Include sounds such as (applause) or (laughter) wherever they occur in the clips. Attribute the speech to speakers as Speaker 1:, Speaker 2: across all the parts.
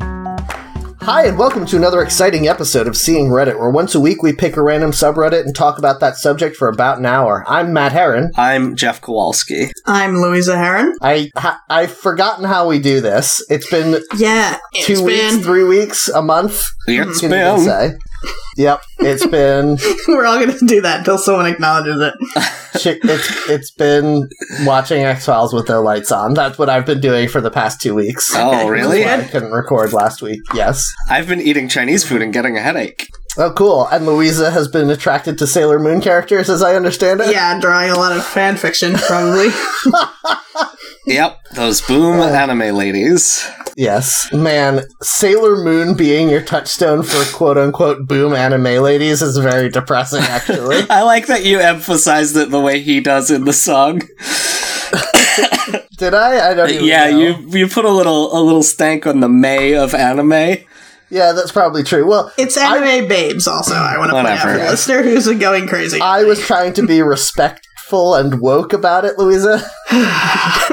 Speaker 1: Hi, and welcome to another exciting episode of Seeing Reddit, where once a week we pick a random subreddit and talk about that subject for about an hour. I'm Matt Heron.
Speaker 2: I'm Jeff Kowalski.
Speaker 3: I'm Louisa Heron.
Speaker 1: I ha- I've forgotten how we do this. It's been
Speaker 3: Yeah, it's
Speaker 1: two weeks,
Speaker 3: been.
Speaker 1: three weeks, a month.
Speaker 2: It's
Speaker 1: Couldn't even
Speaker 2: been.
Speaker 1: say. Yep, it's been
Speaker 3: (laughs) We're all gonna do that until someone acknowledges it.
Speaker 1: chi- it's it's been watching X Files with no lights on. That's what I've been doing for the past two weeks.
Speaker 2: Oh,
Speaker 3: Okay.
Speaker 2: really?
Speaker 1: I couldn't record last week. Yes.
Speaker 2: I've been eating Chinese food and getting a headache.
Speaker 1: Oh, cool. And Louisa has been attracted to Sailor Moon characters, as I understand it.
Speaker 3: Yeah, drawing a lot of fan fiction, probably.
Speaker 2: Yep, those boom anime ladies.
Speaker 1: Yes. Man, Sailor Moon being your touchstone for quote unquote boom anime ladies is very depressing, actually.
Speaker 2: (laughs) I like that you emphasized it the way he does in the song.
Speaker 1: Did I? I don't even
Speaker 2: yeah,
Speaker 1: know.
Speaker 2: you you put a little a little stank on the May of anime.
Speaker 1: Yeah, that's probably true. Well,
Speaker 3: It's anime babes, also. I want to point out for
Speaker 2: Whatever.
Speaker 3: the listener who's going crazy
Speaker 1: I was trying to be respectful and woke about it, Louisa.
Speaker 3: (laughs)
Speaker 1: (laughs)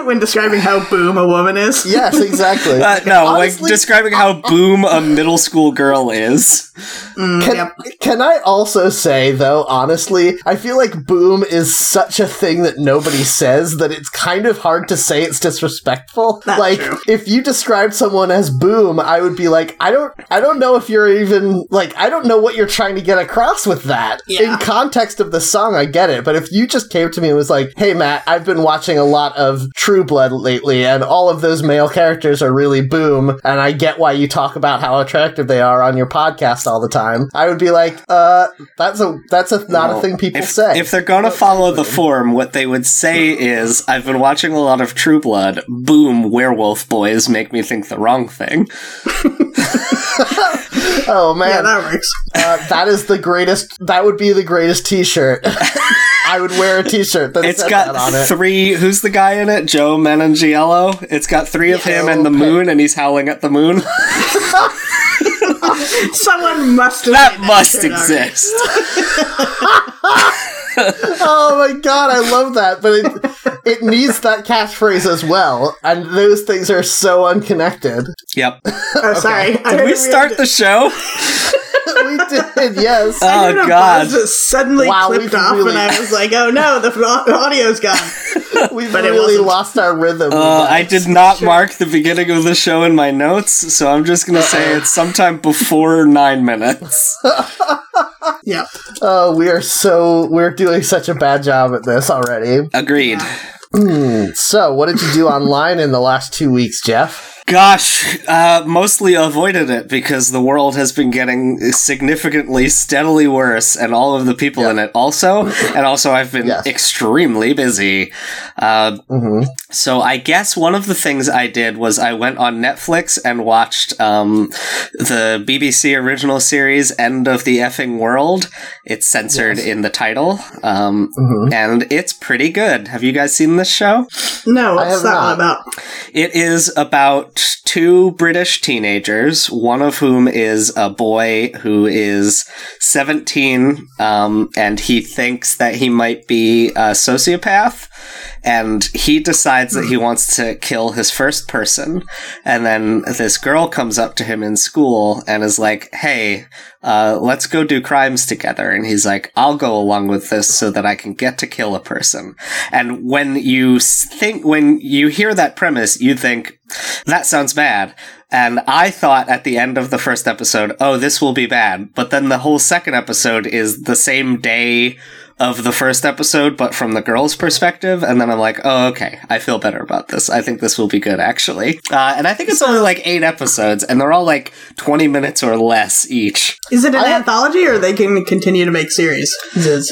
Speaker 3: when describing how boom a woman is.
Speaker 1: Yes, exactly.
Speaker 2: Uh, no,
Speaker 1: Honestly-
Speaker 2: like describing how
Speaker 1: (laughs)
Speaker 2: boom a middle school girl is.
Speaker 3: Mm,
Speaker 1: Can,
Speaker 3: yep.
Speaker 1: can I also say, though, honestly, I feel like boom is such a thing that nobody says that it's kind of hard to say it's disrespectful.
Speaker 3: That's
Speaker 1: like,
Speaker 3: true.
Speaker 1: if you described someone as boom, I would be like, I don't, I don't know if you're even, like, I don't know what you're trying to get across with that.
Speaker 3: Yeah.
Speaker 1: In context of the song, I get it, but if you just came to me and was like, hey, Matt, I've been watching a lot of True Blood lately, and all of those male characters are really boom, and I get why you talk about how attractive they are on your podcast all the time, I would be like, uh, that's a, that's a, not a
Speaker 2: Well,
Speaker 1: thing people
Speaker 2: if,
Speaker 1: say.
Speaker 2: If they're gonna follow the form, what they would say is, "I've been watching a lot of True Blood. Boom, werewolf boys make me think the wrong thing."
Speaker 1: oh, man.
Speaker 3: Yeah, that works.
Speaker 1: (laughs) Uh, that is the greatest. That would be the greatest
Speaker 2: (laughs)
Speaker 1: T-shirt. I would wear a T-shirt that
Speaker 2: It's
Speaker 1: said
Speaker 2: got
Speaker 1: that on it.
Speaker 2: three. Who's the guy in it? Joe Manganiello. It's got three of him and the moon, and he's howling at the moon. (laughs)
Speaker 3: Someone must have
Speaker 2: that
Speaker 3: made
Speaker 2: must
Speaker 3: shirt
Speaker 1: (laughs)
Speaker 3: already.
Speaker 2: exist.
Speaker 1: Oh my god, I love that, but it it needs that catchphrase as well. And those things are so unconnected. (laughs)
Speaker 2: Yep.
Speaker 3: Oh, sorry. I
Speaker 2: Did
Speaker 3: heard
Speaker 2: we
Speaker 3: a
Speaker 2: start
Speaker 3: weird-
Speaker 2: the show?
Speaker 1: we did, yes.
Speaker 3: I
Speaker 2: Oh
Speaker 3: heard a
Speaker 2: God.
Speaker 3: buzz that suddenly
Speaker 1: Wow,
Speaker 3: clipped
Speaker 1: we've
Speaker 3: off,
Speaker 1: really-
Speaker 3: and I was like, "Oh no, the (laughs) au- audio's gone."
Speaker 1: We've
Speaker 3: but it
Speaker 1: really
Speaker 3: wasn't.
Speaker 1: lost our rhythm.
Speaker 2: Uh, I did not mark the beginning of the show in my notes, so I'm just gonna say it's sometime before
Speaker 1: (laughs)
Speaker 2: nine minutes.
Speaker 3: Yep.
Speaker 1: Oh, we are so we're doing such a bad job at this already.
Speaker 2: Agreed.
Speaker 1: So, what did you do online in the last two weeks, Jeff?
Speaker 2: Gosh, uh, mostly avoided it because the world has been getting significantly, steadily worse, and all of the people in it also. And also, I've been
Speaker 1: Yes.
Speaker 2: extremely busy. Uh,
Speaker 1: hmm
Speaker 2: so I guess one of the things I did was I went on Netflix and watched um, the BBC original series "End of the Effing World." It's censored in the title, um,
Speaker 1: hmm
Speaker 2: and it's pretty good. Have you guys seen this show?
Speaker 3: No,
Speaker 1: I
Speaker 3: what's
Speaker 1: have
Speaker 3: that
Speaker 1: not.
Speaker 3: one about?
Speaker 2: It is about two British teenagers, one of whom is a boy who is 17, um, and he thinks that he might be a sociopath, and he decides that he wants to kill his first person. And then this girl comes up to him in school and is like, hey, uh, let's go do crimes together. And he's like, I'll go along with this so that I can get to kill a person. And when you s- think, when you hear that premise, you think, that sounds bad. And I thought at the end of the first episode, oh, this will be bad. But then the whole second episode is the same day of the first episode, but from the girl's perspective. And then I'm like, oh, okay, I feel better about this. I think this will be good, actually. Uh, and I think it's only like eight episodes, and they're all like 20 minutes or less each.
Speaker 3: Is it an
Speaker 1: I have-
Speaker 3: anthology, or they can continue to make series?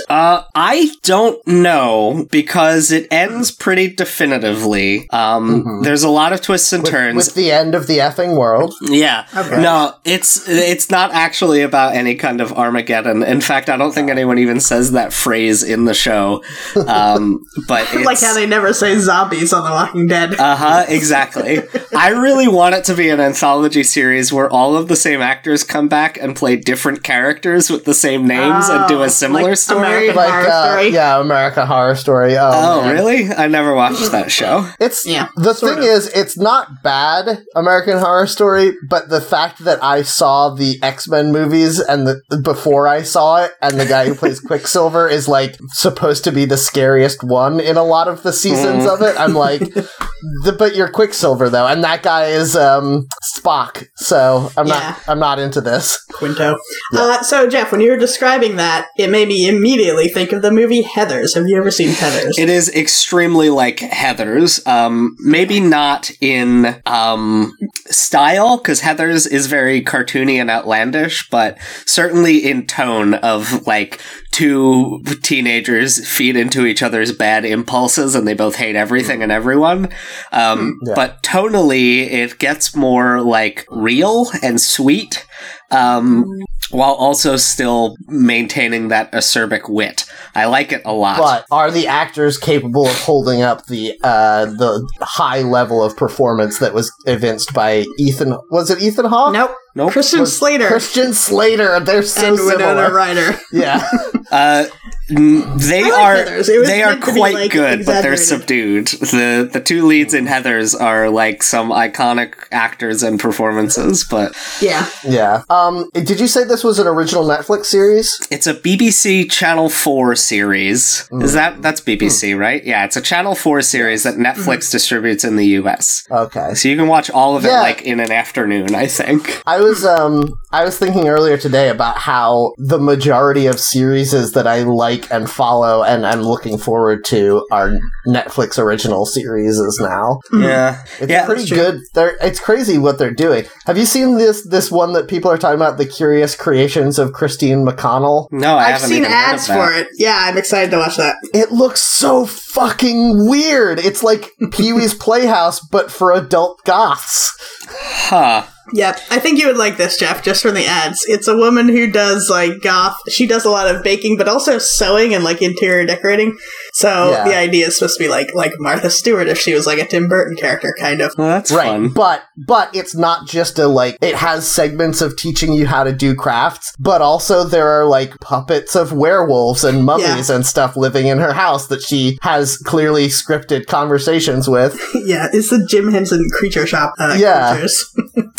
Speaker 2: Uh, I don't know because it ends pretty definitively. Um,
Speaker 3: Mm-hmm.
Speaker 1: Mhm.
Speaker 2: there's a lot of twists and turns.
Speaker 1: With the end of the effing world.
Speaker 2: Yeah.
Speaker 3: Okay.
Speaker 2: No, it's it's not actually about any kind of Armageddon. In fact, I don't think anyone even says that phrase in the show.
Speaker 3: (laughs)
Speaker 2: Um, but it's,
Speaker 3: like how they never say zombies on The Walking Dead.
Speaker 2: uh huh, exactly. I really want it to be an anthology series where all of the same actors come back and play different characters with the same names and do
Speaker 3: Oh,
Speaker 2: a similar
Speaker 3: like
Speaker 2: story.
Speaker 3: American
Speaker 1: Like,
Speaker 3: Horror
Speaker 1: uh,
Speaker 3: Story.
Speaker 1: yeah, America Horror Story. Oh,
Speaker 2: oh,
Speaker 1: man.
Speaker 2: really? I never watched that show.
Speaker 1: It's
Speaker 3: Yeah,
Speaker 1: the
Speaker 3: sort
Speaker 1: thing
Speaker 3: of.
Speaker 1: is, it's not bad American Horror Story, but the fact that I saw the X Men movies and the before I saw it, and the guy who
Speaker 3: (laughs)
Speaker 1: plays Quicksilver is like supposed to be the scariest one in a lot of the seasons
Speaker 2: Mm.
Speaker 1: of it. I'm
Speaker 3: (laughs)
Speaker 1: like, the, but you're Quicksilver though, and that guy is um, Spock, so I'm
Speaker 3: Yeah.
Speaker 1: not I'm not into this.
Speaker 3: Quinto. Uh, so, Jeff, when you were describing that, it made me immediately think of the movie Heathers. Have you ever seen Heathers?
Speaker 2: It is extremely like Heather's. Um, maybe not in um, style, because Heather's is very cartoony and outlandish, but certainly in tone of like two teenagers feed into each other's bad impulses and they both hate everything and everyone. Um,
Speaker 1: Yeah.
Speaker 2: But tonally, it gets more like real and sweet. Um, while also still maintaining that acerbic wit. I like it a lot.
Speaker 1: But are the actors capable of holding up the uh, the high level of performance that was evinced by Ethan? Was it Ethan Hawke?
Speaker 3: nope.
Speaker 2: Nope.
Speaker 3: Christian
Speaker 1: Was
Speaker 3: Slater
Speaker 1: Christian Slater. They're so
Speaker 3: and Winona
Speaker 1: similar.
Speaker 3: Ryder.
Speaker 1: Yeah, (laughs)
Speaker 2: Uh, n- they
Speaker 3: I like
Speaker 2: are
Speaker 3: Heathers. It was
Speaker 2: they are
Speaker 3: meant to be,
Speaker 2: quite
Speaker 3: like,
Speaker 2: good, but they're
Speaker 3: exaggerated.
Speaker 2: subdued. the The two leads in Heather's are like some iconic actors and performances, but
Speaker 3: Yeah.
Speaker 1: yeah. Um, did you say this was an original Netflix series?
Speaker 2: it's a BBC Channel Four series.
Speaker 1: Mm.
Speaker 2: Is that that's BBC,
Speaker 1: Hmm.
Speaker 2: right? Yeah, it's a Channel Four series that Netflix distributes in the U.S.
Speaker 1: Okay.
Speaker 2: So you can watch all of it
Speaker 1: Mm-hmm. Yeah.
Speaker 2: like in an afternoon, I think.
Speaker 1: I was um I was thinking earlier today about how the majority of series that I like and follow and I'm looking forward to are Netflix original series now.
Speaker 2: Yeah,
Speaker 1: Mm-hmm. It's
Speaker 2: yeah.
Speaker 1: pretty
Speaker 3: that's true.
Speaker 1: good. They're, it's crazy what they're doing. Have you seen this this one that people are talking about? The Curious Creations of Christine McConnell.
Speaker 2: No, I
Speaker 3: I've
Speaker 2: haven't
Speaker 3: seen
Speaker 2: even heard of
Speaker 3: ads
Speaker 2: that.
Speaker 3: for it. Yeah, I'm excited to watch that.
Speaker 1: It looks so fucking weird. It's
Speaker 2: (laughs)
Speaker 1: like Pee Wee's Playhouse, but for adult goths.
Speaker 2: Huh.
Speaker 3: Yep. I think you would like this, Jeff, just from the ads. It's a woman who does like goth. She does a lot of baking, but also sewing and like interior decorating. So
Speaker 1: Yeah.
Speaker 3: the idea is supposed to be like like Martha Stewart if she was like a Tim Burton character, kind of.
Speaker 2: Well, that's
Speaker 1: Right,
Speaker 2: fun.
Speaker 1: but but it's not just a like. It has segments of teaching you how to do crafts, but also there are like puppets of werewolves and mummies and stuff living in her house that she has clearly scripted conversations with.
Speaker 3: (laughs) yeah, it's the Jim Henson Creature Shop. Uh,
Speaker 1: Yeah.
Speaker 3: creatures.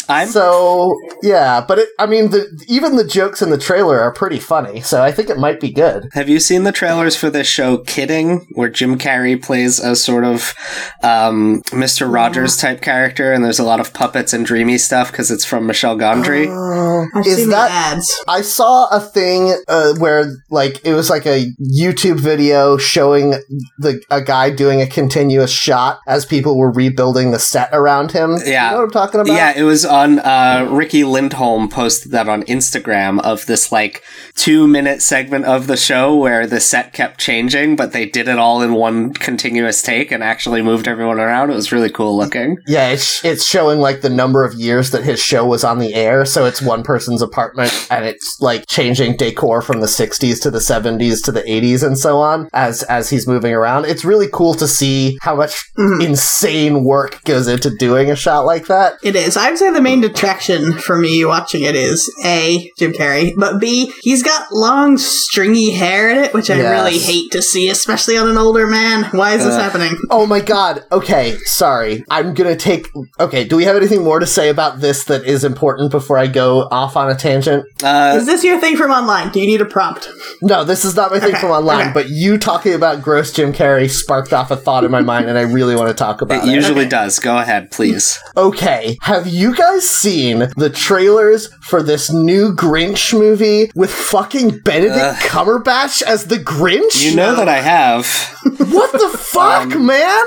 Speaker 2: I'm
Speaker 1: So yeah, but it, I mean, the, even the jokes in the trailer are pretty funny, so I think it might be good.
Speaker 2: Have you seen the trailers for this show, Kidding, where Jim Carrey plays a sort of um, Mr. Rogers type character, and there's a lot of puppets and dreamy stuff because it's from Michelle Gondry?
Speaker 1: Uh,
Speaker 3: I've
Speaker 1: Is
Speaker 3: seen
Speaker 1: that-
Speaker 3: the ads.
Speaker 1: I saw a thing uh, where like it was like a YouTube video showing the a guy doing a continuous shot as people were rebuilding the set around him.
Speaker 2: Yeah.
Speaker 1: you know what I'm talking about.
Speaker 2: Yeah, it was on uh, Ricky Lindholm posted that on Instagram of this like two minute segment of the show where the set kept changing, but they did it all in one continuous take and actually moved everyone around. It was really cool looking.
Speaker 1: yeah. It's it's showing like the number of years that his show was on the air. So it's one person's apartment, and it's like changing decor from the '60s to the '70s to the '80s and so on as as he's moving around. It's really cool to see how much
Speaker 2: Hmm.
Speaker 3: Mhm.
Speaker 1: insane work goes into doing a shot like that.
Speaker 3: It is. I would say the main detraction for me watching it is A, Jim Carrey, but B, he's got long, stringy hair in it, which I
Speaker 1: Yes.
Speaker 3: really hate to see, especially on an older man. Why is this
Speaker 2: Uh.
Speaker 3: happening?
Speaker 1: Oh my god. Okay, sorry. I'm gonna take. Okay, do we have anything more to say about this that is important before I go off on a tangent?
Speaker 2: Uh,
Speaker 3: Is this your thing from online? Do you need a prompt?
Speaker 1: No, this is not my thing
Speaker 3: Okay,
Speaker 1: from online,
Speaker 3: okay.
Speaker 1: but you talking about gross Jim Carrey sparked off a thought in my mind, and I really want to talk about
Speaker 2: it
Speaker 1: it.
Speaker 2: usually does. Go ahead, please.
Speaker 1: Okay, have you guys seen the trailers for this new Grinch movie with fucking Benedict
Speaker 2: Ugh.
Speaker 1: Cumberbatch as the Grinch?
Speaker 2: You know that Um,
Speaker 1: (laughs)
Speaker 2: I have.
Speaker 1: what
Speaker 2: (laughs)
Speaker 1: the fuck, man?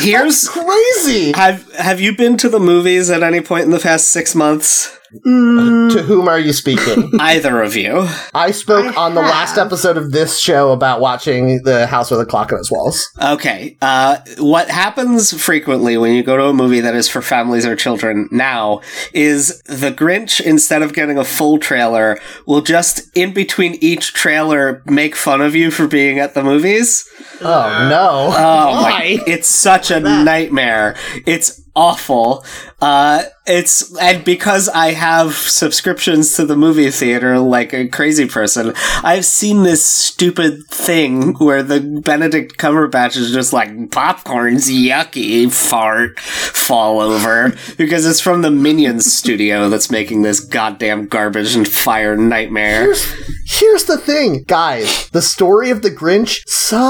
Speaker 2: Here's
Speaker 1: Crazy.
Speaker 2: Have Have you been to the movies at any point in the past six months?
Speaker 3: Mm,
Speaker 1: To whom are you speaking?
Speaker 2: Either of you.
Speaker 1: I spoke
Speaker 3: I
Speaker 1: on the last
Speaker 3: have.
Speaker 1: episode of this show about watching The House with a Clock on Its Walls.
Speaker 2: Okay. Uh, what happens frequently when you go to a movie that is for families or children now is the Grinch, instead of getting a full trailer, will just in between each trailer make fun of you for being at the movies.
Speaker 1: Oh no.
Speaker 2: Oh
Speaker 1: Why?
Speaker 2: my! It's such a
Speaker 3: that?
Speaker 2: nightmare. It's awful. Uh, it's and because I have subscriptions to the movie theater like a crazy person, I've seen this stupid thing where the Benedict Cumberbatch is just like popcorn's yucky fart fall over because it's from the Minions studio that's making this goddamn garbage and fire nightmare.
Speaker 1: Here's, here's the thing, guys. The story of the Grinch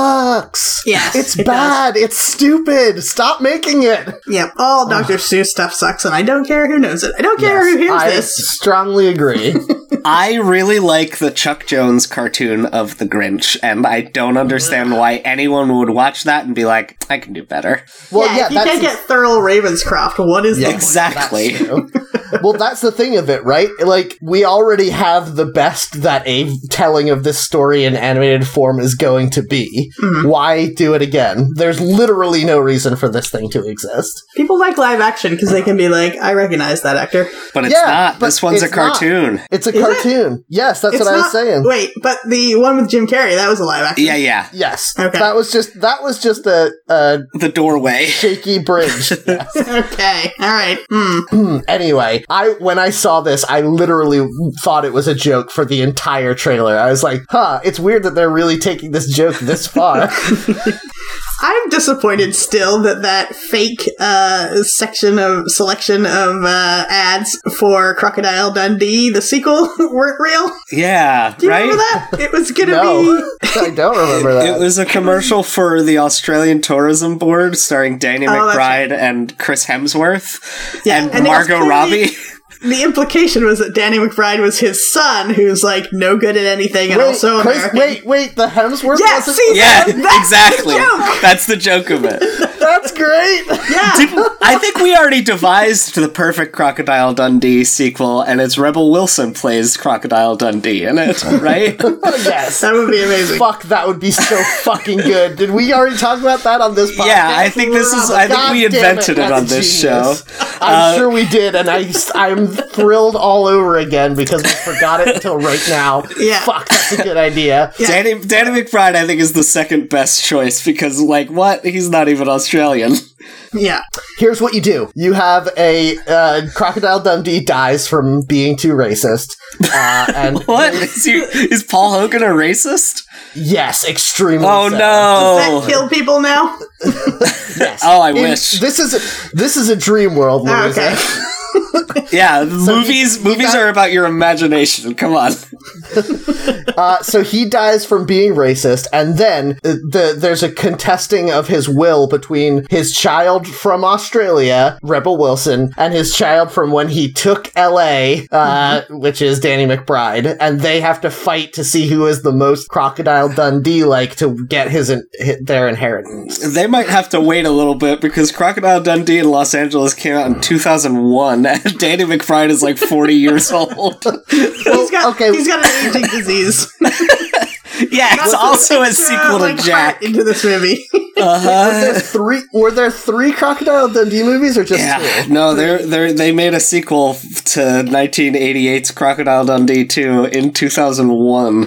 Speaker 1: sucks.
Speaker 3: Yes,
Speaker 1: It's
Speaker 3: it does.
Speaker 1: bad. It's stupid. Stop making it.
Speaker 3: yep. All Dr. Seuss stuff sucks, and I don't care who knows it. I don't care who hears
Speaker 1: I
Speaker 3: this.
Speaker 1: strongly
Speaker 3: (laughs)
Speaker 1: agree.
Speaker 2: I really like the Chuck Jones cartoon of the Grinch, and I don't understand why anyone would watch that and be like, I can do better.
Speaker 1: Well,
Speaker 3: yeah,
Speaker 1: yeah,
Speaker 3: if you
Speaker 1: that's
Speaker 3: can't get Thurl Ravenscroft, what is
Speaker 1: Yeah.
Speaker 3: that? (laughs)
Speaker 2: Exactly.
Speaker 1: well, that's the thing of it, right? Like, we already have the best that a telling of this story in animated form is going to be.
Speaker 3: Hmm.
Speaker 1: Why do it again? There's literally no reason for this thing to exist.
Speaker 3: People like live action because they can be like, I recognize that actor.
Speaker 2: But it's
Speaker 1: Yeah,
Speaker 2: not.
Speaker 1: but
Speaker 2: This one's a
Speaker 1: it's not.
Speaker 2: cartoon.
Speaker 1: It's a
Speaker 3: it?
Speaker 1: cartoon. Yes, that's
Speaker 3: It's
Speaker 1: what I was
Speaker 3: not-
Speaker 1: saying.
Speaker 3: Wait, but the one with Jim Carrey, that was a live action.
Speaker 2: Yeah, yeah.
Speaker 1: Yes,
Speaker 3: Okay.
Speaker 1: that was just that was just a, a
Speaker 2: The doorway. (laughs)
Speaker 1: shaky
Speaker 3: (laughs)
Speaker 1: bridge. Yes.
Speaker 3: okay. All right. Hmm.
Speaker 1: anyway, I when I saw this, I literally thought it was a joke for the entire trailer. I was like, "Huh, it's weird that they're really taking this joke this
Speaker 3: (laughs)
Speaker 1: far."
Speaker 3: I'm disappointed still that that fake uh, section of selection of uh, ads for Crocodile Dundee, the sequel, (laughs) weren't real.
Speaker 2: Yeah,
Speaker 3: Do you
Speaker 2: right?
Speaker 3: remember that? It was
Speaker 1: (laughs)
Speaker 3: gonna
Speaker 1: no, I don't remember that.
Speaker 2: It was a commercial for the Australian Tourism Board starring Danny
Speaker 3: Oh, that's
Speaker 2: McBride and Chris Hemsworth
Speaker 3: Yeah,
Speaker 2: and,
Speaker 3: and they
Speaker 2: Margot
Speaker 3: also- (laughs)
Speaker 2: Robbie.
Speaker 3: be. The implication was that Danny McBride was his son, who's like no good at anything and
Speaker 1: wait,
Speaker 3: also
Speaker 1: Chris-
Speaker 3: American.
Speaker 1: wait, wait, the Hemsworth
Speaker 3: Yeah,
Speaker 1: wasn't-
Speaker 3: see?
Speaker 2: yeah,
Speaker 3: That's the
Speaker 2: exactly.
Speaker 3: joke.
Speaker 2: That's the joke of it.
Speaker 1: That's great.
Speaker 3: (laughs)
Speaker 2: (laughs)
Speaker 3: Yeah.
Speaker 2: Did- I think we already devised the perfect Crocodile Dundee sequel, and it's Rebel Wilson plays Crocodile Dundee in
Speaker 3: (laughs)
Speaker 2: it, right?
Speaker 1: yes.
Speaker 3: that would be
Speaker 1: (laughs)
Speaker 3: amazing.
Speaker 1: Fuck, that would be so fucking good. Did we already talk about that on this podcast?
Speaker 2: yeah, I think this is. I think
Speaker 1: God
Speaker 2: we
Speaker 1: damn
Speaker 2: invented it,
Speaker 1: that's
Speaker 2: on this
Speaker 1: genius.
Speaker 2: show. Uh,
Speaker 1: I'm sure we did, and I, I'm thrilled all over again because we forgot it until right now.
Speaker 3: Yeah.
Speaker 1: Fuck, that's a good idea.
Speaker 3: Yeah.
Speaker 2: Danny Danny McBride, I think, is the second best choice because, like, what? He's not even Australian. (laughs)
Speaker 3: Yeah.
Speaker 1: Here's what you do you have a uh, Crocodile Dundee dies from being too racist. Uh,
Speaker 2: (laughs)
Speaker 1: and
Speaker 2: What is he? Is Paul Hogan a racist?
Speaker 1: yes, extremely.
Speaker 2: Oh
Speaker 1: so.
Speaker 2: no!
Speaker 3: Does that kill people now?
Speaker 1: Yes.
Speaker 2: Oh, I
Speaker 1: In-
Speaker 2: wish.
Speaker 1: This is a, this is a dream world,
Speaker 3: Ah,
Speaker 1: Louisa.
Speaker 3: okay.
Speaker 2: Yeah, movies. movies
Speaker 1: got-
Speaker 2: are about your imagination. Come on.
Speaker 1: (laughs) Uh, so he dies from being racist, and then uh, the, there's a contesting of his will between his child from Australia, Rebel Wilson, and his child from when he took LA, uh,
Speaker 3: Mm-hmm.
Speaker 1: which is Danny McBride, and they have to fight to see who is the most Crocodile Dundee like to get his, in- hi their inheritance.
Speaker 2: They might have to wait a little bit because Crocodile Dundee in Los Angeles came out in 2001. and (laughs) Danny McBride is like 40 years old.
Speaker 3: he's
Speaker 2: Oh,
Speaker 3: got
Speaker 1: okay.
Speaker 3: he's got an aging disease.
Speaker 2: (laughs) Yeah, it's also a sequel to
Speaker 3: Like,
Speaker 2: Jack.
Speaker 3: heart into this movie. (laughs)
Speaker 1: Were there
Speaker 2: Uh-huh.
Speaker 1: three? Were there three Crocodile Dundee movies, or just
Speaker 2: Yeah,
Speaker 1: two?
Speaker 2: no, they're, they're, they made a sequel to 1988's Crocodile Dundee 2 in 2001.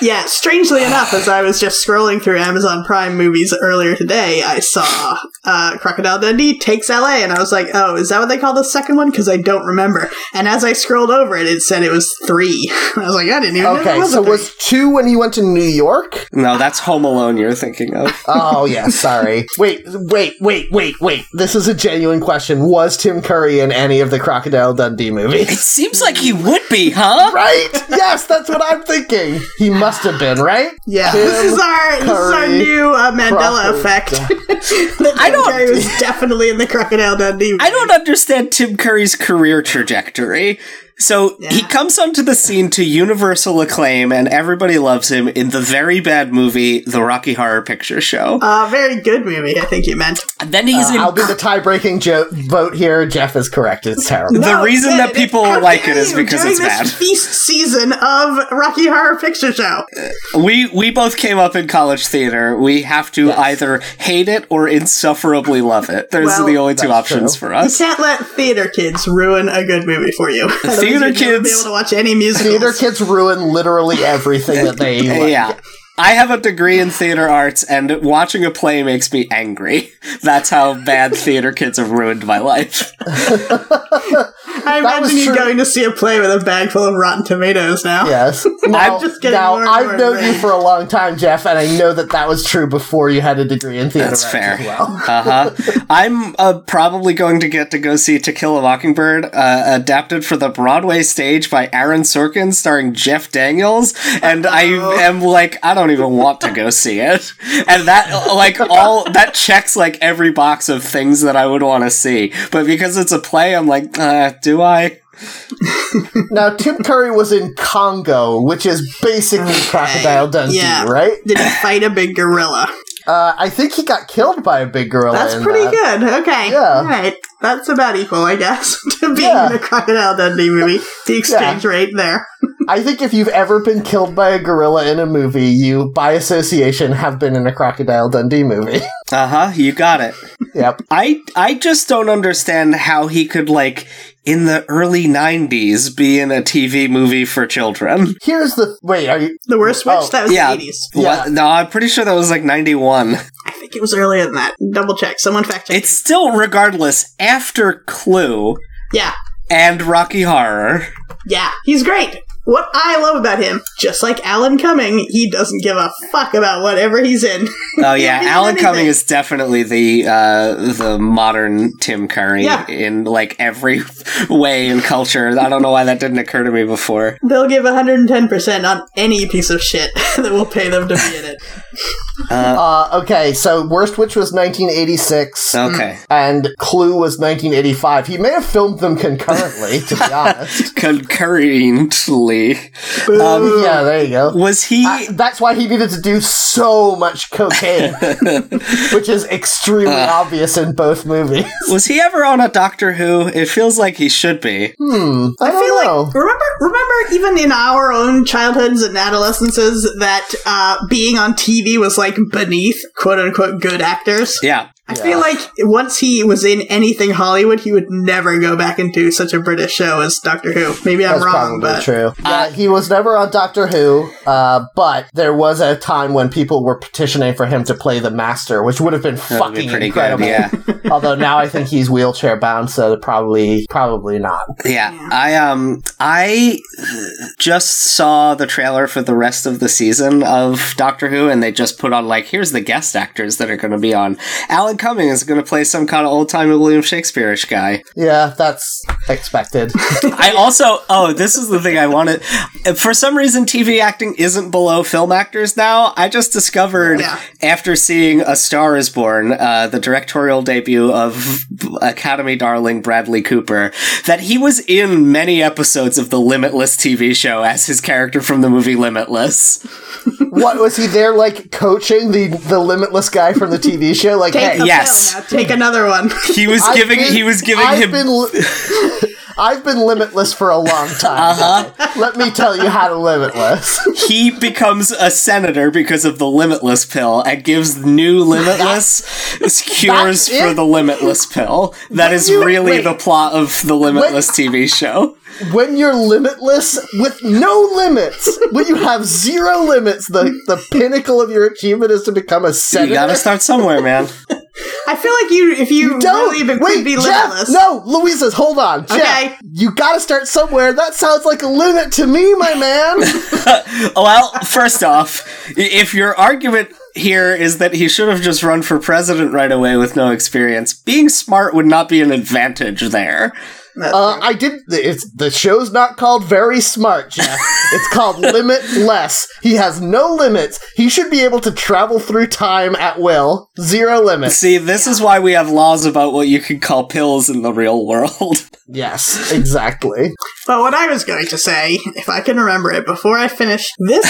Speaker 3: yeah, strangely enough, as I was just scrolling through Amazon Prime movies earlier today, I saw uh, Crocodile Dundee takes LA, and I was like, oh, is that what they call the second one? Because I don't remember. And as I scrolled over it, it said it was three. (laughs) I was like, I didn't even know there
Speaker 1: Okay,
Speaker 3: was
Speaker 1: so
Speaker 3: a three.
Speaker 1: was two when he went to New York?
Speaker 2: No, that's Home Alone you're thinking of.
Speaker 1: Oh yeah, sorry. wait, wait, wait, wait, wait. This is a genuine question. Was Tim Curry in any of the Crocodile Dundee
Speaker 3: (laughs)
Speaker 1: movies?
Speaker 2: seems like he would be, huh?
Speaker 1: Right? Yes, that's what I'm thinking. He must have been, right?
Speaker 3: yeah,
Speaker 1: Tim
Speaker 3: this is our this is our
Speaker 1: Curry
Speaker 3: new uh,
Speaker 1: Crawford.
Speaker 3: Mandela effect.
Speaker 2: (laughs)
Speaker 3: (laughs) that
Speaker 2: I
Speaker 3: Jim
Speaker 2: don't-
Speaker 3: Carrey
Speaker 2: (laughs)
Speaker 3: was definitely in the Crocodile Dundee.
Speaker 2: I don't understand Tim Curry's career trajectory. So he
Speaker 3: Yeah.
Speaker 2: comes onto the scene to universal acclaim, and everybody loves him in the very bad movie, The Rocky Horror Picture Show.
Speaker 3: Uh, very good movie, I think you meant.
Speaker 2: And then he's
Speaker 1: Uh,
Speaker 2: in.
Speaker 1: I'll be the tie-breaking jo- vote here. Jeff is correct. It's terrible.
Speaker 2: The reason that people
Speaker 3: how
Speaker 2: like it
Speaker 3: dare
Speaker 2: is
Speaker 3: you,
Speaker 2: because
Speaker 3: during
Speaker 2: it's
Speaker 3: this
Speaker 2: bad.
Speaker 3: Feast season of Rocky Horror Picture Show.
Speaker 2: we we both came up in college theater. We have to either hate it or insufferably love it. Those
Speaker 3: Well,
Speaker 2: are the only two
Speaker 1: that's
Speaker 2: options
Speaker 1: true.
Speaker 2: for
Speaker 1: (laughs)
Speaker 3: You
Speaker 2: us.
Speaker 3: can't let theater kids ruin a good movie for you. (laughs) Otherwise
Speaker 2: theater
Speaker 3: you'd never be
Speaker 2: kids-
Speaker 3: able to watch any musicals. (laughs)
Speaker 1: Theater kids ruin literally everything that they. like.
Speaker 2: Yeah. I have a degree in theater arts, and watching a play makes me angry. (laughs) That's how bad theater kids have ruined my life.
Speaker 3: I
Speaker 1: was
Speaker 3: imagine you
Speaker 1: true.
Speaker 3: going to see a play with a bag full of Rotten Tomatoes now. (laughs)
Speaker 1: Yes. Now,
Speaker 3: just getting
Speaker 1: now
Speaker 3: more and more
Speaker 1: I've known you
Speaker 3: enraged.
Speaker 1: for a long time, Jeff, and I know that that was true before you had a degree in theater.
Speaker 2: That's
Speaker 1: arts
Speaker 2: fair.
Speaker 1: As
Speaker 2: (laughs)
Speaker 1: well. Uh-huh.
Speaker 2: Uh huh. I'm uh, probably going to get to go see To Kill a Mockingbird, uh, adapted for the Broadway stage by Aaron Sorkin, starring Jeff Daniels, and I
Speaker 1: Oh.
Speaker 2: am like, I don't even want to go see it. And that, like, all that checks like every box of things that I would want to see. But because it's a play, I'm like, uh, do I?
Speaker 1: Now, Tim Curry was in Congo, which is basically Crocodile Dundee,
Speaker 3: yeah.
Speaker 1: right?
Speaker 3: Did he fight a
Speaker 2: (laughs)
Speaker 3: big gorilla?
Speaker 1: Uh, I think he got killed by a big gorilla.
Speaker 3: That's
Speaker 1: in
Speaker 3: pretty
Speaker 1: that.
Speaker 3: good. Okay.
Speaker 1: Yeah.
Speaker 3: All right. That's about equal, I guess, (laughs) to being
Speaker 1: Yeah.
Speaker 3: in a Crocodile Dundee movie. The exchange rate there.
Speaker 1: I think if you've ever been killed by a gorilla in a movie, you, by association, have been in a Crocodile Dundee movie. (laughs)
Speaker 2: Uh huh. You got it.
Speaker 1: yep.
Speaker 2: I I just don't understand how he could like in the early 90s be in a TV movie for children.
Speaker 1: Here's the wait. Are you?
Speaker 3: The worst witch?
Speaker 1: Oh,
Speaker 3: that was
Speaker 2: yeah.
Speaker 3: the 80s.
Speaker 1: Yeah.
Speaker 2: What? No, I'm pretty sure that was like 91.
Speaker 3: I think it was earlier than that. Double check. Someone fact check.
Speaker 2: It's still, regardless, after Clue
Speaker 3: Yeah.
Speaker 2: and Rocky Horror.
Speaker 3: Yeah. He's great. What I love about him, just like Alan Cumming, he doesn't give a fuck about whatever he's in. (laughs)
Speaker 1: (laughs)
Speaker 2: Oh yeah,
Speaker 3: Maybe
Speaker 2: Alan
Speaker 3: anything.
Speaker 2: Cumming is definitely the uh, the modern Tim Curry
Speaker 3: Yeah.
Speaker 2: in like every (laughs) way in culture. I don't know why that didn't occur to me before.
Speaker 3: They'll give 110% on any piece of shit (laughs) that will pay them to be in it.
Speaker 1: Uh, okay, so Worst Witch was 1986.
Speaker 2: Okay,
Speaker 1: And Clue was 1985. He may have filmed them concurrently, to
Speaker 3: (laughs)
Speaker 1: be honest. Um,
Speaker 2: concurrently,
Speaker 3: Boo.
Speaker 1: Yeah, there you go.
Speaker 2: was he?
Speaker 1: I- that's why he needed to do so much
Speaker 2: (laughs)
Speaker 1: cocaine, which is extremely
Speaker 2: Ah.
Speaker 1: obvious in both movies.
Speaker 2: was he ever on a Doctor Who? It feels like he should be.
Speaker 1: Hmm, I,
Speaker 3: I
Speaker 1: don't
Speaker 3: feel
Speaker 1: know.
Speaker 3: like remember remember even in our own childhoods and adolescences that uh, being on TV was like beneath quote unquote good actors.
Speaker 2: Yeah,
Speaker 3: I feel like once he was in anything Hollywood, he would never go back and do such a British show as Doctor Who. Maybe I'm
Speaker 1: That's
Speaker 3: wrong,
Speaker 1: probably
Speaker 3: but
Speaker 2: Uh,
Speaker 1: true. yeah, he was never on Doctor Who, uh, but there was a time when people were petitioning for him to play the Master, which would have been
Speaker 2: that would
Speaker 1: fucking
Speaker 2: be pretty
Speaker 1: incredible.
Speaker 2: good.
Speaker 1: (laughs)
Speaker 2: Yeah.
Speaker 1: Although now I think he's wheelchair bound, so probably probably not.
Speaker 2: Yeah,
Speaker 3: Yeah.
Speaker 2: I um I just saw the trailer for the rest of the season of Doctor Who, and they just put on like here's the guest actors that are going to be on. Alan Cumming is going to play some kind of old timey William Shakespeareish guy.
Speaker 1: Yeah, that's
Speaker 2: (laughs)
Speaker 1: expected.
Speaker 2: I also oh this is the thing I wanted. For some reason, TV acting isn't below film actors now. I just discovered
Speaker 3: Yeah.
Speaker 2: after seeing A Star Is Born, uh, the directorial debut of Academy darling Bradley Cooper, that he was in many episodes of the Limitless TV show as his character from the movie Limitless.
Speaker 1: what was he there like coaching the the limitless guy from the TV show? Like,
Speaker 3: take
Speaker 1: hey,
Speaker 3: the
Speaker 2: yes.
Speaker 3: pill now, take another one. (laughs)
Speaker 2: He was
Speaker 1: I've
Speaker 2: giving
Speaker 1: been-
Speaker 2: he was giving
Speaker 1: I've
Speaker 2: him
Speaker 1: Been
Speaker 2: (laughs)
Speaker 1: li- I've been limitless for a long time.
Speaker 2: Uh-huh.
Speaker 1: Let me tell you how to limitless.
Speaker 2: he becomes a senator because of the limitless pill and gives
Speaker 1: (laughs)
Speaker 2: new limitless cures
Speaker 1: that's it?
Speaker 2: for the limitless pill. That is
Speaker 1: you-
Speaker 2: really
Speaker 1: wait.
Speaker 2: the plot of the limitless TV show.
Speaker 1: when you're limitless with no limits, when you have zero limits, the, the pinnacle of your achievement is to become a senator.
Speaker 2: You gotta start
Speaker 1: (laughs)
Speaker 2: somewhere, man.
Speaker 3: I feel like you if you,
Speaker 1: don't
Speaker 3: really be-
Speaker 1: wait,
Speaker 3: could be
Speaker 1: Jeff.
Speaker 3: limitless.
Speaker 1: No, Louisa's. Hold on, Jeff.
Speaker 3: Okay.
Speaker 1: You gotta start somewhere. That sounds like a limit to me, my man.
Speaker 2: well, first off, i- if your argument here is that he should have just run for president right away with no experience, being smart would not be an advantage there.
Speaker 3: That's
Speaker 1: Uh, I did. It's the show's not called Very Smart, Jeff. (laughs) it's called Limitless. He has no limits. He should be able to travel through time at will. Zero (laughs) limits.
Speaker 2: See, this is why we have laws about what you can call pills in the real world. (laughs)
Speaker 1: Yes, exactly.
Speaker 3: But what I was going to say, if I can remember it before I finish
Speaker 1: (laughs)
Speaker 3: this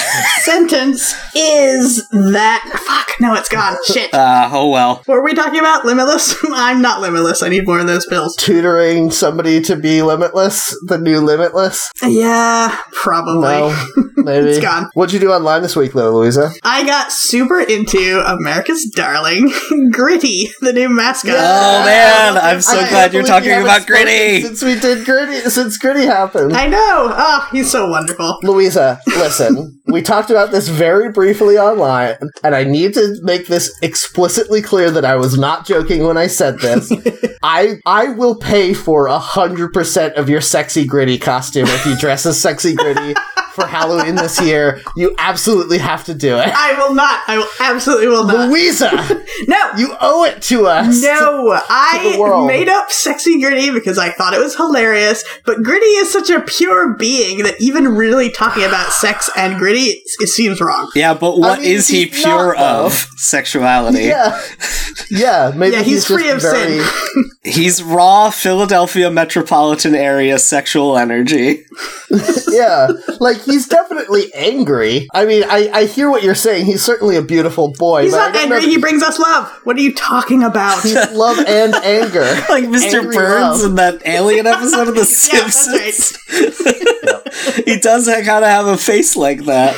Speaker 3: sentence, is that fuck. No, it's gone. Shit.
Speaker 2: Uh, oh well.
Speaker 3: Were we talking about limitless? (laughs) I'm not limitless. I need more of those pills.
Speaker 1: Tutoring somebody to be limitless. The new limitless.
Speaker 3: Yeah, probably.
Speaker 1: No, (laughs) maybe.
Speaker 3: It's gone.
Speaker 1: What'd you do online this week, though, Louisa?
Speaker 3: I got super into America's darling, (laughs) Gritty, the new mascot.
Speaker 1: (laughs)
Speaker 2: Oh man, I'm so
Speaker 1: I can't
Speaker 2: glad
Speaker 1: believe
Speaker 2: you're
Speaker 1: we
Speaker 2: talking
Speaker 1: haven't
Speaker 2: about
Speaker 1: spoken
Speaker 2: Gritty.
Speaker 1: Since we did gritty, since gritty happened.
Speaker 3: I know. Oh, he's so wonderful.
Speaker 1: Louisa, listen, we talked about this very briefly online, and I need to make this explicitly clear that I was not joking when I said
Speaker 3: (laughs)
Speaker 1: this. I I will pay for a hundred percent of your sexy gritty costume if you dress as sexy gritty for Halloween this year. You absolutely have to do
Speaker 3: (laughs)
Speaker 1: it.
Speaker 3: I will not. I will absolutely will not.
Speaker 1: Louisa,
Speaker 3: No.
Speaker 1: you owe it to us.
Speaker 3: No,
Speaker 1: the world.
Speaker 3: I made up sexy gritty because I thought it was hilarious. But gritty is such a pure being that even really talking about sex and gritty, it, it seems wrong.
Speaker 2: Yeah, but what is
Speaker 1: mean,
Speaker 2: he
Speaker 1: he's not,
Speaker 2: pure
Speaker 1: though.
Speaker 2: of? Sexuality.
Speaker 1: Yeah. Yeah, maybe
Speaker 3: Yeah, he's, free of
Speaker 1: just very,
Speaker 3: sin.
Speaker 2: He's raw Philadelphia metropolitan area sexual energy. (laughs)
Speaker 1: yeah like he's definitely angry i mean I, I hear what you're saying he's certainly a beautiful boy
Speaker 3: He's
Speaker 1: but I
Speaker 3: not
Speaker 1: don't
Speaker 3: angry.
Speaker 1: know-
Speaker 3: He brings us love. What are you talking
Speaker 1: (laughs)
Speaker 3: about? yeah,
Speaker 1: he's love
Speaker 3: (laughs)
Speaker 1: and anger
Speaker 2: Like Mr.
Speaker 1: Angry
Speaker 2: Burns
Speaker 1: love.
Speaker 2: in that alien episode of
Speaker 1: (laughs)
Speaker 2: The
Speaker 3: that's
Speaker 2: Simpsons.
Speaker 3: right.
Speaker 2: (laughs) He does kind of have a face like that.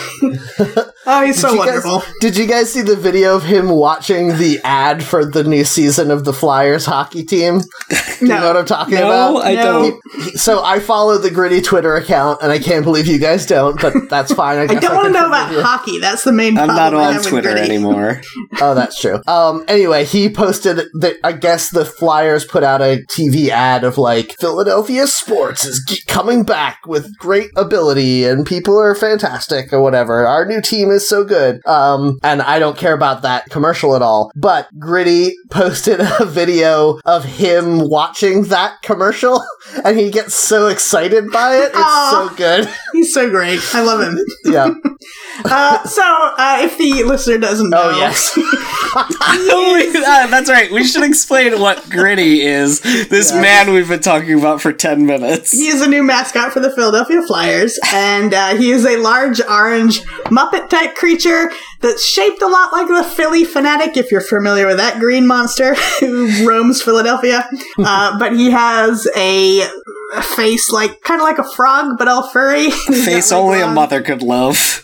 Speaker 3: Oh, he's so
Speaker 1: Did you guys-
Speaker 3: wonderful.
Speaker 1: did you guys see the video of him watching the ad for the new season of the Flyers hockey team? Do
Speaker 3: No.
Speaker 1: you know what I'm talking
Speaker 2: No,
Speaker 1: about?
Speaker 2: I
Speaker 3: No.
Speaker 2: don't.
Speaker 1: so I follow the gritty Twitter account, and I can't believe you guys don't, but that's fine. I,
Speaker 3: (laughs) I
Speaker 1: guess
Speaker 3: don't
Speaker 1: I
Speaker 3: want to
Speaker 1: can
Speaker 3: know
Speaker 1: forgive
Speaker 3: about
Speaker 1: you.
Speaker 3: hockey. That's the main
Speaker 2: I'm
Speaker 3: problem.
Speaker 2: not
Speaker 3: I
Speaker 2: on
Speaker 3: have with
Speaker 2: Twitter
Speaker 1: (laughs)
Speaker 3: Gritty.
Speaker 2: anymore. (laughs)
Speaker 1: Oh, that's true. Um, anyway, he posted that I guess the Flyers put out a TV ad of like Philadelphia sports is ge- coming back with great ability and people are fantastic or whatever. Our new team is so good. Um, and I don't care about that commercial at all. But Gritty posted (laughs) a video of him watching that commercial (laughs) and he gets so excited by it. It's
Speaker 3: Aw.
Speaker 1: so good. (laughs)
Speaker 3: He's so great. I love him.
Speaker 1: yeah.
Speaker 3: Uh, so, uh, if the listener doesn't know,
Speaker 1: Oh, yes.
Speaker 2: Oh, we- ah, that's right. We should explain what Gritty is. This
Speaker 1: Yeah.
Speaker 2: man we've been talking about for 10 minutes.
Speaker 3: He is a new mascot for the Philadelphia Flyers, and uh, he is a large orange Muppet type creature that's shaped a lot like the Philly fanatic, if you're familiar with that green monster who (laughs) roams Philadelphia. Uh, but he has a a face like kind of like a frog, but all furry. (laughs) He's got,
Speaker 2: (laughs) Face
Speaker 3: like,
Speaker 2: only a
Speaker 3: long-
Speaker 2: mother could love.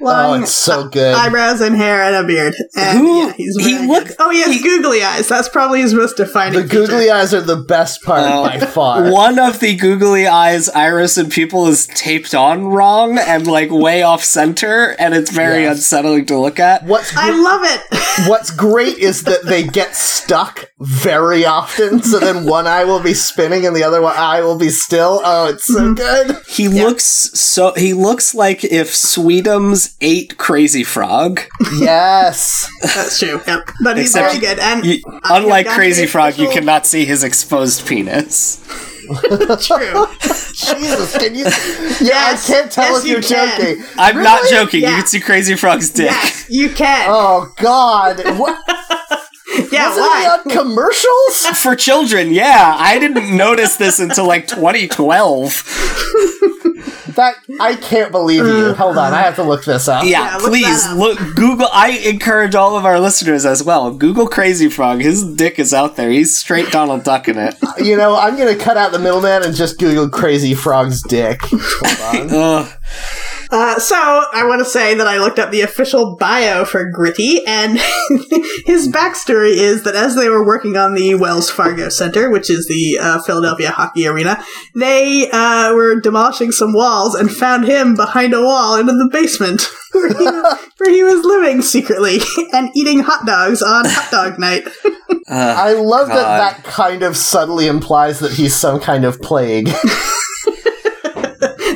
Speaker 1: Oh,
Speaker 3: long
Speaker 1: it's so good.
Speaker 3: eyebrows and hair and a beard. And
Speaker 2: Who-
Speaker 3: yeah, he's
Speaker 2: he
Speaker 3: really
Speaker 2: look-
Speaker 3: good. Oh, he has googly eyes. That's probably his most defining.
Speaker 1: The googly eyes are the best part
Speaker 2: Oh.
Speaker 1: by far.
Speaker 2: One of the googly eyes, iris, and pupil is taped on wrong and like way off center, and it's very
Speaker 1: Yes.
Speaker 2: unsettling to look at.
Speaker 1: What's
Speaker 3: I (laughs) love it.
Speaker 1: What's great is that they get stuck very often, so then one eye will be spinning and the other one eye will be still. Oh, it's so
Speaker 3: Mm-hmm.
Speaker 1: good.
Speaker 2: He looks so. He looks like if Sweetums ate Crazy Frog.
Speaker 1: Yes.
Speaker 3: That's true. Yep. But he's
Speaker 2: Except
Speaker 3: very good. And
Speaker 2: You-
Speaker 3: I have
Speaker 2: unlike
Speaker 3: gotten
Speaker 2: Crazy
Speaker 3: an
Speaker 2: Frog, you
Speaker 3: official-
Speaker 2: cannot see his exposed penis.
Speaker 3: (laughs) True.
Speaker 1: Jesus, can you? Yeah,
Speaker 3: Yes,
Speaker 1: I can't tell
Speaker 3: yes,
Speaker 1: if you're
Speaker 3: you can.
Speaker 1: joking.
Speaker 2: I'm not
Speaker 1: Really?
Speaker 2: joking. You
Speaker 3: Yeah.
Speaker 2: can see Crazy Frog's dick.
Speaker 3: yes, you can.
Speaker 1: Oh God!
Speaker 3: (laughs)
Speaker 1: What?
Speaker 3: yeah,
Speaker 1: Wasn't he
Speaker 3: why?
Speaker 1: on commercials?
Speaker 2: (laughs) For children, yeah. I didn't notice this until like 2012.
Speaker 1: That I can't believe
Speaker 3: Mm.
Speaker 1: you. Hold on, I have to look this up.
Speaker 2: Yeah,
Speaker 3: Yeah, look
Speaker 2: please
Speaker 3: that up.
Speaker 2: look Google. I encourage all of our listeners as well. Google Crazy Frog. His dick is out there. He's straight Donald Duck in
Speaker 3: (laughs)
Speaker 2: it.
Speaker 1: You know, I'm gonna cut out the middleman and just Google "crazy frog's dick." Hold on.
Speaker 2: Ugh.
Speaker 3: Uh, so I want to say that I looked up the official bio for Gritty, and (laughs) his backstory is that as they were working on the Wells Fargo Center, which is the uh, Philadelphia hockey arena, they uh, were demolishing some walls and found him behind a wall in the basement (laughs) where he, where he was living secretly (laughs) and eating hot dogs on hot dog night. (laughs)
Speaker 2: Ugh.
Speaker 1: I love
Speaker 2: God.
Speaker 1: that that kind of subtly implies that he's some kind of plague. (laughs)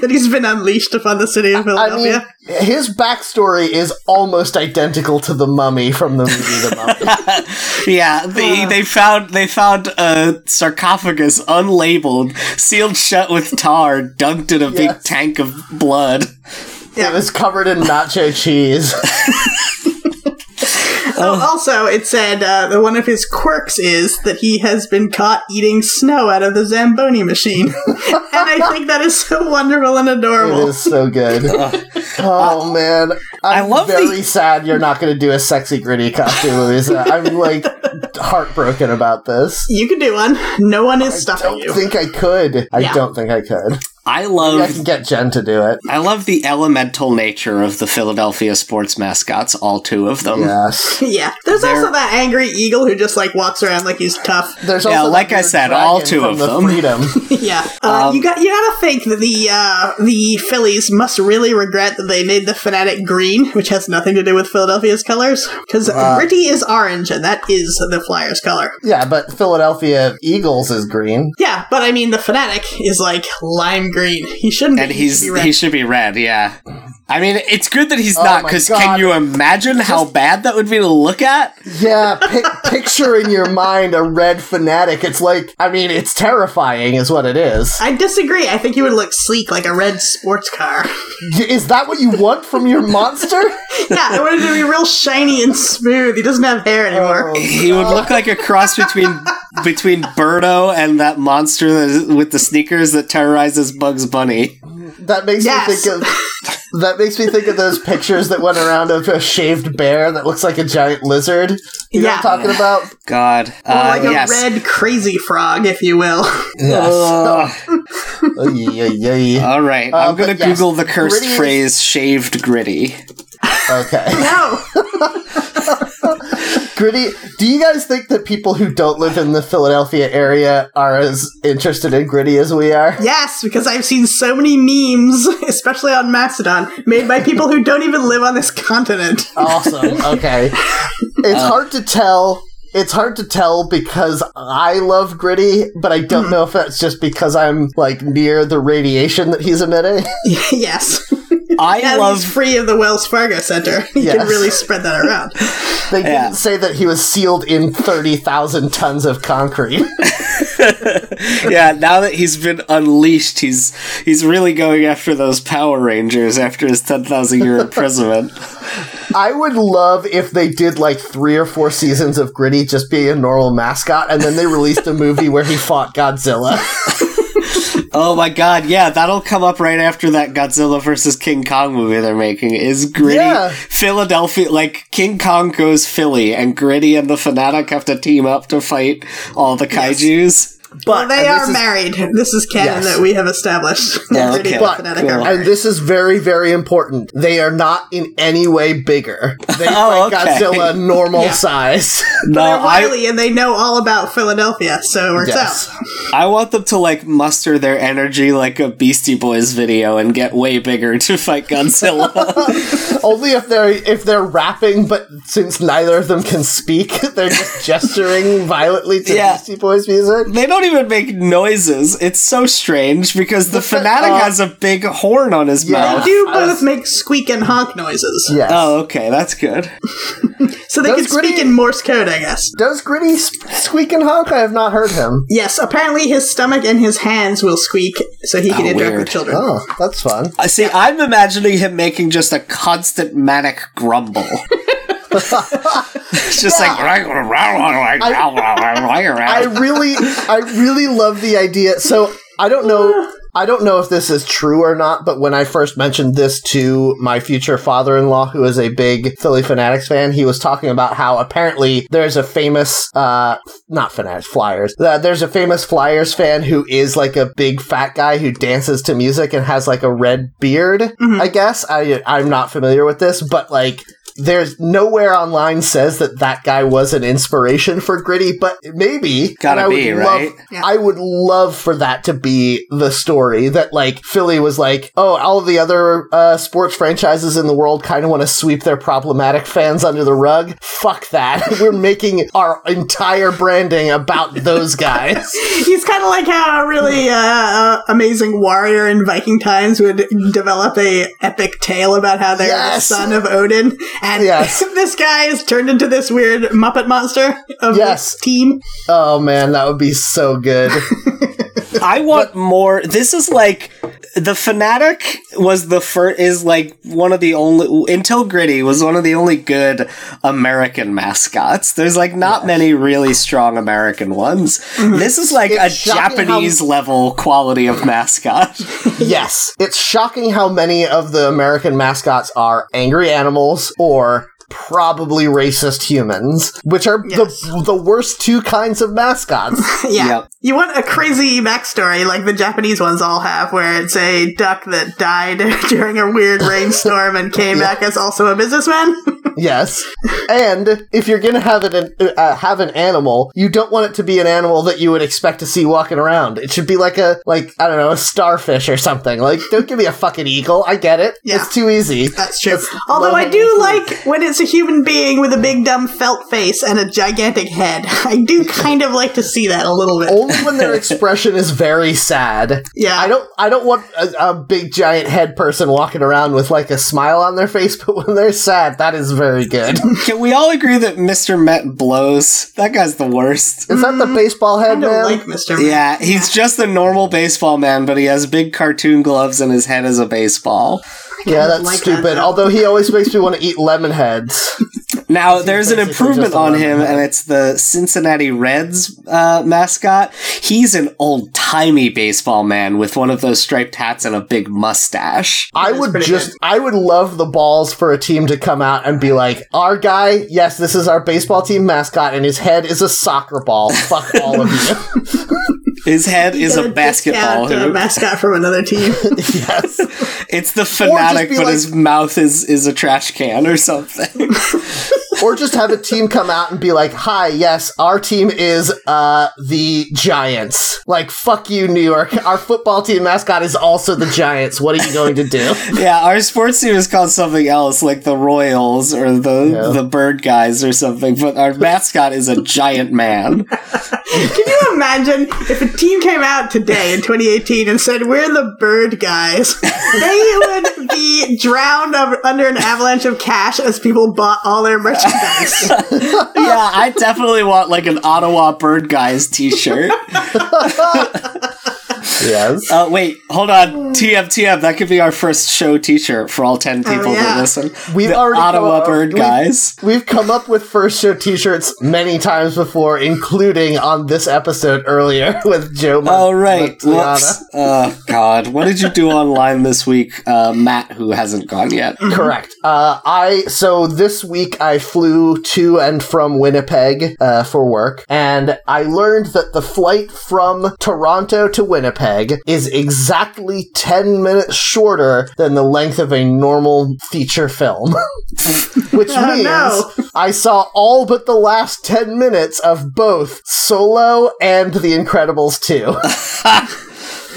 Speaker 3: that he's been unleashed upon the city
Speaker 1: I
Speaker 3: of
Speaker 1: mean,
Speaker 3: Philadelphia.
Speaker 1: his backstory is almost identical to the mummy from the movie The
Speaker 2: (laughs)
Speaker 1: Mummy.
Speaker 2: yeah, they they found they found a sarcophagus unlabeled, sealed shut with tar, dunked in a big
Speaker 1: Yes.
Speaker 2: tank of blood.
Speaker 1: it was covered in nacho cheese.
Speaker 3: Oh, also, it said uh, that one of his quirks is that he has been caught eating snow out of the Zamboni machine. (laughs) and I think that is so wonderful and
Speaker 1: It
Speaker 3: adorable.
Speaker 1: is so
Speaker 2: (laughs)
Speaker 1: good. oh man, I'm
Speaker 2: Uh, I love the-
Speaker 1: Very sad you're not going to do a sexy gritty costume, Louisa. I'm like heartbroken about this.
Speaker 3: You can do one. No one is
Speaker 1: Don't
Speaker 3: stopping you.
Speaker 1: think I could. I
Speaker 3: Yeah.
Speaker 1: don't think I could.
Speaker 2: I
Speaker 1: Maybe
Speaker 2: love
Speaker 1: I can get Jen to do it.
Speaker 2: I love the elemental nature of the Philadelphia sports mascots, all two of them.
Speaker 1: Yes.
Speaker 3: (laughs) yeah. There's
Speaker 2: They're-
Speaker 3: also that angry eagle who just like walks around like he's tough. (laughs)
Speaker 1: There's
Speaker 2: Yeah,
Speaker 1: also that
Speaker 2: like I
Speaker 1: weird
Speaker 2: said, all
Speaker 1: dragon
Speaker 2: two
Speaker 1: from
Speaker 2: of
Speaker 1: the
Speaker 2: them.
Speaker 1: Freedom.
Speaker 3: yeah. Uh,
Speaker 1: Um,
Speaker 3: you got you gotta think that the uh, the Phillies must really regret that they made the fanatic green, which has nothing to do with Philadelphia's colors, because
Speaker 1: Uh,
Speaker 3: gritty is orange and that is the Flyers' color.
Speaker 1: yeah, but Philadelphia Eagles is green.
Speaker 3: Yeah, but I mean, the fanatic is like lime green. He shouldn't.
Speaker 2: And
Speaker 3: be-
Speaker 2: he's
Speaker 3: be red.
Speaker 2: he should be red, yeah. I mean, it's good that he's not,
Speaker 1: my
Speaker 2: because
Speaker 1: God.
Speaker 2: can you imagine how bad that would be to look at?
Speaker 1: Yeah, pic- picture in your mind a red fanatic. It's like, I mean, it's terrifying, is what it is.
Speaker 3: I disagree. I think he would look sleek like a red sports car. (laughs)
Speaker 1: Y- Is that what you want from your monster?
Speaker 3: yeah, I wanted to be real shiny and smooth. He doesn't have hair anymore.
Speaker 1: Oh,
Speaker 2: He would look like a cross between between Birdo and that monster that is, with the sneakers that terrorizes Bugs Bunny.
Speaker 1: That makes
Speaker 3: Yes.
Speaker 1: me think of that makes me think of those pictures that went around of a shaved bear that looks like a giant lizard. You know
Speaker 3: Yeah.
Speaker 1: what I'm talking about?
Speaker 2: God,
Speaker 3: Or
Speaker 2: uh,
Speaker 3: like a
Speaker 2: yes.
Speaker 3: red crazy frog, if you will. (laughs)
Speaker 2: Ugh.
Speaker 1: Oy, oy, oy.
Speaker 2: all right,
Speaker 1: Uh,
Speaker 2: I'm gonna
Speaker 1: but yes,
Speaker 2: Google the cursed
Speaker 1: gritty is-
Speaker 2: phrase "shaved gritty."
Speaker 1: okay.
Speaker 3: no.
Speaker 1: Gritty, do you guys think that people who don't live in the Philadelphia area are as interested in gritty as we are?
Speaker 3: Yes, because I've seen so many memes, (laughs) especially on Mastodon, made by people who don't even live on this continent. (laughs)
Speaker 1: Awesome. (laughs) Okay. Uh, It's hard to tell. It's hard to tell because I love Gritty, but I don't know if that's just because I'm like near the radiation that he's emitting. (laughs)
Speaker 3: yes.
Speaker 2: I
Speaker 3: And
Speaker 2: love
Speaker 3: he's free of the Wells Fargo Center. (laughs) He
Speaker 1: Yes.
Speaker 3: can really spread that around.
Speaker 1: They
Speaker 2: Yeah.
Speaker 1: didn't say that he was sealed in 30,000 tons of concrete. (laughs)
Speaker 2: yeah, now that he's been unleashed, he's he's really going after those Power Rangers after his ten thousand year imprisonment.
Speaker 1: I would love if they did like three or four seasons of Gritty just being a normal mascot and then they released a movie where he fought Godzilla.
Speaker 2: Oh my god, yeah, that'll come up right after that Godzilla versus King Kong movie they're making. Is gritty
Speaker 1: Yeah.
Speaker 2: Philadelphia like King Kong goes Philly and Gritty and the Fanatic have to team up to fight all the kaijus.
Speaker 3: Well,
Speaker 1: and
Speaker 3: they
Speaker 1: this
Speaker 3: are
Speaker 1: is-
Speaker 3: married. This is canon
Speaker 1: Yes.
Speaker 3: that we have established.
Speaker 2: Yeah,
Speaker 3: Pretty
Speaker 2: okay.
Speaker 3: good
Speaker 1: But-
Speaker 3: phonetic
Speaker 2: cool.
Speaker 3: armor.
Speaker 1: And this is very, very important. They are not in any way bigger. They
Speaker 2: (laughs) Oh,
Speaker 1: fight
Speaker 2: okay.
Speaker 1: Godzilla normal
Speaker 3: Yeah.
Speaker 1: size.
Speaker 2: No,
Speaker 3: They're
Speaker 2: I
Speaker 3: wily and they know all about Philadelphia, so it works
Speaker 1: (laughs) Yes.
Speaker 3: out.
Speaker 2: I want them to like muster their energy like a Beastie Boys video and get way bigger to
Speaker 1: (laughs)
Speaker 2: fight Godzilla.
Speaker 1: Only if they're if they're rapping, but since neither of them can speak, (laughs) they're just gesturing violently to
Speaker 2: Yeah.
Speaker 1: Beastie Boys music.
Speaker 2: They don't even make noises. It's so strange because the fanatic
Speaker 1: uh,
Speaker 2: has a big horn on his
Speaker 1: yeah.
Speaker 2: mouth.
Speaker 3: They do both make squeak and honk noises.
Speaker 1: Yes.
Speaker 2: Oh, okay, that's good.
Speaker 3: So they
Speaker 1: Those
Speaker 3: can speak
Speaker 1: gritty-
Speaker 3: in Morse code, I guess.
Speaker 1: Does Gritty sp- squeak and honk? I have not heard him.
Speaker 3: Yes, apparently his stomach and his hands will squeak so he can
Speaker 2: Oh,
Speaker 3: interact
Speaker 2: weird.
Speaker 3: with children.
Speaker 1: Oh, that's fun.
Speaker 2: I see. I'm imagining him making just a constant manic
Speaker 1: (laughs)
Speaker 2: grumble. it's just
Speaker 1: I
Speaker 2: like
Speaker 1: really, I really love the idea. So I don't know. I don't know if this is true or not, but when I first mentioned this to my future father in law, who is a big Philly Fanatics fan, he was talking about how apparently there's a famous, uh, not Fanatics, Flyers, uh, there's a famous Flyers fan who is like a big fat guy who dances to music and has like a red beard, I guess. I, I'm not familiar with this, but like there's nowhere online says that that guy was an inspiration for Gritty, but maybe.
Speaker 2: Gotta
Speaker 1: And I would
Speaker 2: be,
Speaker 1: love-
Speaker 2: right?
Speaker 3: Yeah.
Speaker 1: I would love for that to be the story that like Philly was like, oh, all the other uh, sports franchises in the world kind of want to sweep their problematic fans under the rug. Fuck that. (laughs) We're making our entire branding about those
Speaker 2: (laughs)
Speaker 1: guys.
Speaker 3: He's kind of like how a really uh, uh, amazing warrior in Viking times would develop a epic tale about how they're
Speaker 1: Yes.
Speaker 3: the son of Odin, and
Speaker 1: Yes.
Speaker 3: (laughs) this guy is turned into this weird Muppet monster of
Speaker 1: Yes.
Speaker 3: this team. (laughs)
Speaker 1: oh man, that would be so good. (laughs)
Speaker 2: I want more. This is like the fanatic was the first is like one of the only until gritty was one of the only good American mascots. There's like not many really strong American ones. This is like
Speaker 1: Mm-hmm. It's
Speaker 2: a
Speaker 1: shocking how-
Speaker 2: Japanese level quality of mascot.
Speaker 1: yes, it's shocking how many of the American mascots are angry animals or probably racist humans, which are
Speaker 3: Yes.
Speaker 1: the the worst two kinds of mascots.
Speaker 3: yeah.
Speaker 2: Yep.
Speaker 3: You want a crazy backstory like the Japanese ones all have, where it's a duck that died (laughs) during a weird rainstorm and came back as also a businessman. (laughs)
Speaker 1: Yes, and if you're gonna have an uh, have an animal, you don't want it to be an animal that you would expect to see walking around. It should be like a like I don't know a starfish or something. Like don't give me a fucking eagle. I get it.
Speaker 3: Yeah.
Speaker 1: It's too easy.
Speaker 3: That's true.
Speaker 1: That's
Speaker 3: Although I
Speaker 1: low-hanging
Speaker 3: do
Speaker 1: fruit.
Speaker 3: like when it's a human being with a big dumb felt face and a gigantic head. (laughs) I do kind of like to see that a little
Speaker 2: Oh,
Speaker 3: bit.
Speaker 1: Only when
Speaker 3: (laughs)
Speaker 1: their expression is very sad.
Speaker 3: Yeah.
Speaker 1: I don't. I don't want a, a big giant head person walking around with like a smile on their face. (laughs) But when they're sad, that is very good.
Speaker 2: Can we all agree that Mr. Met blows? That guy's the worst.
Speaker 1: Is that the baseball head
Speaker 3: Mm-hmm. I don't
Speaker 1: man?
Speaker 3: like Mr. Man.
Speaker 2: Yeah, he's just a normal baseball man, but he has big cartoon gloves and his head is a baseball.
Speaker 1: yeah, that's
Speaker 3: like that,
Speaker 1: stupid.
Speaker 3: though.
Speaker 1: Although he always makes me want to eat lemon heads.
Speaker 2: Now there's an
Speaker 1: basically
Speaker 2: improvement
Speaker 1: just a
Speaker 2: on
Speaker 1: lemon
Speaker 2: him,
Speaker 1: head.
Speaker 2: and it's the Cincinnati Reds uh, mascot. He's an old timey baseball man with one of those striped hats and a big mustache.
Speaker 1: I
Speaker 3: That's
Speaker 1: would
Speaker 3: pretty
Speaker 1: just,
Speaker 3: good.
Speaker 1: I would love the balls for a team to come out and be like, our guy, yes, this is our baseball team mascot, and his head is a soccer ball. Fuck all of you.
Speaker 2: His head is
Speaker 3: Get
Speaker 2: a basketball
Speaker 3: discount, uh,
Speaker 2: hoop.
Speaker 3: mascot from
Speaker 2: (laughs)
Speaker 3: another team.
Speaker 1: yes.
Speaker 2: It's the fanatic,
Speaker 1: be
Speaker 2: but
Speaker 1: like-
Speaker 2: his mouth is is a trash can or something.
Speaker 1: Or just have a team come out and be like, hi, yes, our team is, uh, the Giants. Like, fuck you, New York. Our football team mascot is also the Giants. What are you going to do?
Speaker 2: yeah, our sports team is called something else, like the Royals or the
Speaker 1: Yeah.
Speaker 2: the Bird Guys or something. But our mascot is a giant man.
Speaker 3: Can you imagine if a team came out today in 2018 and said, We're the bird
Speaker 2: (laughs)
Speaker 3: guys? They would be drowned of, under an avalanche of cash as people bought all
Speaker 2: (laughs)
Speaker 3: their merchandise.
Speaker 2: yeah, I definitely want like an Ottawa Bird Guys
Speaker 1: (laughs)
Speaker 2: T-shirt.
Speaker 1: Yes.
Speaker 2: Uh, wait, hold on. TM, TM, that could be our first show t-shirt for all 10 people
Speaker 3: yeah.
Speaker 2: that listen.
Speaker 1: We've
Speaker 2: the
Speaker 1: already
Speaker 2: Ottawa
Speaker 1: come up-
Speaker 2: Bird
Speaker 1: we've-
Speaker 2: Guys.
Speaker 1: We've come up with first show t-shirts many times before, including on this episode earlier (laughs) with Joe. Mon-
Speaker 2: All right.
Speaker 1: Montana.
Speaker 2: Whoops. Oh, God. What did you do online this week, uh, Matt, who hasn't gone yet?
Speaker 3: Mm-hmm.
Speaker 1: Correct. Uh, I so this week I flew to and from Winnipeg uh, for work, and I learned that the flight from Toronto to Winnipeg is exactly ten minutes shorter than the length of a normal feature film, (laughs) which
Speaker 3: (laughs) Oh,
Speaker 1: means
Speaker 3: no.
Speaker 1: I saw all but the last ten minutes of both Solo and The Incredibles two.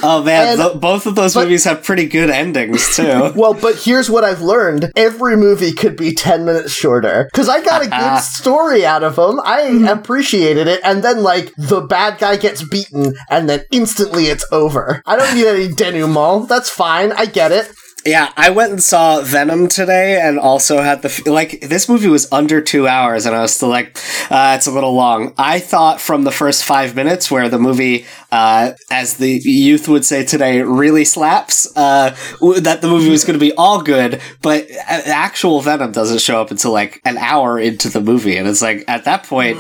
Speaker 2: Oh, man.
Speaker 1: And-
Speaker 2: tho- both of those movies have pretty good
Speaker 1: (laughs)
Speaker 2: endings, too.
Speaker 1: Well, but here's what I've learned: every movie could be ten minutes shorter because I got a good story out of them. I appreciated it, and then like the bad guy gets beaten, and then instantly it's over. I don't need any denouement. That's fine. I get it.
Speaker 2: yeah, I went and saw Venom today and also had the. F- like, this movie was under two hours, and I was still like, uh, it's a little long. I thought from the first five minutes, where the movie, uh, as the youth would say today, really slaps, uh, w- that the movie was going to be all good, but a- actual Venom doesn't show up until like an hour into the movie. And it's like, at that point,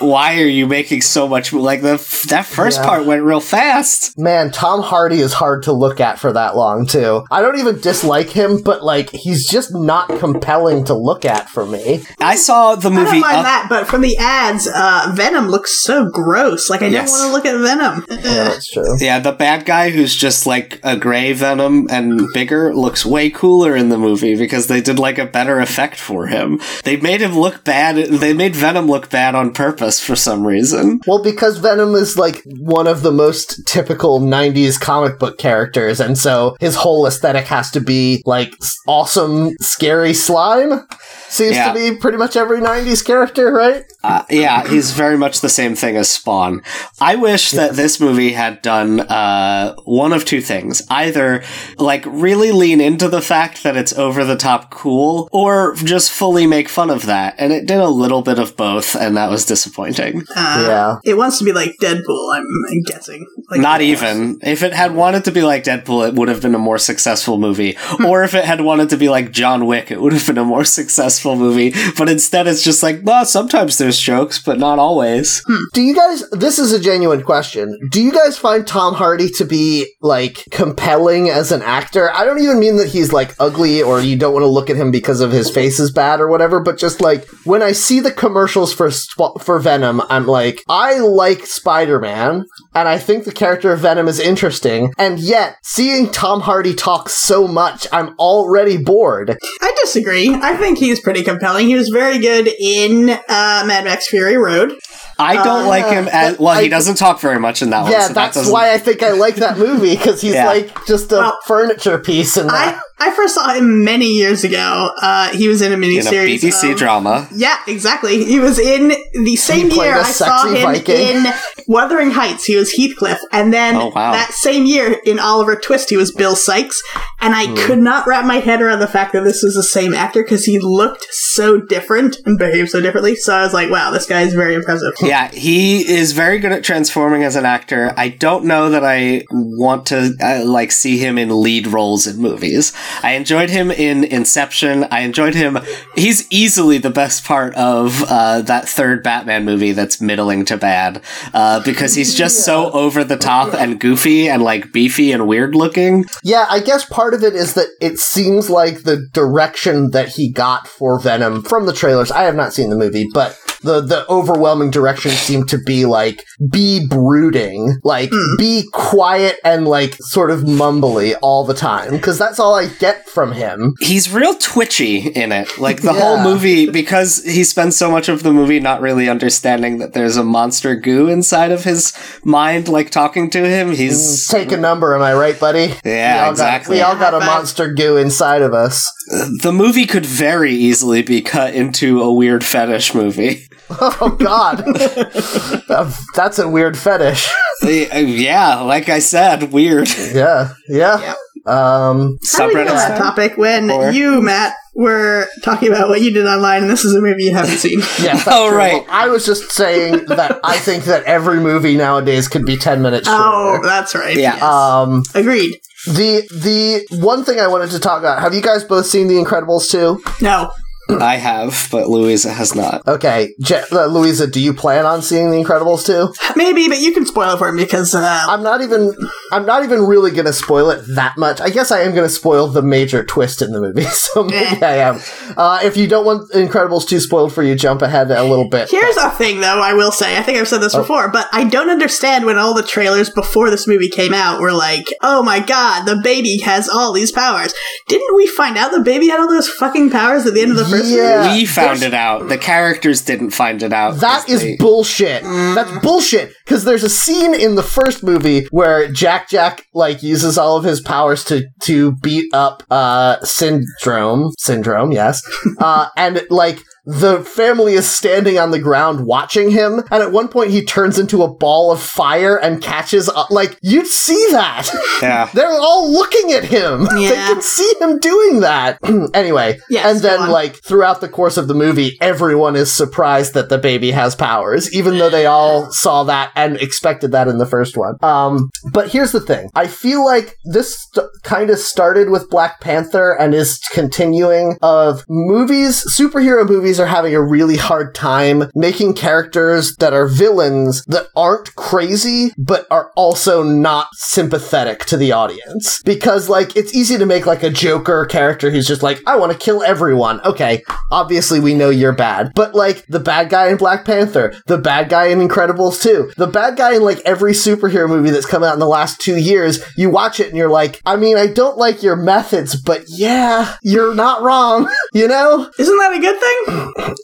Speaker 2: why are you making so much. mo- Like, the f- that first
Speaker 1: Yeah.
Speaker 2: part went real fast.
Speaker 1: Man, Tom Hardy is hard to look at for that long too. I don't even dislike him, but like he's just not compelling to look at for me.
Speaker 2: I saw the
Speaker 3: I don't
Speaker 2: movie.
Speaker 3: mind
Speaker 2: Up-
Speaker 3: that, but from the ads, uh, Venom looks so gross. Like I
Speaker 2: Yes.
Speaker 3: don't want to look at Venom.
Speaker 1: Yeah,
Speaker 3: Uh,
Speaker 1: that's true.
Speaker 2: yeah, the bad guy who's just like a gray venom and bigger looks way cooler in the movie because they did like a better effect for him. They made him look bad. They made Venom look bad on purpose for some reason.
Speaker 1: Well, because Venom is like one of the most typical 90s comic book characters, and so his whole aesthetic has to be like s- awesome, scary slime. Seems
Speaker 2: Yeah.
Speaker 1: to be pretty much every 90s character, right?
Speaker 2: Uh, yeah, he's very much the same thing as Spawn. I wish that this movie had done uh, one of two things: either like really lean into the fact that it's over the top cool, or just fully make fun of that. And it did a little bit of both, and that was disappointing.
Speaker 3: uh,
Speaker 1: Yeah.
Speaker 3: It wants to be like Deadpool. I'm, I'm guessing. Like,
Speaker 2: Not even if it had wanted to be like Deadpool, it would have been a more successful movie.
Speaker 1: Hmm.
Speaker 2: or if it had wanted to be like John Wick, it would have been a more (laughs) successful movie. But instead, it's just like, well, sometimes there's jokes, but not always.
Speaker 1: Do you guys, this is a genuine question. Do you guys find Tom Hardy to be like compelling as an actor? I don't even mean that he's like ugly or you don't want to look at him because of his face is bad or whatever, but just like when I see the commercials for Sp- for Venom, I'm like, I like Spider-Man and I think the character of Venom is interesting. And yet, seeing Tom Hardy talk so much, I'm already bored.
Speaker 3: I disagree. I think he's pretty compelling. He was very good in uh, Mad Max Fury Road.
Speaker 2: I don't like him as
Speaker 1: Uh, but
Speaker 2: well. he
Speaker 1: I-
Speaker 2: doesn't talk very much in that one.
Speaker 1: Yeah,
Speaker 2: so that
Speaker 1: that's
Speaker 2: doesn't-
Speaker 1: why I think I like that movie because he's
Speaker 2: Yeah.
Speaker 1: like just a
Speaker 3: Well,
Speaker 1: furniture piece and
Speaker 3: I I first saw him many years ago. Uh, he was in a
Speaker 2: in a
Speaker 3: miniseries.
Speaker 1: um,
Speaker 2: BBC
Speaker 3: of-
Speaker 2: drama.
Speaker 3: Yeah, exactly. He was in the same
Speaker 1: played
Speaker 3: year
Speaker 1: a
Speaker 3: I saw
Speaker 1: sexy
Speaker 3: him
Speaker 1: Viking.
Speaker 3: in Wuthering Heights. He was Heathcliff, and then
Speaker 2: Oh, wow.
Speaker 3: that same year in Oliver Twist, he was Bill Sykes. And
Speaker 2: Hmm.
Speaker 3: I could not wrap my head around the fact that this was the same actor because he looked so different and behaved so differently. So I was like, wow, this guy is very impressive.
Speaker 2: (laughs) Yeah, he is very good at transforming as an actor. I don't know that I want to uh, like see him in lead roles in movies. I enjoyed him in Inception. I enjoyed him. He's easily the best part of uh, that third Batman movie that's middling to bad uh, because he's just so over the top and goofy and like beefy and weird looking.
Speaker 1: Yeah, I guess part of it is that it seems like the direction that he got for Venom from the trailers. I have not seen the movie, but the the overwhelming direction seemed to be like be brooding, like be quiet and like sort of mumbly all the time because that's all I get from him.
Speaker 2: he's real twitchy in it. Like the
Speaker 1: Yeah.
Speaker 2: whole movie, because he spends so much of the movie not really understanding that there's a monster goo inside of his mind, like talking to him. He's
Speaker 1: Take a number, am I right, buddy? Mm. We
Speaker 2: Yeah,
Speaker 1: all got-
Speaker 2: exactly.
Speaker 1: we all got a
Speaker 3: High five.
Speaker 1: monster goo inside of us.
Speaker 2: the movie could very easily be cut into a weird fetish movie. (laughs)
Speaker 1: Oh God, that's a weird fetish.
Speaker 2: uh, yeah, like I said, weird.
Speaker 1: Yeah, yeah. Um,
Speaker 2: (laughs)
Speaker 3: How do we get
Speaker 2: Subreddits.
Speaker 3: on that topic when
Speaker 2: Or-
Speaker 3: you, Matt, were talking about what you did online and this is a movie you
Speaker 2: (laughs)
Speaker 3: haven't seen?
Speaker 1: Yeah. that's
Speaker 2: Oh,
Speaker 1: true.
Speaker 2: right.
Speaker 1: Well, I was just saying that I think that every movie nowadays could be ten minutes
Speaker 3: oh,
Speaker 1: shorter.
Speaker 3: that's right.
Speaker 2: Yeah.
Speaker 1: Um,
Speaker 3: Agreed.
Speaker 1: the the one thing I wanted to talk about. Have you guys both seen The Incredibles too?
Speaker 3: No.
Speaker 2: I have, but Louisa has not.
Speaker 1: Okay, Je- uh, Louisa, do you plan on seeing The Incredibles too?
Speaker 3: Maybe, but you can spoil it for me because uh,
Speaker 1: I'm not even I'm not even really gonna spoil it that much. I guess I am gonna spoil the major twist in the movie. (laughs) So
Speaker 3: Eh.
Speaker 1: maybe I am. Uh, if you don't want Incredibles two spoiled for you, jump ahead a little bit.
Speaker 3: Here's a thing, though, I will say. I think I've said
Speaker 1: Oh.
Speaker 3: this before, but I don't understand when all the trailers before this movie came out were like, oh my god, the baby has all these powers. Didn't we find out the baby had all those fucking powers at the end of the first
Speaker 1: Yeah.
Speaker 2: we found it out. The characters didn't find it out.
Speaker 1: That
Speaker 2: 'cause
Speaker 1: is
Speaker 2: they-
Speaker 1: bullshit. That's bullshit. Because there's a scene in the first movie where Jack Jack like uses all of his powers to to beat up uh syndrome syndrome yes, uh, and like the family is standing on the ground watching him, and at one point he turns into a ball of fire and catches up. Like you see that. (laughs)
Speaker 2: Yeah.
Speaker 1: They're all looking at him. (laughs) They
Speaker 3: Yeah.
Speaker 1: can see him doing that. (clears throat) anyway,
Speaker 3: Yes,
Speaker 1: and
Speaker 3: go
Speaker 1: then
Speaker 3: on.
Speaker 1: like throughout the course of the movie, everyone is surprised that the baby has powers, even though they
Speaker 3: (sighs)
Speaker 1: all saw that and expected that in the first one. Um, but here's the thing: I feel like this st- kind of started with Black Panther and is continuing of movies, superhero movies movies are having a really hard time making characters that are villains that aren't crazy, but are also not sympathetic to the audience. Because, like, it's easy to make, like, a Joker character who's just like, I want to kill everyone. Okay, obviously we know you're bad. But, like, the bad guy in Black Panther, the bad guy in Incredibles 2, the bad guy in, like, every superhero movie that's come out in the last two years, you watch it and you're like, I mean, I don't like your methods, but yeah, you're not wrong, (laughs) you know?
Speaker 3: Isn't that a good
Speaker 1: (clears throat)
Speaker 3: thing?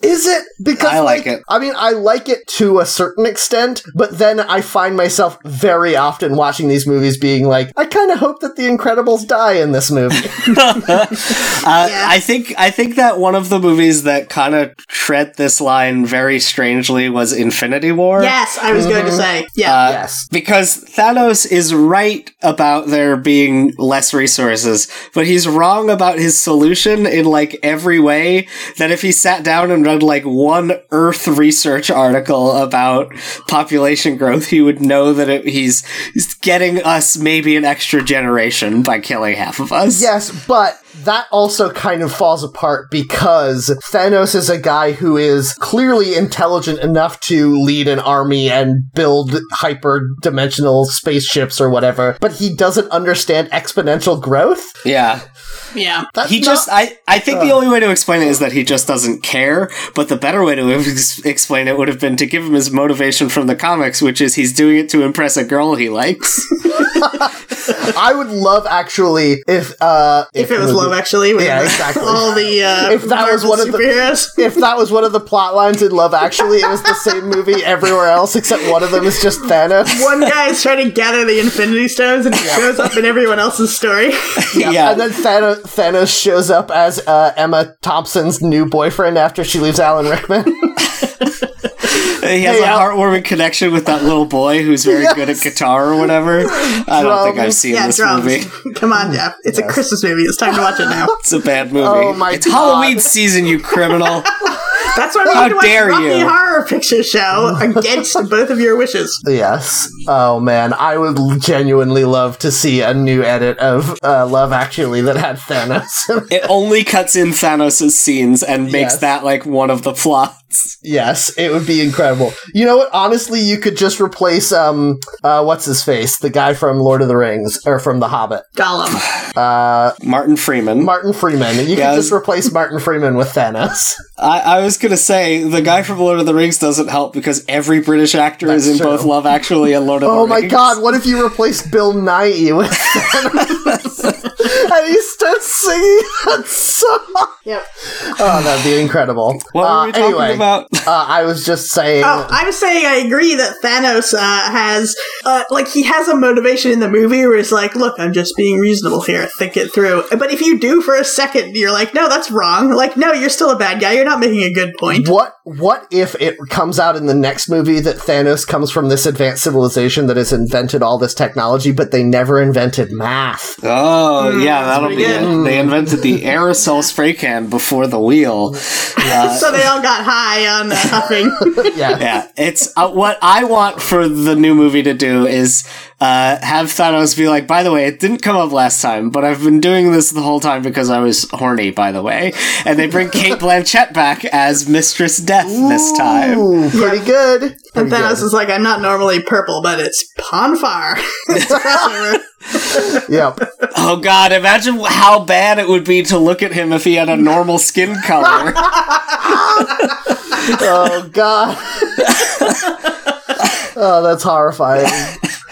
Speaker 1: Is it? Because
Speaker 2: I like it.
Speaker 1: I mean, I like it to a certain extent, but then I find myself very often watching these movies being like, I kind of hope that the Incredibles die in this
Speaker 2: (laughs)
Speaker 1: movie.
Speaker 2: Uh, I think I think that one of the movies that kind of tread this line very strangely was Infinity War.
Speaker 3: Yes, I was
Speaker 1: Mm-hmm.
Speaker 3: going to say. Yeah.
Speaker 2: Uh,
Speaker 1: yes.
Speaker 2: Because Thanos is right about there being less resources, but he's wrong about his solution in like every way. That if he sat down and read like one Earth research article about population growth, he would know that it, he's, he's getting us maybe an extra generation by killing half of us.
Speaker 1: Yes, but that also kind of falls apart because Thanos is a guy who is clearly intelligent enough to lead an army and build hyper dimensional spaceships or whatever, but he doesn't understand exponential growth.
Speaker 2: Yeah.
Speaker 3: yeah.
Speaker 1: That's
Speaker 2: He
Speaker 1: not-
Speaker 2: just, I, I think the only way to explain it is that he just doesn't care. But the better way to (laughs) ex- explain it would have been to give him his motivation from the comics, which is he's doing it to impress a girl
Speaker 1: (laughs)
Speaker 2: he likes.
Speaker 1: (laughs) I would love actually if uh
Speaker 3: If it was Love Actually, with (laughs)
Speaker 1: Yeah, exactly.
Speaker 3: all the uh,
Speaker 1: If that was
Speaker 3: Marvel
Speaker 1: one of the- (laughs)
Speaker 3: superheroes.
Speaker 1: if that was one of the plot lines in Love Actually, it was the same movie everywhere else except one of them is just Thanos.
Speaker 3: One guy is trying to gather the Infinity Stones and it shows up in everyone else's story. (laughs)
Speaker 2: yeah.
Speaker 1: And then Thanos, Thanos shows up as uh, Emma Thompson's new boyfriend after she leaves Alan Rickman.
Speaker 2: he has
Speaker 1: Hey,
Speaker 2: a
Speaker 1: Al-
Speaker 2: heartwarming connection with that little boy
Speaker 1: (laughs)
Speaker 2: who's very good at guitar or whatever. I don't think I've
Speaker 1: Drums.
Speaker 2: seen
Speaker 3: yeah,
Speaker 2: this
Speaker 3: drums.
Speaker 2: movie.
Speaker 3: (laughs) Come on, Jeff. It's a Christmas movie. It's time to watch
Speaker 1: (laughs)
Speaker 3: it now.
Speaker 2: It's a bad movie.
Speaker 1: Oh my
Speaker 2: it's
Speaker 1: God.
Speaker 2: Halloween season, you criminal.
Speaker 1: (laughs)
Speaker 3: That's why we
Speaker 2: How
Speaker 3: need to watch
Speaker 2: dare
Speaker 3: Rocky
Speaker 2: you.
Speaker 3: Horror
Speaker 2: (laughs)
Speaker 3: Picture Show against both of your wishes.
Speaker 1: (laughs) yes. Oh man, I would l- genuinely love to see a new edit of uh, Love Actually that had Thanos. in it.
Speaker 2: it only cuts in Thanos' scenes and makes
Speaker 1: Yes.
Speaker 2: that like one of the plots.
Speaker 1: yes, it would be incredible. You know what? Honestly, you could just replace um, uh, what's his face, the guy from Lord of the Rings or from The Hobbit,
Speaker 2: (laughs)
Speaker 3: Gollum.
Speaker 2: Martin Freeman.
Speaker 1: Martin Freeman. You
Speaker 2: Yes.
Speaker 1: could just replace Martin Freeman with Thanos.
Speaker 2: I, I was gonna say the guy from Lord of the Rings doesn't help because every British actor is in
Speaker 1: That's
Speaker 2: both
Speaker 1: true.
Speaker 2: Love Actually and Lord of
Speaker 1: Oh
Speaker 2: the Rings.
Speaker 1: my god, what if you replaced Bill Nye
Speaker 2: (laughs)
Speaker 1: with and he starts singing that song?
Speaker 3: Yep.
Speaker 1: Oh, that'd be incredible.
Speaker 2: What
Speaker 1: Uh,
Speaker 2: were we talking
Speaker 1: anyway,
Speaker 2: about?
Speaker 1: Uh, I was just saying.
Speaker 3: Oh, I was saying I agree that Thanos uh, has, uh, like, he has a motivation in the movie where it's like, look, I'm just being reasonable here. Think it through. But if you do for a second, you're like, no, that's wrong. Like, no, you're still a bad guy. You're not making a good point.
Speaker 1: what what if it comes out in the next movie that Thanos comes from this advanced civilization that has invented all this technology, but they never invented math?
Speaker 2: Oh
Speaker 1: Hmm.
Speaker 2: yeah, that'll be
Speaker 3: pretty
Speaker 2: it.
Speaker 3: good.
Speaker 2: They invented the aerosol spray can before the wheel.
Speaker 3: (laughs) so they all got high on uh,
Speaker 2: (laughs)
Speaker 3: huffing.
Speaker 1: Yeah,
Speaker 2: Yeah, it's uh, what I want for the new movie to do is uh, have Thanos be like, by the way, it didn't come up last time, but I've been doing this the whole time because I was horny, by the way. And they
Speaker 1: (laughs)
Speaker 2: bring Kate Blanchett back as Mistress Death this
Speaker 1: (laughs)
Speaker 2: time.
Speaker 1: Ooh, pretty good.
Speaker 3: and
Speaker 1: Pretty
Speaker 3: Thanos is like, I'm not normally purple, but it's Ponfar. (laughs)
Speaker 2: (laughs)
Speaker 3: It's a crossover.
Speaker 1: good. Yep.
Speaker 2: Oh god, imagine how bad it would be to look at him if he had a normal skin color.
Speaker 1: Oh god. oh, that's horrifying.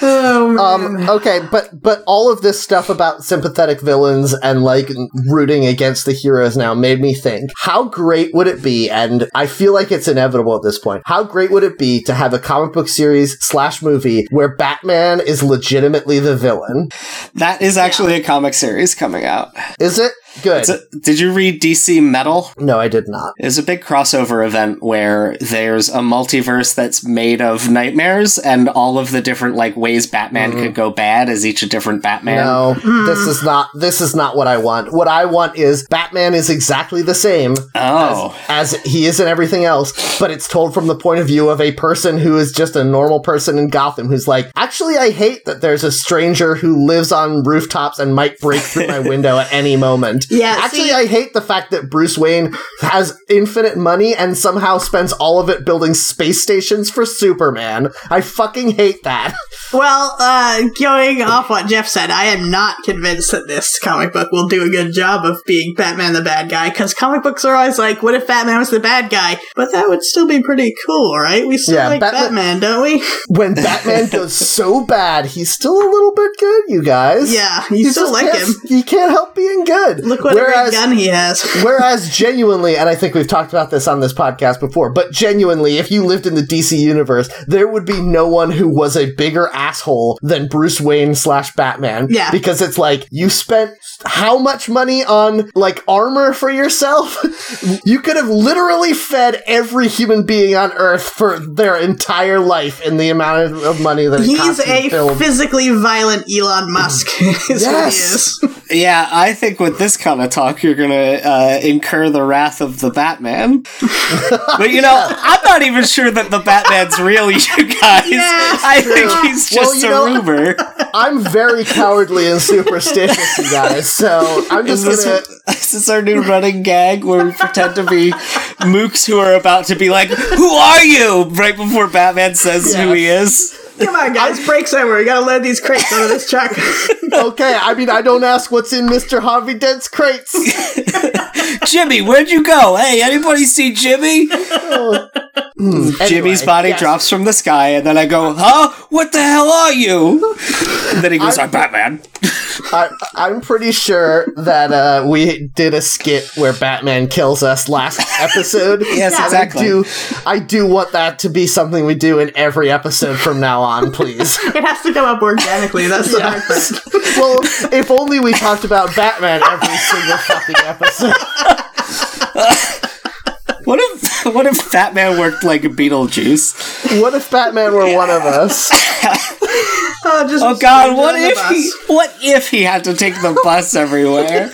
Speaker 3: Oh, man.
Speaker 1: Um, okay, but but all of this stuff about sympathetic villains and like rooting against the heroes now made me think: how great would it be? And I feel like it's inevitable at this point. How great would it be to have a comic book series slash movie where Batman is legitimately the villain?
Speaker 2: that is actually a comic series coming out.
Speaker 1: Is it good?
Speaker 2: It's a- did you read DC Metal?
Speaker 1: no, I did not.
Speaker 2: It's a big crossover event where there's a multiverse that's made of nightmares and all of the different like ways Batman could go bad is each a different Batman.
Speaker 1: No, this is not. This is not what I want. What I want is Batman is exactly the same
Speaker 2: Oh.
Speaker 1: as he is in everything else, but it's told from the point of view of a person who is just a normal person in Gotham who's like, actually, I hate that there's a stranger who lives on rooftops and might break through my window at any moment. end.
Speaker 3: (laughs) Yeah,
Speaker 1: Actually,
Speaker 3: see-
Speaker 1: I hate the fact that Bruce Wayne has infinite money and somehow spends all of it building space stations for Superman. I fucking hate that. (laughs)
Speaker 3: Well, uh, going off what Jeff said, I am not convinced that this comic book will do a good job of being Batman the bad guy, because comic books are always like, what if Batman was the bad guy? But that would still be pretty cool, right? We still
Speaker 1: Yeah,
Speaker 3: like
Speaker 1: Batman-
Speaker 3: Batman, don't we?
Speaker 1: When
Speaker 3: (laughs)
Speaker 1: Batman goes so bad, he's still a little bit good, you guys.
Speaker 3: Yeah, you
Speaker 1: just
Speaker 3: still like
Speaker 1: can't-
Speaker 3: him.
Speaker 1: You can't help being good.
Speaker 3: Look what a
Speaker 1: Whereas
Speaker 3: great gun he has.
Speaker 1: Whereas genuinely, and I think we've talked about this on this podcast before, but genuinely, if you lived in the DC universe, there would be no one who was a bigger asshole than Bruce Wayne slash Batman.
Speaker 3: Yeah.
Speaker 1: Because it's like, you spent how much money on like armor for yourself? (laughs) you could have literally fed every human being on earth for their entire life in the amount of, of money that it
Speaker 3: He's
Speaker 1: cost to
Speaker 3: a
Speaker 1: build-
Speaker 3: physically violent Elon Musk. (laughs) is
Speaker 1: Yes.
Speaker 3: what he is.
Speaker 2: Yeah, I think with this kind of talk, you're gonna uh, incur the wrath of
Speaker 1: (laughs)
Speaker 2: the Batman. but you know, I'm not even sure that the Batman's real, you guys.
Speaker 3: Yeah,
Speaker 2: I
Speaker 3: true.
Speaker 2: think he's
Speaker 1: Well,
Speaker 2: just
Speaker 1: you know- (laughs)
Speaker 2: a rumor.
Speaker 1: I'm very cowardly and superstitious, you guys. So I'm
Speaker 2: Is
Speaker 1: just
Speaker 2: this,
Speaker 1: gonna.
Speaker 2: is this our new running gag where we pretend to be mooks who are about to be like, "Who are you?" right before Batman says who he is.
Speaker 3: Come on, guys, break somewhere. We gotta load these crates out of this truck. (laughs)
Speaker 1: okay, I mean, I don't ask what's in Mr. Harvey Dent's
Speaker 2: (laughs)
Speaker 1: crates.
Speaker 2: Jimmy, where'd you go? Hey, anybody see Jimmy? Jimmy's
Speaker 1: Hmm. Anyway,
Speaker 2: body
Speaker 1: yes.
Speaker 2: drops from the sky, and then I go, "Huh? What the hell are you?" And then he goes, "I'm Batman."
Speaker 1: I, I'm pretty sure that uh, we did a skit where Batman kills us last episode.
Speaker 2: (laughs) Yes,
Speaker 1: And
Speaker 2: exactly.
Speaker 1: I do, I do want that to be something we do in every episode from now on,
Speaker 2: (laughs)
Speaker 1: please.
Speaker 3: it has to come up organically. That's the hard part.
Speaker 1: well, if only we talked about Batman every single fucking
Speaker 2: (laughs)
Speaker 1: episode.
Speaker 2: What if (laughs) what if Batman worked like Beetlejuice?
Speaker 1: What if Batman were one of us?
Speaker 3: Oh, just
Speaker 2: Oh God!
Speaker 3: stranger
Speaker 2: What
Speaker 3: on the
Speaker 2: if
Speaker 3: bus.
Speaker 2: he what if he had to take the bus everywhere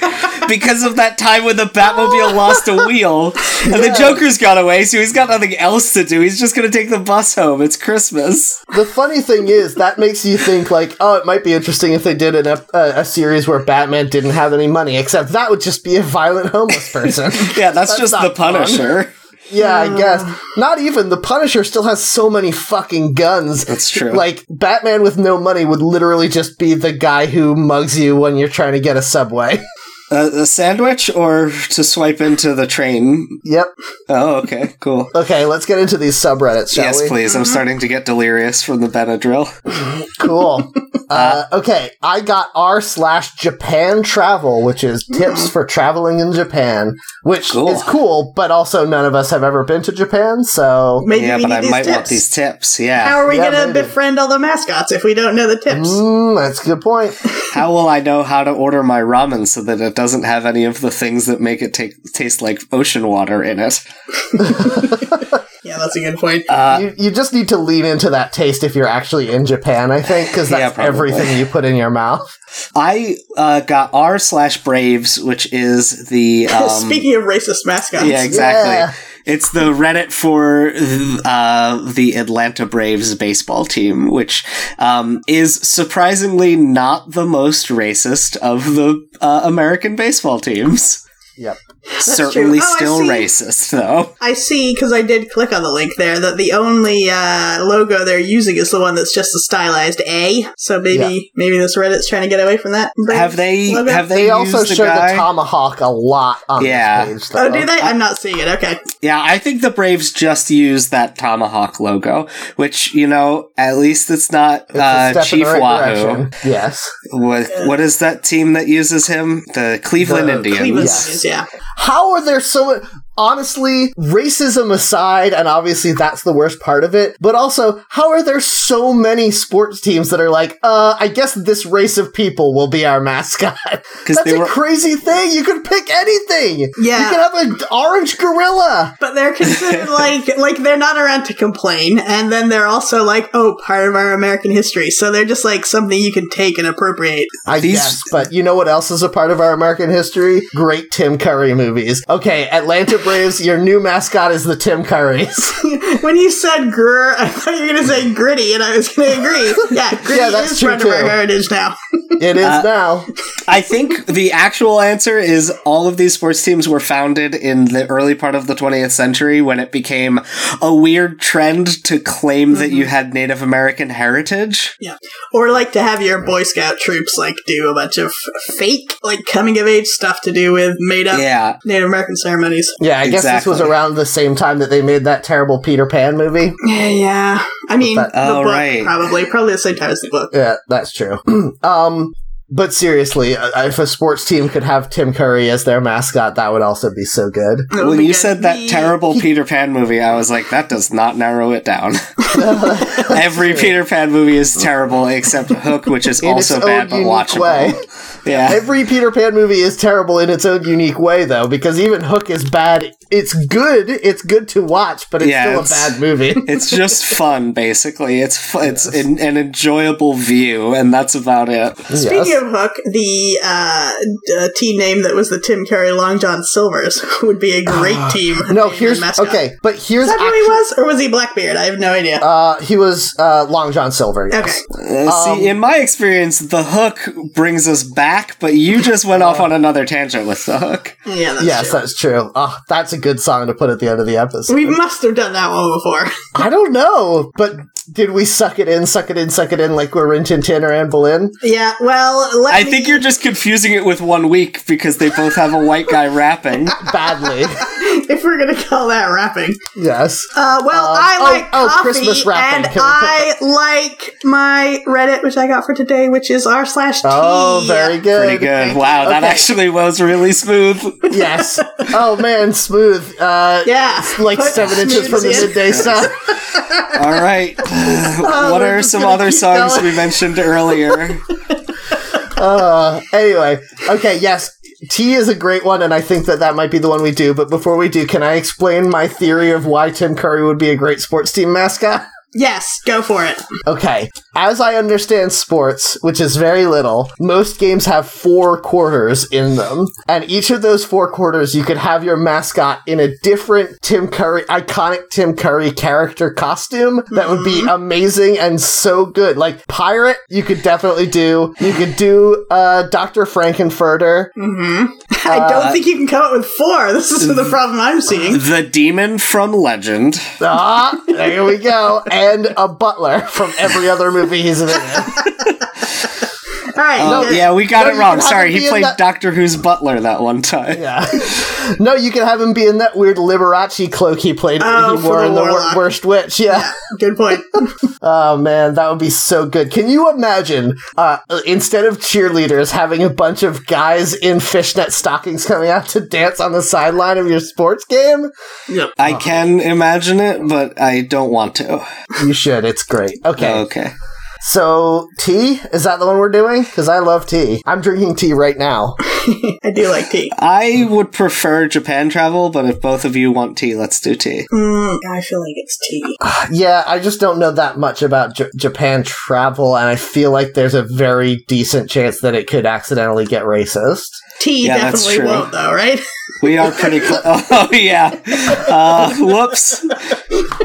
Speaker 2: because of that time when
Speaker 1: (laughs)
Speaker 2: the Batmobile lost a wheel and the Joker's got away, so he's got nothing else to do. He's just gonna take the bus home. It's Christmas.
Speaker 1: the funny thing is that makes you think like oh it might be interesting if they did an, ep- uh, a, a series where batman didn't have any money except that would just be a violent homeless
Speaker 2: (laughs)
Speaker 1: person
Speaker 2: Yeah, that's, just the
Speaker 1: not fun.
Speaker 2: Punisher.
Speaker 1: yeah i guess not even the punisher still has so many fucking guns
Speaker 2: That's true.
Speaker 1: like batman with no money would literally just be the guy who mugs you when you're trying to get a subway (laughs)
Speaker 2: A, a sandwich or to swipe into the train?
Speaker 1: yep
Speaker 2: Oh, okay, cool.
Speaker 1: okay let's get into these subreddits shall
Speaker 2: yes,
Speaker 1: we
Speaker 2: please.
Speaker 3: Mm-hmm.
Speaker 2: I'm starting to get delirious from the Benadryl.
Speaker 1: cool (laughs) uh, okay i got r slash japan travel which is tips for traveling in japan which
Speaker 2: Cool.
Speaker 1: is cool but also none of us have ever been to japan so
Speaker 3: Maybe
Speaker 2: yeah,
Speaker 3: we
Speaker 2: but
Speaker 3: need
Speaker 2: I
Speaker 3: these
Speaker 2: might
Speaker 3: tips.
Speaker 2: want these tips. Yeah. Hmm?
Speaker 3: How
Speaker 2: How,
Speaker 3: are we
Speaker 1: Yeah,
Speaker 3: gonna
Speaker 1: maybe.
Speaker 3: befriend all the mascots if we don't know the tips?
Speaker 1: Mm, that's a good point
Speaker 2: will I know how to order my ramen so that it doesn't have any of the things that make it take, taste like ocean water in it?
Speaker 3: Yeah, that's a good
Speaker 2: (laughs)
Speaker 3: point.
Speaker 2: Um, Uh,
Speaker 1: you, you just need to lean into that taste if you're actually in japan i think because
Speaker 2: (laughs) Yeah,
Speaker 1: that's
Speaker 2: probably.
Speaker 1: everything you put in your mouth
Speaker 2: I uh, got r slash Braves, which is the um,
Speaker 3: (laughs) (laughs) Speaking of racist mascots,
Speaker 2: Yeah, exactly.
Speaker 1: Yeah.
Speaker 2: It's the Reddit for uh, the Atlanta Braves baseball team, which um, is surprisingly not the most racist of the uh, American baseball teams.
Speaker 1: yep
Speaker 2: Certainly
Speaker 3: true. Oh, I
Speaker 2: still
Speaker 3: see.
Speaker 2: racist, though.
Speaker 3: I see because I did click on the link there that the only uh, logo they're using is the one that's just a stylized A. So maybe
Speaker 1: Yeah.
Speaker 3: maybe this Reddit's trying to get away from that. brand
Speaker 2: Have they?
Speaker 3: logo.
Speaker 2: Have
Speaker 1: they,
Speaker 2: they, used
Speaker 1: also
Speaker 2: the
Speaker 1: show
Speaker 2: guy?
Speaker 1: the tomahawk a lot on
Speaker 2: Yeah.
Speaker 1: this page
Speaker 3: Oh,
Speaker 1: though.
Speaker 3: do they? I'm not seeing it. Okay.
Speaker 2: Yeah, I think the Braves just used that tomahawk logo, which you know, at least it's not
Speaker 1: It's a
Speaker 2: uh,
Speaker 1: step in
Speaker 2: Chief
Speaker 1: the right
Speaker 2: Wahoo.
Speaker 1: direction. yes
Speaker 2: What, what is that team that uses him? The Cleveland
Speaker 1: The
Speaker 2: Indians.
Speaker 3: Cleveland
Speaker 1: Yes.
Speaker 3: is, yeah.
Speaker 1: how are there so honestly racism aside and obviously that's the worst part of it but also how are there so many sports teams that are like uh i guess this race of people will be our mascot (laughs) that's
Speaker 2: they
Speaker 1: a
Speaker 2: were-
Speaker 1: crazy thing you could pick anything
Speaker 3: Yeah.
Speaker 1: you could have an orange gorilla
Speaker 3: But
Speaker 2: (laughs)
Speaker 3: they're considered like like they're not around to complain, and then they're also like, oh, part of our American history. So they're just like something you can take and appropriate.
Speaker 1: I
Speaker 2: These-
Speaker 1: guess, but you know what else is a part of our American history? Great Tim Curry movies. Okay, Atlanta Braves, your new mascot is the Tim Currys. (laughs)
Speaker 3: when you
Speaker 1: (laughs)
Speaker 3: said grr, I thought you were going to say gritty, and I was going to agree. Yeah, gritty
Speaker 1: that's
Speaker 3: is
Speaker 1: true,
Speaker 3: part of our
Speaker 1: too.
Speaker 3: heritage now. (laughs)
Speaker 1: It is
Speaker 2: Uh,
Speaker 1: now.
Speaker 2: I think the actual answer is all of these sports teams were founded in the early part of the 20th century when it became a weird trend to claim that
Speaker 3: Mm-hmm.
Speaker 2: you had Native American heritage.
Speaker 3: Or like to have your Boy Scout troops like do a bunch of fake like coming of age stuff to do with made up
Speaker 2: Yeah.
Speaker 3: Native American ceremonies.
Speaker 1: Yeah, I guess this was
Speaker 2: Exactly.
Speaker 1: around the same time that they made that terrible Peter Pan movie.
Speaker 3: Yeah, yeah. I mean,
Speaker 1: But-
Speaker 3: the
Speaker 2: oh,
Speaker 3: book
Speaker 2: right.
Speaker 3: probably probably the same time as the book.
Speaker 1: Yeah, that's true. (clears throat) um, but seriously, uh, if a sports team could have Tim Curry as their mascot, that would also be so good.
Speaker 3: It would
Speaker 2: when
Speaker 3: be
Speaker 2: you
Speaker 3: good.
Speaker 2: said that terrible Peter Pan movie, I was like, that does not narrow it down. Every Peter Pan movie is terrible except Hook, which is
Speaker 1: In its
Speaker 2: also
Speaker 1: own
Speaker 2: bad but
Speaker 1: unique
Speaker 2: watchable. (laughs)
Speaker 1: way.
Speaker 2: Yeah.
Speaker 1: Every Peter Pan movie is terrible in its own unique way, though, because even Hook is bad. It's good. It's good to watch, but it's
Speaker 2: Yeah,
Speaker 1: still
Speaker 2: it's-
Speaker 1: a bad
Speaker 2: (laughs)
Speaker 1: movie.
Speaker 2: it's just fun, basically. It's fu- it's an, an enjoyable view, and that's about it.
Speaker 1: Yes.
Speaker 3: Speaking of Hook, the uh, d- uh, team name that was the Tim Curry Long John Silvers (laughs) would be a great team.
Speaker 1: Ah. no,
Speaker 3: name and
Speaker 1: here's
Speaker 3: mascot.
Speaker 1: okay, but here's
Speaker 3: Is that who
Speaker 1: actu-
Speaker 3: he was, or was he Blackbeard? I have no idea.
Speaker 1: Uh, he was uh, Long John Silver. Yes.
Speaker 3: okay,
Speaker 2: Uh, see, in my experience, the hook brings us back, but you just went off on another tangent with the hook.
Speaker 3: yeah, that's
Speaker 1: Yes,
Speaker 3: true.
Speaker 1: that's true. Oh, that's a good song to put at the end of the episode.
Speaker 3: we must have done that one before.
Speaker 1: I don't know, but did we suck it in, suck it in, suck it in like we're Rin Tin Tin or Anne Boleyn?
Speaker 3: (laughs) yeah, well, let
Speaker 2: I
Speaker 3: me-
Speaker 2: think you're just confusing it with one week because they both have a white guy rapping.
Speaker 3: (laughs)
Speaker 1: Badly.
Speaker 3: if we're gonna call that rapping.
Speaker 1: yes.
Speaker 3: Uh, well,
Speaker 1: Um,
Speaker 3: I
Speaker 1: oh,
Speaker 3: like
Speaker 1: oh,
Speaker 3: coffee,
Speaker 1: Christmas wrapping. (laughs)
Speaker 3: and
Speaker 1: Can we put
Speaker 3: I like my Reddit, which I got for today, which is r slash t.
Speaker 1: Oh, very good.
Speaker 2: Pretty good. Wow, that
Speaker 1: Okay.
Speaker 2: actually was really smooth.
Speaker 1: Yes. Oh man, smooth. Uh,
Speaker 3: Yeah,
Speaker 1: Like seven inches from the
Speaker 3: Smooths in.
Speaker 1: midday sun.
Speaker 2: All right. (laughs) what
Speaker 1: we're
Speaker 2: are
Speaker 1: just
Speaker 2: some
Speaker 1: gonna
Speaker 2: other
Speaker 1: keep
Speaker 2: songs
Speaker 1: going.
Speaker 2: we mentioned earlier?
Speaker 1: Uh, anyway, okay, yes, T is a great one, and I think that that might be the one we do. But before we do, can I explain my theory of why Tim Curry would be a great sports team mascot?
Speaker 3: Yes, go for it.
Speaker 1: Okay. As I understand sports, which is very little, most games have four quarters in them. And each of those four quarters, you could have your mascot in a different Tim Curry, iconic Tim Curry character costume that would be amazing and so good. Like Pirate, you could definitely do. You could do uh, Dr. Frankenfurter.
Speaker 3: I
Speaker 1: Uh,
Speaker 3: don't think you can come up with four. This is
Speaker 1: Mm.
Speaker 3: the problem
Speaker 1: (laughs)
Speaker 3: I'm seeing.
Speaker 2: The Demon from Legend.
Speaker 1: ah, there we go. And a butler from every other movie he's in.
Speaker 3: All right,
Speaker 2: Oh,
Speaker 3: good.
Speaker 2: yeah, we got
Speaker 1: No,
Speaker 2: it
Speaker 1: you
Speaker 2: wrong.
Speaker 1: can have
Speaker 2: Sorry,
Speaker 1: it be
Speaker 2: he
Speaker 1: in
Speaker 2: played
Speaker 1: that-
Speaker 2: Doctor Who's Butler that one time.
Speaker 1: Yeah. (laughs) No, you can have him be in that weird Liberace cloak he played
Speaker 3: Oh,
Speaker 1: he
Speaker 3: for
Speaker 1: wore
Speaker 3: the
Speaker 1: in the wor-
Speaker 3: warlock.
Speaker 1: worst witch. Yeah.
Speaker 3: good point.
Speaker 1: (laughs) Oh man, that would be so good. Can you imagine uh, instead of cheerleaders having a bunch of guys in fishnet stockings coming out to dance on the sideline of your sports game?
Speaker 3: yep.
Speaker 2: I can imagine it, but I don't want to.
Speaker 1: You should. It's great. Okay.
Speaker 2: Okay.
Speaker 1: So tea is that the one we're doing? Because I love tea. I'm drinking tea right now.
Speaker 3: I do like tea.
Speaker 2: I would prefer Japan travel, but if both of you want tea, let's do tea.
Speaker 3: Mm, I feel like it's tea.
Speaker 1: Yeah, I just don't know that much about J- Japan travel, and I feel like there's a very decent chance that it could accidentally get racist.
Speaker 3: Tea
Speaker 2: Yeah, that's
Speaker 3: definitely
Speaker 2: true.
Speaker 3: won't, though, right? (laughs)
Speaker 2: We are pretty close. (laughs) Oh, yeah. Uh, whoops.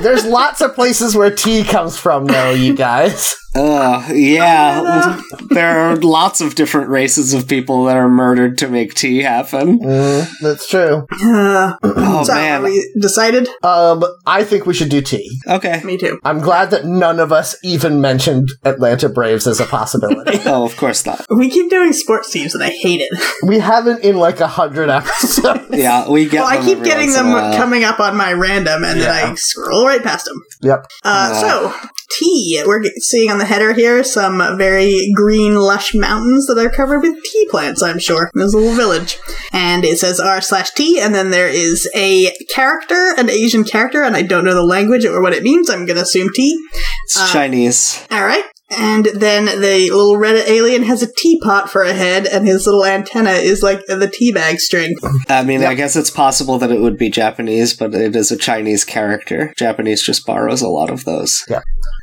Speaker 1: There's lots of places where tea comes from, though, you guys.
Speaker 2: Uh, yeah. (laughs) There are lots of different races of people that are murdered to make tea happen.
Speaker 1: Mm, that's true.
Speaker 3: Uh,
Speaker 2: Oh,
Speaker 3: so, are
Speaker 2: man.
Speaker 3: we decided?
Speaker 1: Um, I think we should do tea.
Speaker 2: Okay.
Speaker 3: Me too.
Speaker 1: I'm glad that none of us even mentioned Atlanta Braves as a possibility.
Speaker 2: (laughs) Oh, of course not.
Speaker 3: We keep doing sports teams, and I hate it.
Speaker 1: we haven't in like a hundred
Speaker 2: (laughs)
Speaker 1: episodes.
Speaker 2: Yeah, we get.
Speaker 3: Well, I
Speaker 2: them
Speaker 3: keep
Speaker 2: every
Speaker 3: getting
Speaker 2: once in
Speaker 3: them
Speaker 2: a while.
Speaker 3: coming up on my random, and then I scroll right past them.
Speaker 1: yep.
Speaker 3: Uh,
Speaker 2: Yeah.
Speaker 3: So, tea. We're g- seeing on the header here some very green, lush mountains that are covered with tea plants, I'm sure. There's a little village. And it says r slash tea, and then there is a character, an Asian character, and I don't know the language or what it means. I'm going to assume tea.
Speaker 2: It's
Speaker 3: uh,
Speaker 2: Chinese.
Speaker 3: All right. And then the little Reddit alien has a teapot for a head, and his little antenna is like the teabag string.
Speaker 2: I mean, I guess it's possible that it would be Japanese, but it is a Chinese character. Japanese just borrows a lot of those.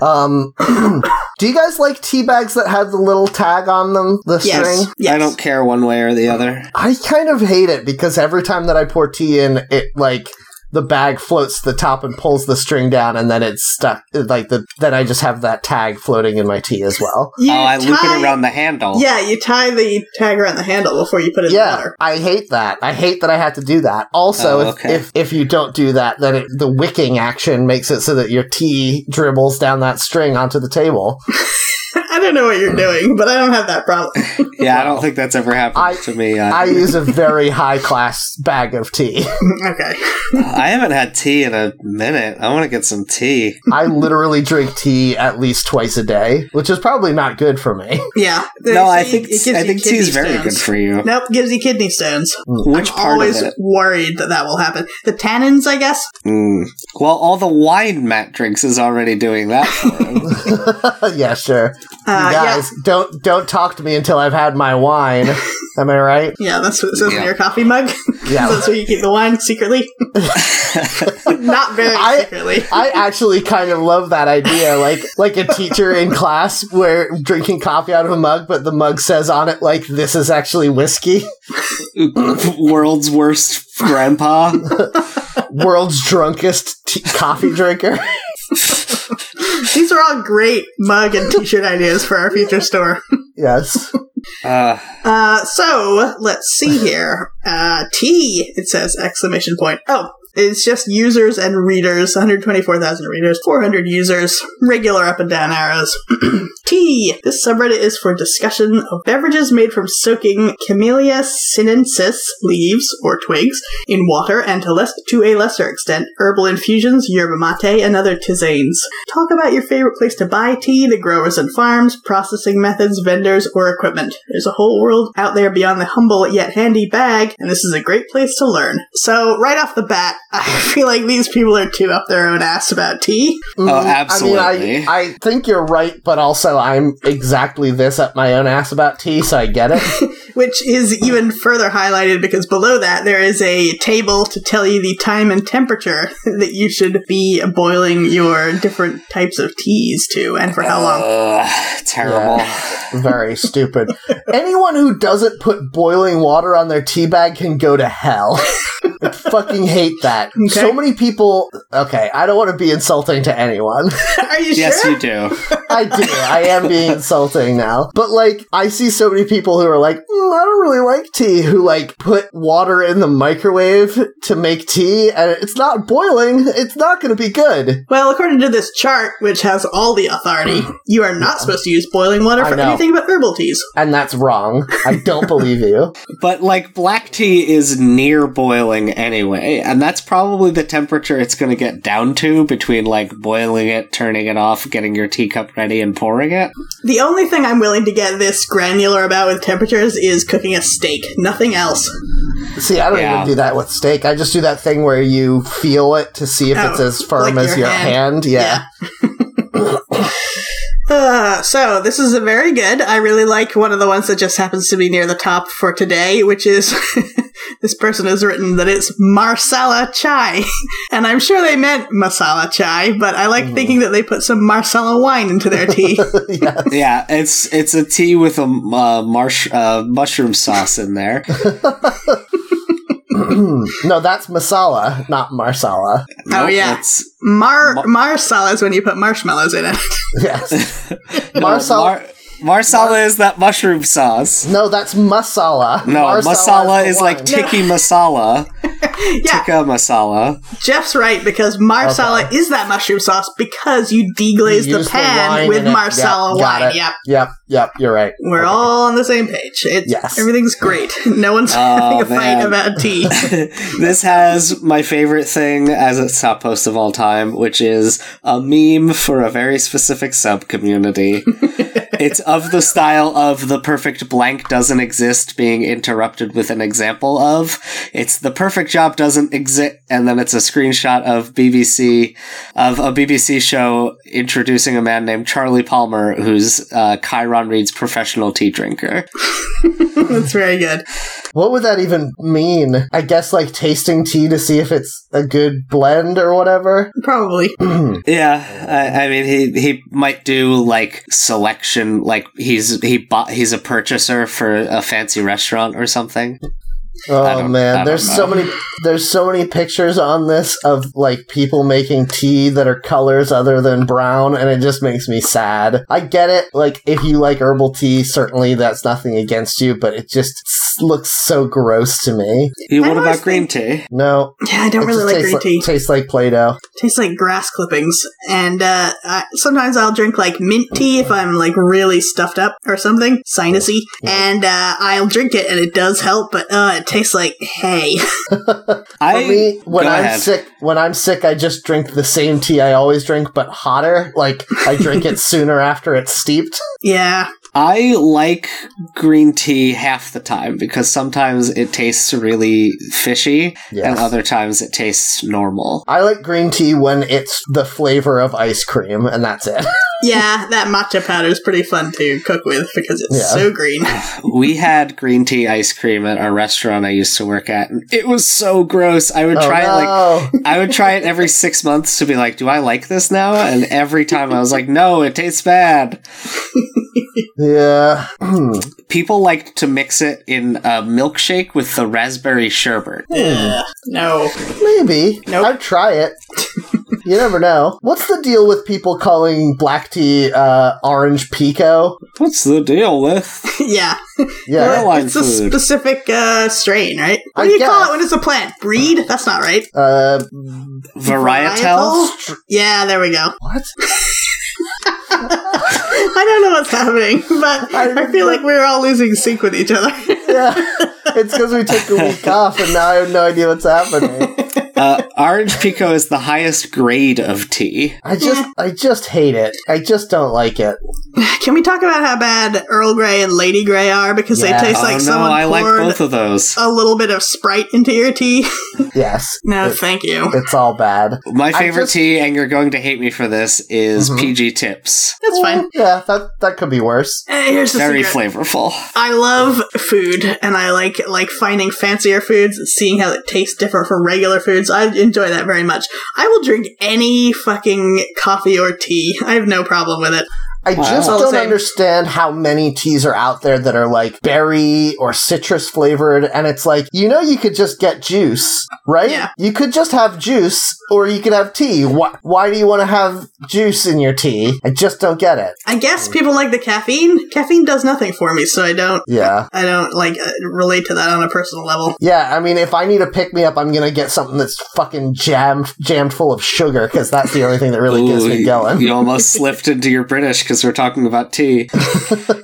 Speaker 1: Um, (clears throat) do you guys like tea bags that have the little tag on them, the
Speaker 3: Yes.
Speaker 1: string?
Speaker 3: Yes.
Speaker 2: I don't care one way or the other.
Speaker 1: I kind of hate it because every time that I pour tea in, it like the bag floats to the top and pulls the string down, and then it's stuck. Like the then I just have that tag floating in my tea as well.
Speaker 3: You
Speaker 2: oh, I loop
Speaker 3: tie-
Speaker 2: it around the handle.
Speaker 3: Yeah, you tie the tag around the handle before you put it in the
Speaker 1: Yeah,
Speaker 3: water. (laughs)
Speaker 1: I hate that. I hate that I have to do that. Also,
Speaker 2: Oh,
Speaker 1: if,
Speaker 2: okay.
Speaker 1: if if you don't do that, then it, the wicking action makes it so that your tea dribbles down that string onto the table.
Speaker 3: I don't know what you're doing, but I don't have that problem. (laughs)
Speaker 2: Yeah, I don't think that's ever happened
Speaker 1: I-
Speaker 2: to me. (laughs)
Speaker 1: I
Speaker 2: I,
Speaker 1: use a very high class bag of tea.
Speaker 3: okay.
Speaker 2: I haven't had tea in a minute. I want to get some tea.
Speaker 1: I literally drink tea at least twice a day, which is probably not good for me. (laughs)
Speaker 3: Yeah.
Speaker 2: no,
Speaker 3: So
Speaker 2: I
Speaker 3: you-
Speaker 2: think
Speaker 3: it gives
Speaker 2: I
Speaker 3: you
Speaker 2: think tea
Speaker 3: kidney
Speaker 2: is very good
Speaker 3: stones.
Speaker 2: for you.
Speaker 3: Nope, gives you kidney stones.
Speaker 2: Which
Speaker 3: I'm
Speaker 2: part
Speaker 3: always
Speaker 2: of it?
Speaker 3: worried that that will happen. The tannins, I guess.
Speaker 2: Mm. Well, all the wine Matt drinks is already doing that for
Speaker 3: (laughs)
Speaker 2: him.
Speaker 1: yeah, sure.
Speaker 3: Uh,
Speaker 1: you
Speaker 3: yeah,
Speaker 1: guys, don't don't talk to me until I've had my wine. Am I right?
Speaker 3: yeah, that's what it says
Speaker 2: Yeah.
Speaker 3: in your coffee mug. (laughs)
Speaker 1: Yeah.
Speaker 3: that's where you keep the wine
Speaker 2: (laughs)
Speaker 3: secretly. (laughs) Not very
Speaker 1: I-
Speaker 3: secretly.
Speaker 1: I actually kind of love that idea, like like a teacher in class where drinking coffee out of a mug, but the mug says on it like this is actually whiskey. (laughs)
Speaker 2: World's worst
Speaker 3: (laughs)
Speaker 2: grandpa.
Speaker 1: World's drunkest t- coffee drinker. (laughs)
Speaker 3: These are all great mug and t-shirt ideas for our future store.
Speaker 1: yes.
Speaker 2: Uh,
Speaker 3: Uh, so let's see here. Uh, T. It says exclamation point. Oh. It's just users and readers, 124,000 readers, 400 users, regular up and down arrows. (clears throat) T. This subreddit is for discussion of beverages made from soaking Camellia sinensis leaves or twigs in water and to, less- to a lesser extent herbal infusions, yerba mate, and other tisanes. Talk about your favorite place to buy tea, the growers and farms, processing methods, vendors, or equipment. There's a whole world out there beyond the humble yet handy bag, and this is a great place to learn. So, right off the bat, (laughs) I feel like these people are too up their own ass about tea.
Speaker 1: Mm, I mean,
Speaker 2: absolutely.
Speaker 1: I, I think you're right, but also I'm exactly this at my own ass about tea, so I get it.
Speaker 3: which is even further highlighted because below that there is a table to tell you the time and temperature (laughs) that you should be boiling your different types of teas to and for
Speaker 2: Uh,
Speaker 3: how long. (laughs)
Speaker 2: ugh, terrible.
Speaker 1: Very stupid. Anyone who doesn't put boiling water on their tea bag can go to hell. I fucking hate that.
Speaker 3: Okay.
Speaker 1: So many people. Okay, I don't want to be insulting to anyone.
Speaker 3: Are you
Speaker 2: (laughs) Yes,
Speaker 3: sure?
Speaker 2: you do.
Speaker 1: I do. I am being insulting now. But like, I see so many people who are like, "Mm, I don't really like tea, who like put water in the microwave to make tea, and it's not boiling. It's not going to be good.
Speaker 3: Well, according to this chart, which has all the authority, you are not supposed to use boiling water
Speaker 1: I
Speaker 3: for
Speaker 1: know.
Speaker 3: anything but herbal teas.
Speaker 1: And that's wrong. I don't believe you.
Speaker 2: But like black tea is near boiling anyway, and that's probably the temperature it's going to get down to between like boiling it, turning it off, getting your teacup ready, and pouring it.
Speaker 3: The only thing I'm willing to get this granular about with temperatures is cooking a steak. Nothing else.
Speaker 1: See, I don't
Speaker 2: Yeah.
Speaker 1: even do that with steak. I just do that thing where you feel it to see if
Speaker 3: Oh,
Speaker 1: it's as firm
Speaker 3: like
Speaker 1: as
Speaker 3: your
Speaker 1: your
Speaker 3: hand.
Speaker 1: hand. Yeah.
Speaker 3: Uh, so this is a very good. I really like one of the ones that just happens to be near the top for today, which is (laughs) this person has written that it's Marsala chai, (laughs) and I'm sure they meant masala chai, but
Speaker 1: Mm-hmm.
Speaker 3: I like thinking that they put some Marsala wine into their tea.
Speaker 1: (laughs) yeah.
Speaker 2: Yeah, it's it's a tea with a uh, marsh uh, mushroom sauce in there.
Speaker 1: no, that's masala, not marsala.
Speaker 3: Oh, yeah.
Speaker 2: that's-
Speaker 3: Mar Marsala is when you put marshmallows in it. (laughs)
Speaker 1: Yes.
Speaker 2: no,
Speaker 1: Marsala-
Speaker 2: Mar- Marsala is that mushroom sauce.
Speaker 1: No, that's masala.
Speaker 2: No, masala
Speaker 1: the
Speaker 2: is like
Speaker 1: wine.
Speaker 2: tiki masala,
Speaker 3: yeah,
Speaker 2: tikka masala.
Speaker 3: Jeff's right because Marsala is that mushroom sauce because you deglaze
Speaker 1: You
Speaker 3: the
Speaker 1: use the
Speaker 3: pan
Speaker 1: wine
Speaker 3: with
Speaker 1: in it.
Speaker 3: Marsala
Speaker 1: Yep, got
Speaker 3: wine.
Speaker 1: it.
Speaker 3: Yep.
Speaker 1: Yep, yep, you're right.
Speaker 3: We're all on the same page. It,
Speaker 1: Yes. Oh,
Speaker 3: Everything's great. (laughs) No one's having a fight
Speaker 2: man.
Speaker 1: (laughs)
Speaker 3: about tea.
Speaker 2: (laughs) this has my favorite thing as its top post of all time, which is a meme for a very specific sub community. it's of the style of the perfect blank doesn't exist being interrupted with an example of. It's the perfect job doesn't exist, and then it's a screenshot of BBC, of a BBC show introducing a man named Charlie Palmer, who's uh, Chiron Reed's professional tea drinker.
Speaker 3: That's very good.
Speaker 1: What would that even mean? I guess like tasting tea to see if it's a good blend or whatever. (clears throat)
Speaker 3: Probably.
Speaker 2: Yeah, I, I mean, he he might do like selection, like he's he bought he's a purchaser for a fancy restaurant or something.
Speaker 4: I
Speaker 1: Oh
Speaker 4: don't- I
Speaker 1: man, there's
Speaker 4: don't
Speaker 1: so
Speaker 4: know.
Speaker 1: many there's so many pictures on this of like people making tea that are colors other than brown and it just makes me sad. I get it. Like if you like herbal tea, certainly that's nothing against you, but it just s- looks so gross to me.
Speaker 2: You,
Speaker 3: I
Speaker 2: what
Speaker 3: always
Speaker 2: about green tea?
Speaker 1: No.
Speaker 3: Yeah, I don't
Speaker 1: it
Speaker 3: really
Speaker 1: just
Speaker 3: like
Speaker 1: tastes
Speaker 3: green tea.
Speaker 1: Tastes like Play-Doh.
Speaker 3: tastes like grass clippings and uh, I, sometimes i'll drink like mint tea if i'm like really stuffed up or something sinusy and uh, i'll drink it and it does help but uh, it tastes like hay (laughs)
Speaker 1: For
Speaker 2: I
Speaker 1: me, when
Speaker 2: go
Speaker 1: I'm
Speaker 2: ahead.
Speaker 1: sick, when I'm sick, I just drink the same tea I always drink, but hotter. Like I drink
Speaker 4: (laughs)
Speaker 1: it sooner after it's steeped.
Speaker 3: yeah
Speaker 2: I like green tea half the time because sometimes it tastes really fishy
Speaker 1: Yes.
Speaker 2: and other times it tastes normal.
Speaker 1: I like green tea when it's the flavor of ice cream, and that's
Speaker 3: (laughs)
Speaker 1: it.
Speaker 3: yeah that matcha powder is pretty fun to cook with because it's
Speaker 1: Yeah.
Speaker 3: so green
Speaker 2: We had green tea ice cream at our restaurant I used to work at and it was so gross. I would try it like
Speaker 1: oh, no.
Speaker 2: I would try it every 6 months to be like, "Do I like this now?" and every time I was like, "No, it tastes bad."
Speaker 1: yeah. Hmm.
Speaker 2: People liked to mix it in a milkshake with the raspberry sherbet.
Speaker 1: Hmm.
Speaker 3: Ugh, no (laughs)
Speaker 1: Maybe.
Speaker 3: Nope.
Speaker 1: I'd try it. you never know. What's the deal with people calling black tea uh, orange pico?
Speaker 2: What's the deal with
Speaker 3: yeah
Speaker 1: Yeah.
Speaker 2: Airline
Speaker 3: it's a
Speaker 2: food.
Speaker 3: specific uh, strain right what
Speaker 1: I
Speaker 3: do you call
Speaker 1: guess.
Speaker 3: it when it's a plant breed that's not right
Speaker 1: Uh,
Speaker 2: varietal?
Speaker 3: yeah there we go (laughs)
Speaker 1: what?
Speaker 3: i don't know what's happening (laughs) but i, feel like we're all losing sync with each other (laughs)
Speaker 1: Yeah. (laughs) it's because we took a week off, and now I have no idea what's happening.
Speaker 2: uh, orange pico is the highest grade of tea.
Speaker 1: I just, I just hate it. I just don't like it.
Speaker 3: Can we talk about how bad Earl Grey and Lady Grey are because
Speaker 1: Yeah.
Speaker 3: they taste like
Speaker 2: oh no,
Speaker 3: someone
Speaker 2: I like
Speaker 3: poured
Speaker 2: both of those.
Speaker 3: a little bit of Sprite into your tea? (laughs)
Speaker 1: Yes.
Speaker 3: no,
Speaker 1: It-
Speaker 3: thank you.
Speaker 1: it's all bad.
Speaker 2: My
Speaker 1: I
Speaker 2: favorite
Speaker 1: just-
Speaker 2: tea, and you're going to hate me for this, is
Speaker 1: Mhm.
Speaker 2: PG Tips.
Speaker 3: That's fine.
Speaker 1: Yeah, that that could be worse.
Speaker 3: Eh, here's the
Speaker 2: Very
Speaker 3: secret.
Speaker 2: flavorful.
Speaker 3: I love food, and I like like finding fancier foods, and seeing how it tastes different from regular foods. I enjoy that very much. I will drink any fucking coffee or tea. I have no problem with it.
Speaker 1: I
Speaker 2: Wow.
Speaker 1: just
Speaker 3: All the
Speaker 1: don't
Speaker 3: same.
Speaker 1: understand how many teas are out there that are like berry or citrus flavored, and it's like you know you could just get juice, right?
Speaker 3: Yeah.
Speaker 1: You could just have juice, or you could have tea. Why, why do you want to have juice in your tea? I just don't get it.
Speaker 3: I guess people like the caffeine. Caffeine does nothing for me, so I don't.
Speaker 1: Yeah.
Speaker 3: I don't like uh, relate to that on a personal level.
Speaker 1: Yeah, I mean, if I need a pick me up, I'm gonna get something that's fucking jammed, jammed full of sugar because that's the only thing that really gets
Speaker 2: Ooh,
Speaker 1: me
Speaker 2: you-
Speaker 1: going. (laughs)
Speaker 2: You almost slipped into your British because we're talking about tea.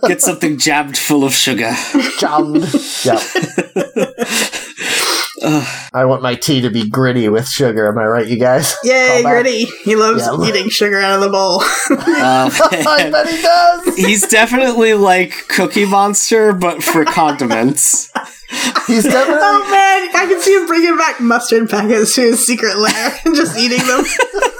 Speaker 2: Get something jabbed full of sugar.
Speaker 1: (laughs) Jammed.
Speaker 2: (laughs)
Speaker 1: yep. I want my tea to be gritty with sugar. Am I right, you guys?
Speaker 3: Yay,
Speaker 1: Callback.
Speaker 3: Gritty! He loves
Speaker 1: Yeah.
Speaker 3: eating sugar out of the bowl. (laughs)
Speaker 2: Uh,
Speaker 1: I bet he does.
Speaker 2: (laughs) he's definitely like Cookie Monster, but for condiments.
Speaker 1: (laughs) He's definitely.
Speaker 3: oh man, I can see him bringing back mustard packets to his secret lair and just eating them. (laughs)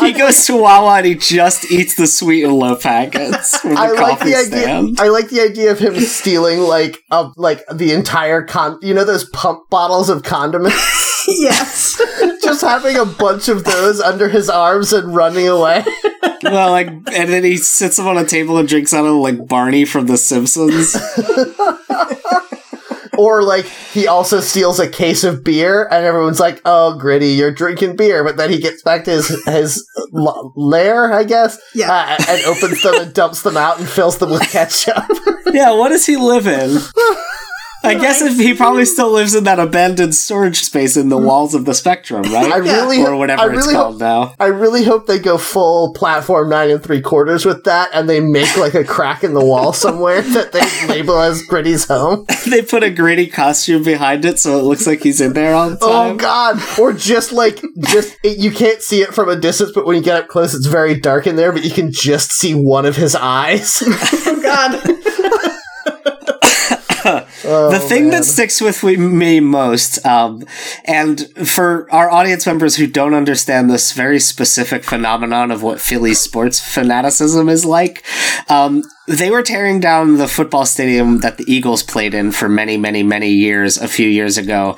Speaker 2: He goes to Wawa and he just eats the sweet and low packets from the
Speaker 1: I like
Speaker 2: coffee
Speaker 1: the idea.
Speaker 2: stand.
Speaker 1: I like the idea of him stealing like of like the entire con. You know those pump bottles of condiments. (laughs)
Speaker 3: yes.
Speaker 1: Just having a bunch of those under his arms and running
Speaker 2: (laughs)
Speaker 1: away.
Speaker 2: well, like, and then he sits them on a table and drinks out of like Barney from The Simpsons.
Speaker 1: Or like he also steals a case of beer, and everyone's like, "Oh, gritty, you're drinking beer." But then he gets back to his his l- lair, I guess.
Speaker 3: Yeah.
Speaker 1: uh, and opens them and dumps them out and fills
Speaker 2: (laughs)
Speaker 1: them with ketchup.
Speaker 2: yeah, what does he live in? I guess if he probably still lives in that abandoned storage space in the walls of the Spectrum,
Speaker 1: I
Speaker 2: right?
Speaker 3: Yeah.
Speaker 1: really,
Speaker 2: or whatever
Speaker 1: I
Speaker 2: it's
Speaker 1: really hope-
Speaker 2: called now. (laughs)
Speaker 1: I really hope they go full platform nine and three quarters with that, and they make like a crack in the wall somewhere that they label as Gritty's home.
Speaker 2: they put a gritty costume behind it, so it looks like he's in there all the
Speaker 1: Oh
Speaker 2: time.
Speaker 1: God! Or just like just it, you can't see it from a distance, but when you get up close, it's very dark in there, but you can just see one of his eyes. (laughs)
Speaker 3: Oh god.
Speaker 2: the thing that sticks with we- me most, um, and for our audience members who don't understand this very specific phenomenon of what Philly sports fanaticism is like, um, They were tearing down the football stadium that the Eagles played in for many, many, many years a few years ago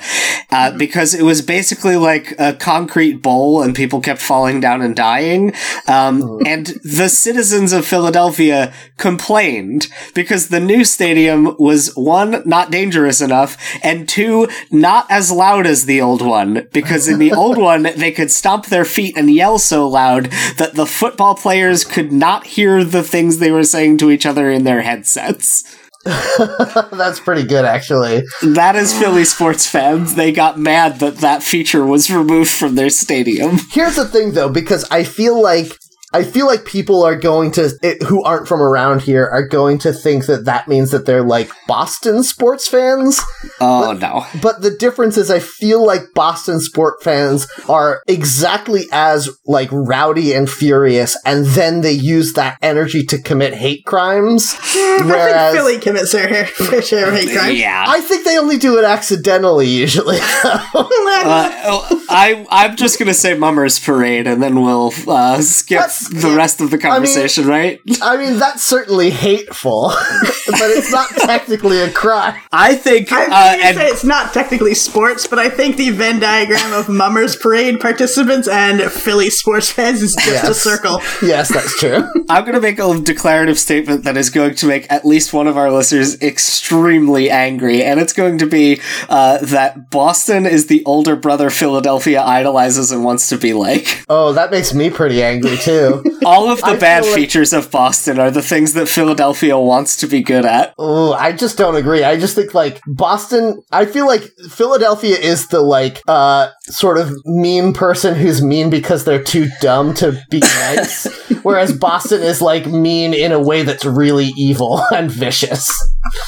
Speaker 2: uh, because it was basically like a concrete bowl and people kept falling down and dying.
Speaker 1: Hmm.
Speaker 2: Um, and the citizens of Philadelphia complained because the new stadium was one, not dangerous enough, and two, not as loud as the old one because in
Speaker 1: (laughs)
Speaker 2: the old one, they could stomp their feet and yell so loud that the football players could not hear the things they were saying to each other in their headsets.
Speaker 1: That's pretty good, actually.
Speaker 2: That is
Speaker 1: (sighs)
Speaker 2: Philly sports fans. They got mad that that feature was removed from their stadium.
Speaker 1: Here's the thing, though, because I feel like I feel like people are going to it, who aren't from around here are going to think that that means that they're like Boston sports fans.
Speaker 2: Oh no.
Speaker 1: But the difference is, I feel like Boston sport fans are exactly as like rowdy and furious, and then they use that energy to commit hate crimes.
Speaker 3: (laughs) I
Speaker 1: Whereas-
Speaker 3: think Philly commits (laughs) their fair share of hate crimes.
Speaker 2: Yeah.
Speaker 1: I think they only do it accidentally usually. (laughs)
Speaker 3: (laughs)
Speaker 2: Uh, oh, I I'm just gonna say Mummers Parade and then we'll uh, skip
Speaker 1: That's-
Speaker 2: the rest of the conversation, right?
Speaker 1: I mean, that's certainly hateful, (laughs) but it's
Speaker 3: (laughs)
Speaker 1: not technically a crime.
Speaker 2: I think
Speaker 3: I'm
Speaker 2: uh,
Speaker 3: gonna
Speaker 2: and
Speaker 3: say it's not technically sports, but I think the Venn diagram of Mummers Parade participants and Philly sports fans is just a
Speaker 1: Yes.
Speaker 3: circle.
Speaker 1: Yes, that's true.
Speaker 2: I'm going to make a declarative statement that is going to make at least one of our listeners extremely angry, and it's going to be uh, that Boston is the older brother Philadelphia idolizes and wants to be like.
Speaker 1: Oh, that makes me pretty angry too.
Speaker 2: All of the bad
Speaker 1: feel like-
Speaker 2: features of Boston are the things that Philadelphia wants to be good at.
Speaker 1: Oh, I just don't agree. I just think like Boston. I feel like Philadelphia is the like uh sort of mean person who's mean because they're too dumb to be
Speaker 3: (laughs)
Speaker 1: nice, whereas Boston is like mean in a way that's really evil (laughs) and vicious.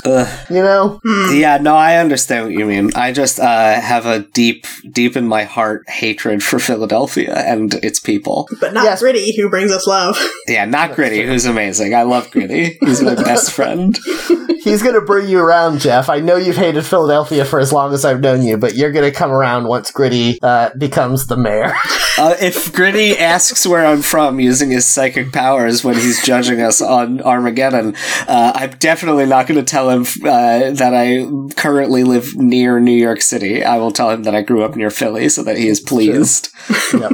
Speaker 2: Ugh.
Speaker 1: You know?
Speaker 2: Yeah, no, I understand what you mean. I just uh, have a deep, deep in my heart hatred for Philadelphia and its people.
Speaker 3: But not
Speaker 1: Yes.
Speaker 3: Gritty, who brings us love. (laughs)
Speaker 2: Yeah, not Gritty, who's amazing. I love Gritty. He's my best friend.
Speaker 1: He's gonna bring you around, Jeff. I know you've hated Philadelphia for as long as I've known you, but you're gonna come around once Gritty uh, becomes the mayor. (laughs)
Speaker 2: Uh, if Gritty asks where I'm from using his psychic powers when he's judging us on Armageddon, uh, I'm definitely not going to tell him uh, that I currently live near New York City. I will tell him that I grew up near Philly so that he is pleased.
Speaker 1: Yep.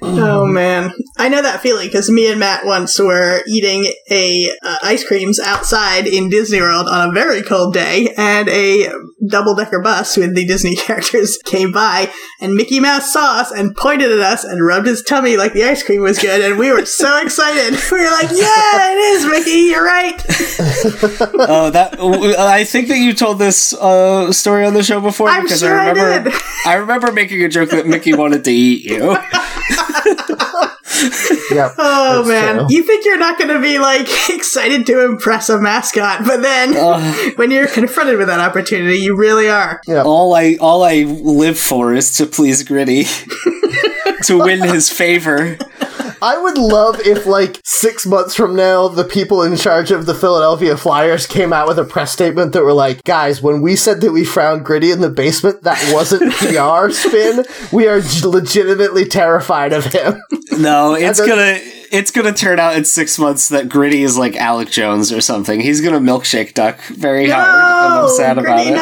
Speaker 3: Oh man, I know that feeling because me and Matt once were eating a uh, ice creams outside in Disney World on a very cold day, and a double decker bus with the Disney (laughs) characters came by, and Mickey Mouse saw us and pointed at us and rubbed his tummy like the ice cream was good, and we were so excited. (laughs) We were like, "Yeah, it is, Mickey. You're right."
Speaker 2: Oh, that w- I think that you told this uh, story on the show before
Speaker 3: I'm
Speaker 2: because
Speaker 3: sure
Speaker 2: I
Speaker 3: I
Speaker 2: remember
Speaker 3: did.
Speaker 2: (laughs) I remember making a joke that Mickey wanted to eat you.
Speaker 1: Yep.
Speaker 3: (laughs) Oh
Speaker 1: That's
Speaker 3: man,
Speaker 1: true.
Speaker 3: you think you're not going to be like (laughs) excited to impress a mascot, but then
Speaker 2: Uh,
Speaker 3: (laughs) when you're confronted with that opportunity, you really are.
Speaker 1: Yep.
Speaker 2: All I all I live for is to please Gritty, (laughs) to win his favor.
Speaker 1: I would love if, like, six months from now, the people in charge of the Philadelphia Flyers came out with a press statement that were like, guys, when we said that we found Gritty in the basement, that wasn't PR spin. We are j- legitimately terrified of him.
Speaker 2: No, it's
Speaker 1: don't-
Speaker 2: gonna it's gonna turn out in six months that Gritty is like Alec Jones or something. He's gonna milkshake duck very hard, and I'm sad
Speaker 3: Gritty,
Speaker 2: about it.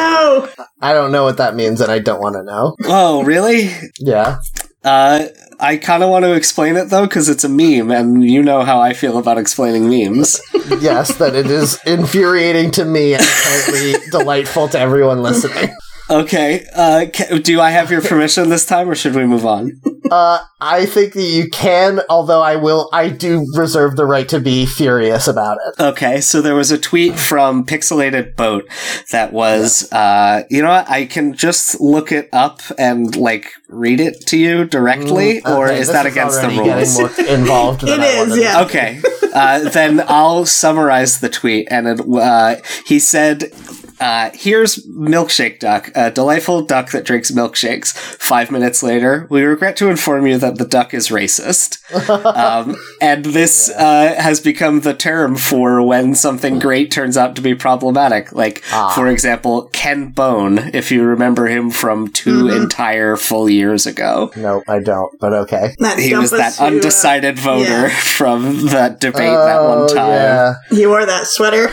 Speaker 3: No,
Speaker 1: I don't know what that means, and I don't want to know.
Speaker 2: Oh, really?
Speaker 1: Yeah.
Speaker 2: Uh, I kind of want to explain it though because it's a meme, and you know how I feel about explaining memes.
Speaker 1: Yes, that it is infuriating to me and apparently delightful to everyone listening.
Speaker 2: Okay, uh, ca- do I have your permission this time, or should we move on?
Speaker 1: Uh, I think that you can, although I will, I do reserve the right to be furious about it.
Speaker 2: Okay, so there was a tweet from Pixelated Boat that was, uh, you know what, I can just look it up and, like, read it to you directly, or
Speaker 1: Okay,
Speaker 2: Mm, is
Speaker 1: this
Speaker 2: that against the
Speaker 1: already
Speaker 2: rules?
Speaker 1: getting
Speaker 2: (laughs)
Speaker 1: more involved than
Speaker 3: It
Speaker 1: I
Speaker 3: is,
Speaker 1: wanted.
Speaker 3: yeah.
Speaker 2: Okay, uh, then I'll summarize the tweet, and it, uh, he said, Uh, here's Milkshake Duck, a delightful duck that drinks milkshakes. Five minutes later, we regret to inform you that the duck is racist. Um, and this uh, has become the term for when something great turns out to be problematic. Like,
Speaker 1: Ah.
Speaker 2: for example, Ken Bone, if you remember him from 2
Speaker 3: Mhm.
Speaker 2: entire full years ago.
Speaker 1: No, I don't, but okay.
Speaker 3: That
Speaker 2: He was
Speaker 3: Dumpus
Speaker 2: that
Speaker 3: who, uh,
Speaker 2: undecided voter (laughs) from that debate that one
Speaker 1: Oh,
Speaker 2: time.
Speaker 1: Yeah.
Speaker 3: He wore
Speaker 2: (laughs)
Speaker 3: that sweater.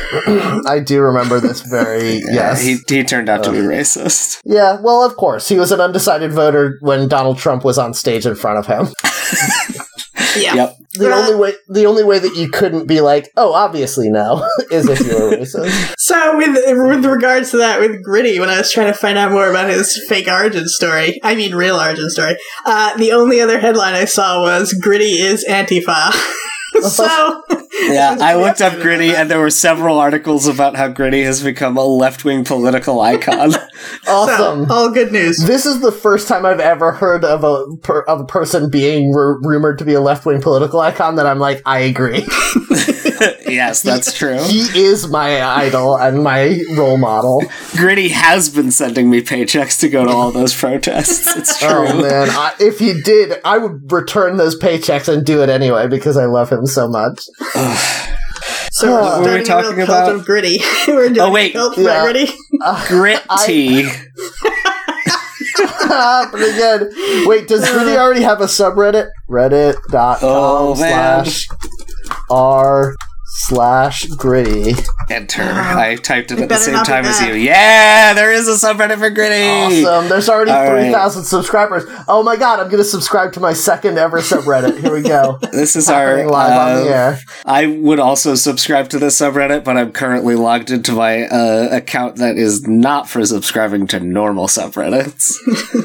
Speaker 1: I do remember this very
Speaker 2: Yeah,
Speaker 1: yes. Uh,
Speaker 2: he, he turned out to be racist.
Speaker 1: yeah, well, of course. He was an undecided voter when Donald Trump was on stage in front of him.
Speaker 3: Yeah.
Speaker 2: Yep.
Speaker 1: The
Speaker 3: Yeah.
Speaker 1: only way the only way that you couldn't be like, "Oh, obviously no," (laughs) is if
Speaker 2: (laughs)
Speaker 1: you were racist.
Speaker 3: So with with regards to that, with Gritty, when I was trying to find out more about his fake origin story, I mean real origin story, uh, the only other headline I saw was Gritty is Antifa. (laughs) so
Speaker 2: Yeah,
Speaker 1: (laughs)
Speaker 2: I looked up Gritty, and there were several articles about how Gritty has become a left wing political icon. (laughs)
Speaker 1: Awesome.
Speaker 3: So,
Speaker 2: uh,
Speaker 3: all good news.
Speaker 1: This is the first time I've ever heard of a per, of a person being ru- rumored to be a left wing political icon that I'm like, I agree.
Speaker 2: yes, that's true.
Speaker 1: he is my idol and my role model.
Speaker 2: Oh. Gritty has been sending me paychecks to go to all those protests. It's true.
Speaker 1: (laughs) Oh man, I, if he did, I would return those paychecks and do it anyway because I love him so much. (laughs)
Speaker 3: So we're
Speaker 1: What
Speaker 2: were we
Speaker 3: starting a
Speaker 2: talking
Speaker 3: real cult
Speaker 2: about?
Speaker 3: of Gritty. (laughs) we're doing
Speaker 2: Oh, wait.
Speaker 3: a cult
Speaker 1: Yeah.
Speaker 3: for Gritty.
Speaker 2: Gritty.
Speaker 1: but again, wait, does Gritty already have a subreddit? Reddit.com
Speaker 2: oh, man.
Speaker 1: slash r slash gritty.
Speaker 2: Enter. I typed it at the
Speaker 3: better
Speaker 2: same
Speaker 3: not be
Speaker 2: time as
Speaker 3: that.
Speaker 2: you. Yeah, there is a subreddit for Gritty.
Speaker 1: Awesome. There's already
Speaker 2: All right.
Speaker 1: 3,000 subscribers. Oh my god, I'm going to subscribe to my second ever subreddit. Here we
Speaker 2: (laughs)
Speaker 1: go.
Speaker 2: This is
Speaker 1: Happening
Speaker 2: our
Speaker 1: live
Speaker 2: uh,
Speaker 1: on the air.
Speaker 2: I would also subscribe to this subreddit, but I'm currently logged into my uh, account that is not for subscribing to
Speaker 1: (laughs)
Speaker 2: normal subreddits.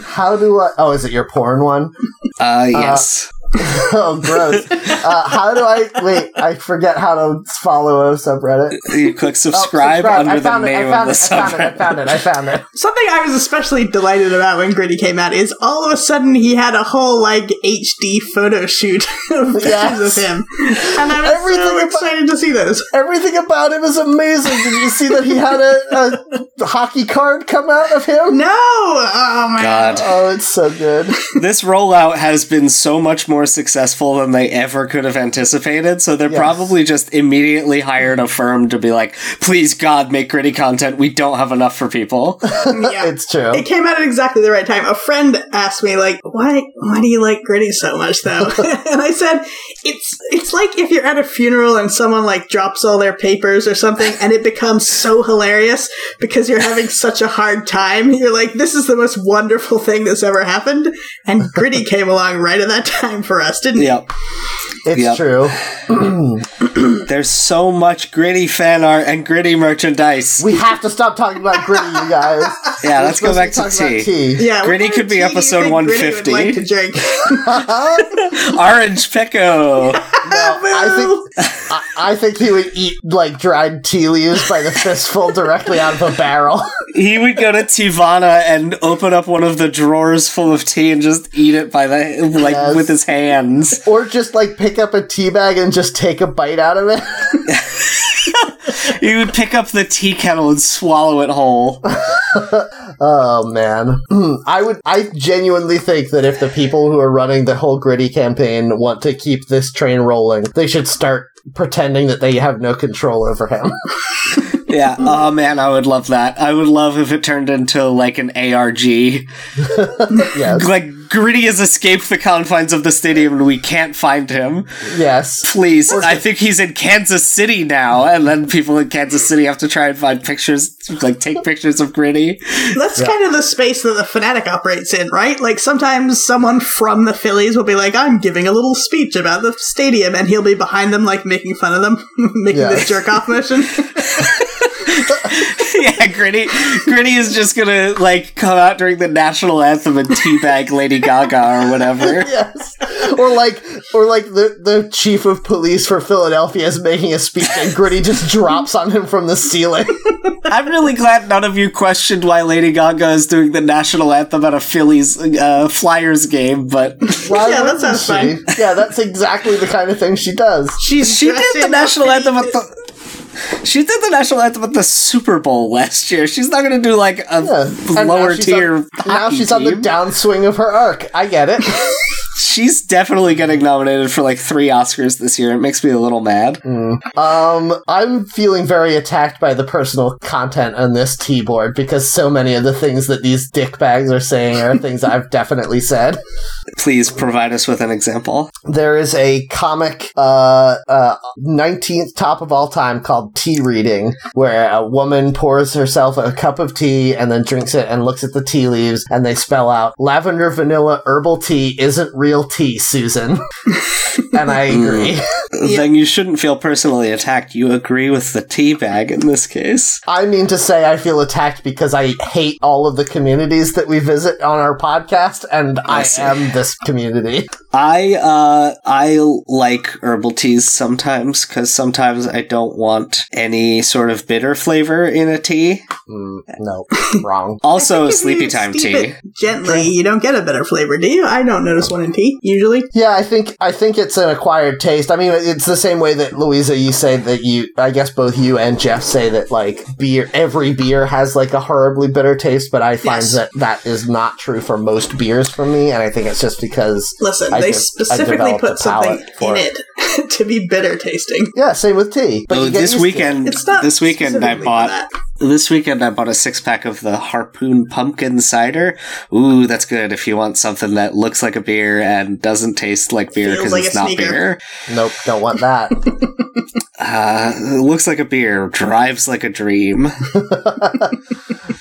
Speaker 1: How do I. Oh, is it your porn one?
Speaker 2: Uh, yes.
Speaker 1: (laughs) oh, gross. uh, how do I. Wait, I forget how to follow a subreddit.
Speaker 2: you click
Speaker 1: Oh,
Speaker 2: subscribe,
Speaker 1: I
Speaker 2: under the
Speaker 1: found it, I
Speaker 2: name of
Speaker 1: found
Speaker 2: the
Speaker 1: it, I found it, I
Speaker 2: subreddit.
Speaker 1: found it, I found it.
Speaker 3: Something I was especially delighted about when Gritty came out is all of a sudden he had a whole like HD photo shoot (laughs) of pictures
Speaker 1: Yes.
Speaker 3: of him, and I was
Speaker 1: Everything
Speaker 3: so
Speaker 1: about-
Speaker 3: excited to see those.
Speaker 1: (laughs) Everything about him is amazing. Did you see that he had a, a hockey card come out of him?
Speaker 3: No, oh my
Speaker 2: (laughs)
Speaker 3: god,
Speaker 2: God,
Speaker 1: Oh, it's so good.
Speaker 2: this rollout has been so much more successful than they ever could have anticipated. So they're
Speaker 1: Yes.
Speaker 2: probably just immediately hired a firm to be like, "Please, God, make gritty content. We don't have enough
Speaker 1: (laughs)
Speaker 2: for people."
Speaker 3: yeah.
Speaker 1: It's true. (laughs)
Speaker 3: It came out at exactly the right time. A friend asked me, like, why why do you like Gritty so much
Speaker 2: (laughs)
Speaker 3: though? and I said, It's it's like if you're at a funeral and someone like drops all their papers or something and it becomes so hilarious because you're having such a hard time. You're like, This is the most wonderful thing that's ever happened and Gritty came along right at that time for us, didn't it?
Speaker 2: yep.
Speaker 1: It's
Speaker 2: Yep.
Speaker 1: true.
Speaker 2: There's so much gritty fan art and gritty merchandise.
Speaker 1: We have to stop talking about gritty, you (laughs) guys.
Speaker 2: yeah,
Speaker 1: We're
Speaker 2: let's go
Speaker 1: supposed
Speaker 2: back
Speaker 1: be
Speaker 2: to
Speaker 1: talking
Speaker 2: tea.
Speaker 1: about tea.
Speaker 3: Yeah, what
Speaker 2: Gritty
Speaker 3: kind of
Speaker 2: could be
Speaker 3: tea do you
Speaker 2: episode
Speaker 3: think Gritty
Speaker 2: 150.
Speaker 3: would Like to drink.
Speaker 2: Orange
Speaker 1: (laughs)
Speaker 2: Pico.
Speaker 1: (laughs) No, I
Speaker 3: Boo.
Speaker 1: think (laughs) I, I think he would eat like dried tea leaves by the fistful directly out of a barrel. (laughs)
Speaker 2: he would go to Tivana and open up one of the drawers full of tea and just eat it by the like
Speaker 1: Yes.
Speaker 2: with his hands.
Speaker 1: or just like pick up a tea bag and just take a bite out of it. (laughs)
Speaker 2: He would pick up the tea kettle and swallow it whole.
Speaker 1: Oh man, (clears throat) I would. I genuinely think that if the people who are running the whole gritty campaign want to keep this train rolling, they should start pretending that they have no control over him. (laughs)
Speaker 2: yeah. Oh man, I would love that. I would love if it turned into like an ARG.
Speaker 1: (laughs) yes,
Speaker 2: Like Gritty has escaped the confines of the stadium and we can't find him.
Speaker 1: yes.
Speaker 2: Please, I think he's in Kansas City now, and then people in Kansas City have to try and find pictures, like (laughs) take pictures of Gritty.
Speaker 3: That's kind of the space that the fanatic operates in, right? Like sometimes someone from the Phillies will be like, "I'm giving a little speech about the stadium," and he'll be behind them, like making fun of them, (laughs) making
Speaker 1: Yeah.
Speaker 3: this jerk off motion.
Speaker 2: yeah, Gritty. Gritty is just gonna like come out during the national anthem and teabag Lady Gaga or whatever.
Speaker 1: Yes, or like, or like the the chief of police for Philadelphia is making a speech, and Gritty just drops on him from the ceiling. (laughs)
Speaker 2: I'm really glad none of you questioned why Lady Gaga is doing the national anthem at a Phillies uh, Flyers game, but (laughs)
Speaker 1: Why
Speaker 3: Yeah, that
Speaker 1: wouldn't
Speaker 3: sounds
Speaker 1: she?
Speaker 3: fine.
Speaker 1: Yeah, that's exactly the kind of thing she does.
Speaker 3: She's
Speaker 2: she did the national anthem at the. She did the national anthem at the Super Bowl last year. She's not going to do like a
Speaker 1: Yeah. And now
Speaker 2: lower
Speaker 1: she's
Speaker 2: tier.
Speaker 1: on- now
Speaker 2: hockey
Speaker 1: she's on the
Speaker 2: team.
Speaker 1: downswing of her arc. I get it.
Speaker 2: She's definitely getting nominated for like three Oscars this year. It makes me a little mad.
Speaker 1: Um, I'm feeling very attacked by the personal content on this T board because so many of the things that these dickbags are saying are things I've definitely said.
Speaker 2: Please provide us with an example.
Speaker 1: There is a comic, uh, uh, 19th top of all time called Tea Reading, where a woman pours herself a cup of tea and then drinks it and looks at the tea leaves and they spell out, Lavender vanilla herbal tea isn't real tea, Susan. (laughs) and I agree.
Speaker 2: Mm.
Speaker 3: Yeah.
Speaker 2: Then you shouldn't feel personally attacked. You agree with the tea bag in this case.
Speaker 1: I mean to say I feel attacked because I hate all of the communities that we visit on our podcast, and
Speaker 2: I
Speaker 1: I,
Speaker 2: see.
Speaker 1: am this community.
Speaker 2: I uh I like herbal teas sometimes because sometimes I don't want any sort of bitter flavor in a tea.
Speaker 1: Mm,
Speaker 2: (laughs)
Speaker 1: no, wrong.
Speaker 2: Also,
Speaker 3: If
Speaker 2: sleepy
Speaker 3: you
Speaker 2: time
Speaker 3: steep
Speaker 2: tea.
Speaker 3: it Gently, you don't get a better flavor, do you? I don't notice one in tea, usually.
Speaker 1: Yeah, I think I think it's an acquired taste. I mean, it's the same way that Louisa, you say that you, I guess both you and Jeff say that like beer, every beer has like a horribly bitter taste, but I find
Speaker 3: Yes.
Speaker 1: that that is not true for most beers for me, and I think it's just because.
Speaker 3: Listen,
Speaker 1: I
Speaker 3: they
Speaker 1: de- I
Speaker 3: specifically
Speaker 1: developed a
Speaker 3: put something
Speaker 1: palate for
Speaker 3: in it, (laughs) to be bitter tasting.
Speaker 1: Yeah, same with tea.
Speaker 2: Oh,
Speaker 1: you get used
Speaker 2: this
Speaker 1: to it.
Speaker 2: weekend,
Speaker 3: It's not
Speaker 2: this weekend I
Speaker 3: specifically for
Speaker 2: bought
Speaker 3: that.
Speaker 2: this weekend I bought a six pack of the Harpoon Pumpkin Cider. Ooh, that's good if you want something that looks like a beer and doesn't taste like beer
Speaker 3: Feels
Speaker 2: because
Speaker 3: like
Speaker 2: it's
Speaker 3: a
Speaker 2: not
Speaker 3: sneaker.
Speaker 2: beer.
Speaker 1: Nope, don't want that. (laughs)
Speaker 2: Uh, it looks like a beer, drives like a
Speaker 3: (laughs)
Speaker 2: dream.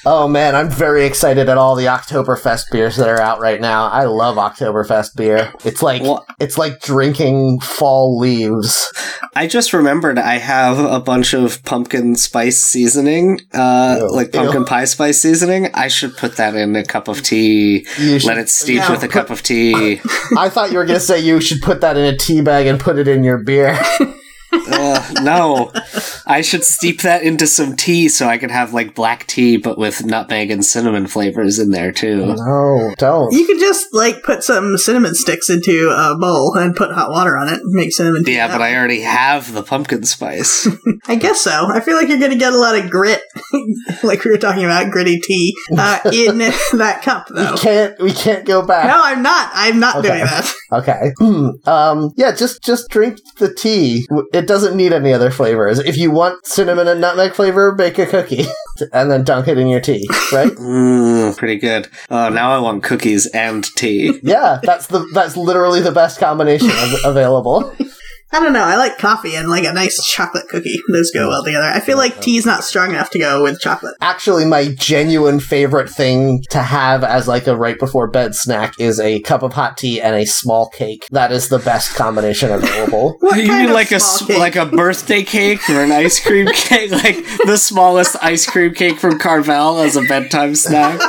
Speaker 1: Oh man, I'm very excited at all the Oktoberfest beers that are out right now. I love Oktoberfest beer. It's like
Speaker 2: Well-
Speaker 1: it's like drinking fall leaves.
Speaker 2: I just remembered I have a bunch of pumpkin spice seasoning, uh,
Speaker 1: Ew.
Speaker 2: like pumpkin
Speaker 1: Ew.
Speaker 2: pie spice seasoning. I should put that in a cup of tea.
Speaker 1: You should-
Speaker 2: Let it steep
Speaker 3: Yeah.
Speaker 2: with a cup of tea.
Speaker 1: I thought you were gonna say you should put that in a tea bag and put it in your beer.
Speaker 2: Ugh, Uh, no, I should steep that into some tea so I could have like black tea, but with nutmeg and cinnamon flavors in there too.
Speaker 1: (laughs) No, don't.
Speaker 3: You could just like put some cinnamon sticks into a bowl and put hot water on it and make cinnamon tea.
Speaker 2: Yeah,
Speaker 3: that
Speaker 2: but I already have the pumpkin spice.
Speaker 3: I guess so. I feel like you're going to get a lot of grit, (laughs) like we were talking about gritty tea,
Speaker 1: (laughs)
Speaker 3: uh, in that cup, though.
Speaker 1: We can't. We can't go back.
Speaker 3: No, I'm not. I'm not
Speaker 1: Okay.
Speaker 3: doing that.
Speaker 1: Okay. (clears throat) Hmm. um. Yeah. Just just drink the tea. W- It doesn't need any other flavors. If you want cinnamon and nutmeg flavor, bake a cookie (laughs) and then dunk it in your tea. (laughs) Right.
Speaker 2: Mm, pretty good. Oh, now I want cookies and tea.
Speaker 1: Yeah, that's the that's literally the best combination av- available.
Speaker 3: I don't know. I like coffee and like a nice chocolate cookie. Those go well together. I feel like tea's not strong enough to go with chocolate.
Speaker 1: Actually, my genuine favorite thing to have as like a right before bed snack is a cup of hot tea and a small cake. That is the best combination available.
Speaker 3: What
Speaker 2: you
Speaker 3: kind
Speaker 2: mean
Speaker 3: of
Speaker 2: like a
Speaker 3: small
Speaker 2: s-
Speaker 3: cake?
Speaker 2: like a birthday cake or an ice cream
Speaker 3: (laughs)
Speaker 2: cake, like the smallest ice cream cake from Carvel as a bedtime snack?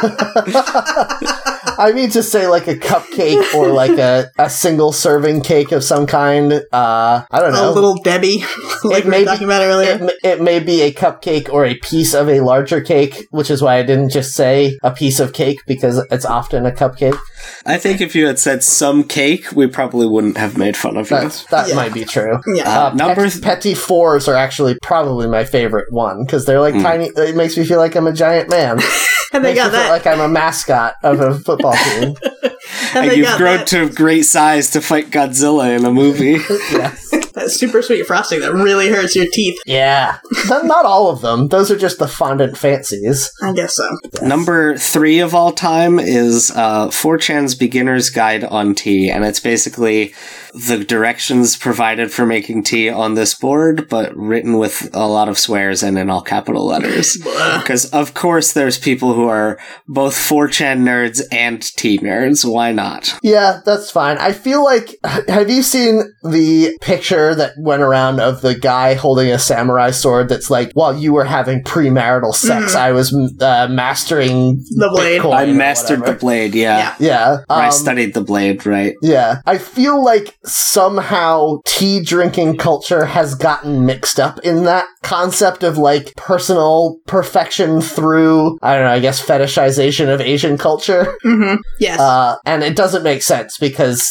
Speaker 1: I mean to say like a cupcake or like a, a single serving cake of some kind. Uh, I don't know.
Speaker 3: a little Debbie, (laughs) like we
Speaker 1: may
Speaker 3: were
Speaker 1: be-
Speaker 3: talking about earlier.
Speaker 1: it, it may be a cupcake or a piece of a larger cake, which is why I didn't just say a piece of cake because it's often a cupcake.
Speaker 2: I think if you had said some cake, we probably wouldn't have made fun of you.
Speaker 1: That, that
Speaker 3: Yeah.
Speaker 1: might be true.
Speaker 3: yeah.
Speaker 2: Uh,
Speaker 1: Uh,
Speaker 2: number
Speaker 1: pet-
Speaker 2: th-
Speaker 1: petty fours are actually probably my favorite one because they're like tiny. It makes me feel like I'm a giant man.
Speaker 3: (laughs) and they
Speaker 1: makes me feel
Speaker 3: got that.
Speaker 1: like I'm a mascot of a football
Speaker 3: (laughs)
Speaker 1: team.
Speaker 3: and
Speaker 2: and
Speaker 3: they
Speaker 2: you've
Speaker 3: got
Speaker 2: grown
Speaker 3: that,
Speaker 2: to great size to fight Godzilla in a
Speaker 3: (laughs)
Speaker 2: movie.
Speaker 3: that super sweet frosting that really hurts your teeth.
Speaker 1: yeah, not, not all of them. Those are just the fondant fancies.
Speaker 3: I guess so.
Speaker 2: Number three of all time is uh, 4chan's Beginner's Guide on Tea, and it's basically the directions provided for making tea on this board, but written with a lot of swears and in all capital letters.
Speaker 3: (laughs) Blah.
Speaker 2: Because of course, there's people who are both 4chan nerds and tea nerds. Why not?
Speaker 1: Yeah, that's fine. I feel like (laughs) have you seen the picture that went around of the guy holding a samurai sword? That's like while you were having premarital sex, I was uh, mastering
Speaker 3: Mm. The blade.
Speaker 1: Bitcoin
Speaker 2: I
Speaker 1: or
Speaker 2: mastered the
Speaker 1: Oh, whatever."
Speaker 2: blade. Yeah,
Speaker 3: Yeah.
Speaker 1: Yeah,
Speaker 2: Or I
Speaker 1: um,
Speaker 2: studied the blade. Right.
Speaker 1: Yeah. I feel like somehow tea drinking culture has gotten mixed up in that concept of like personal perfection through, I don't know, I guess fetishization of Asian culture. (laughs)
Speaker 3: hmm Yes.
Speaker 1: Uh, and it doesn't make sense because,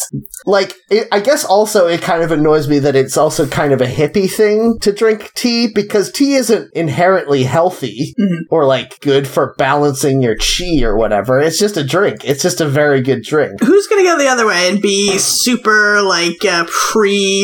Speaker 1: like, it, I guess also it kind of annoys me that it's also kind of a hippie thing to drink tea because tea isn't inherently healthy
Speaker 3: Mhm.
Speaker 1: or like good for balancing your chi or whatever. It's just a drink. It's just a very good drink.
Speaker 3: Who's gonna go the other way and be super like uh,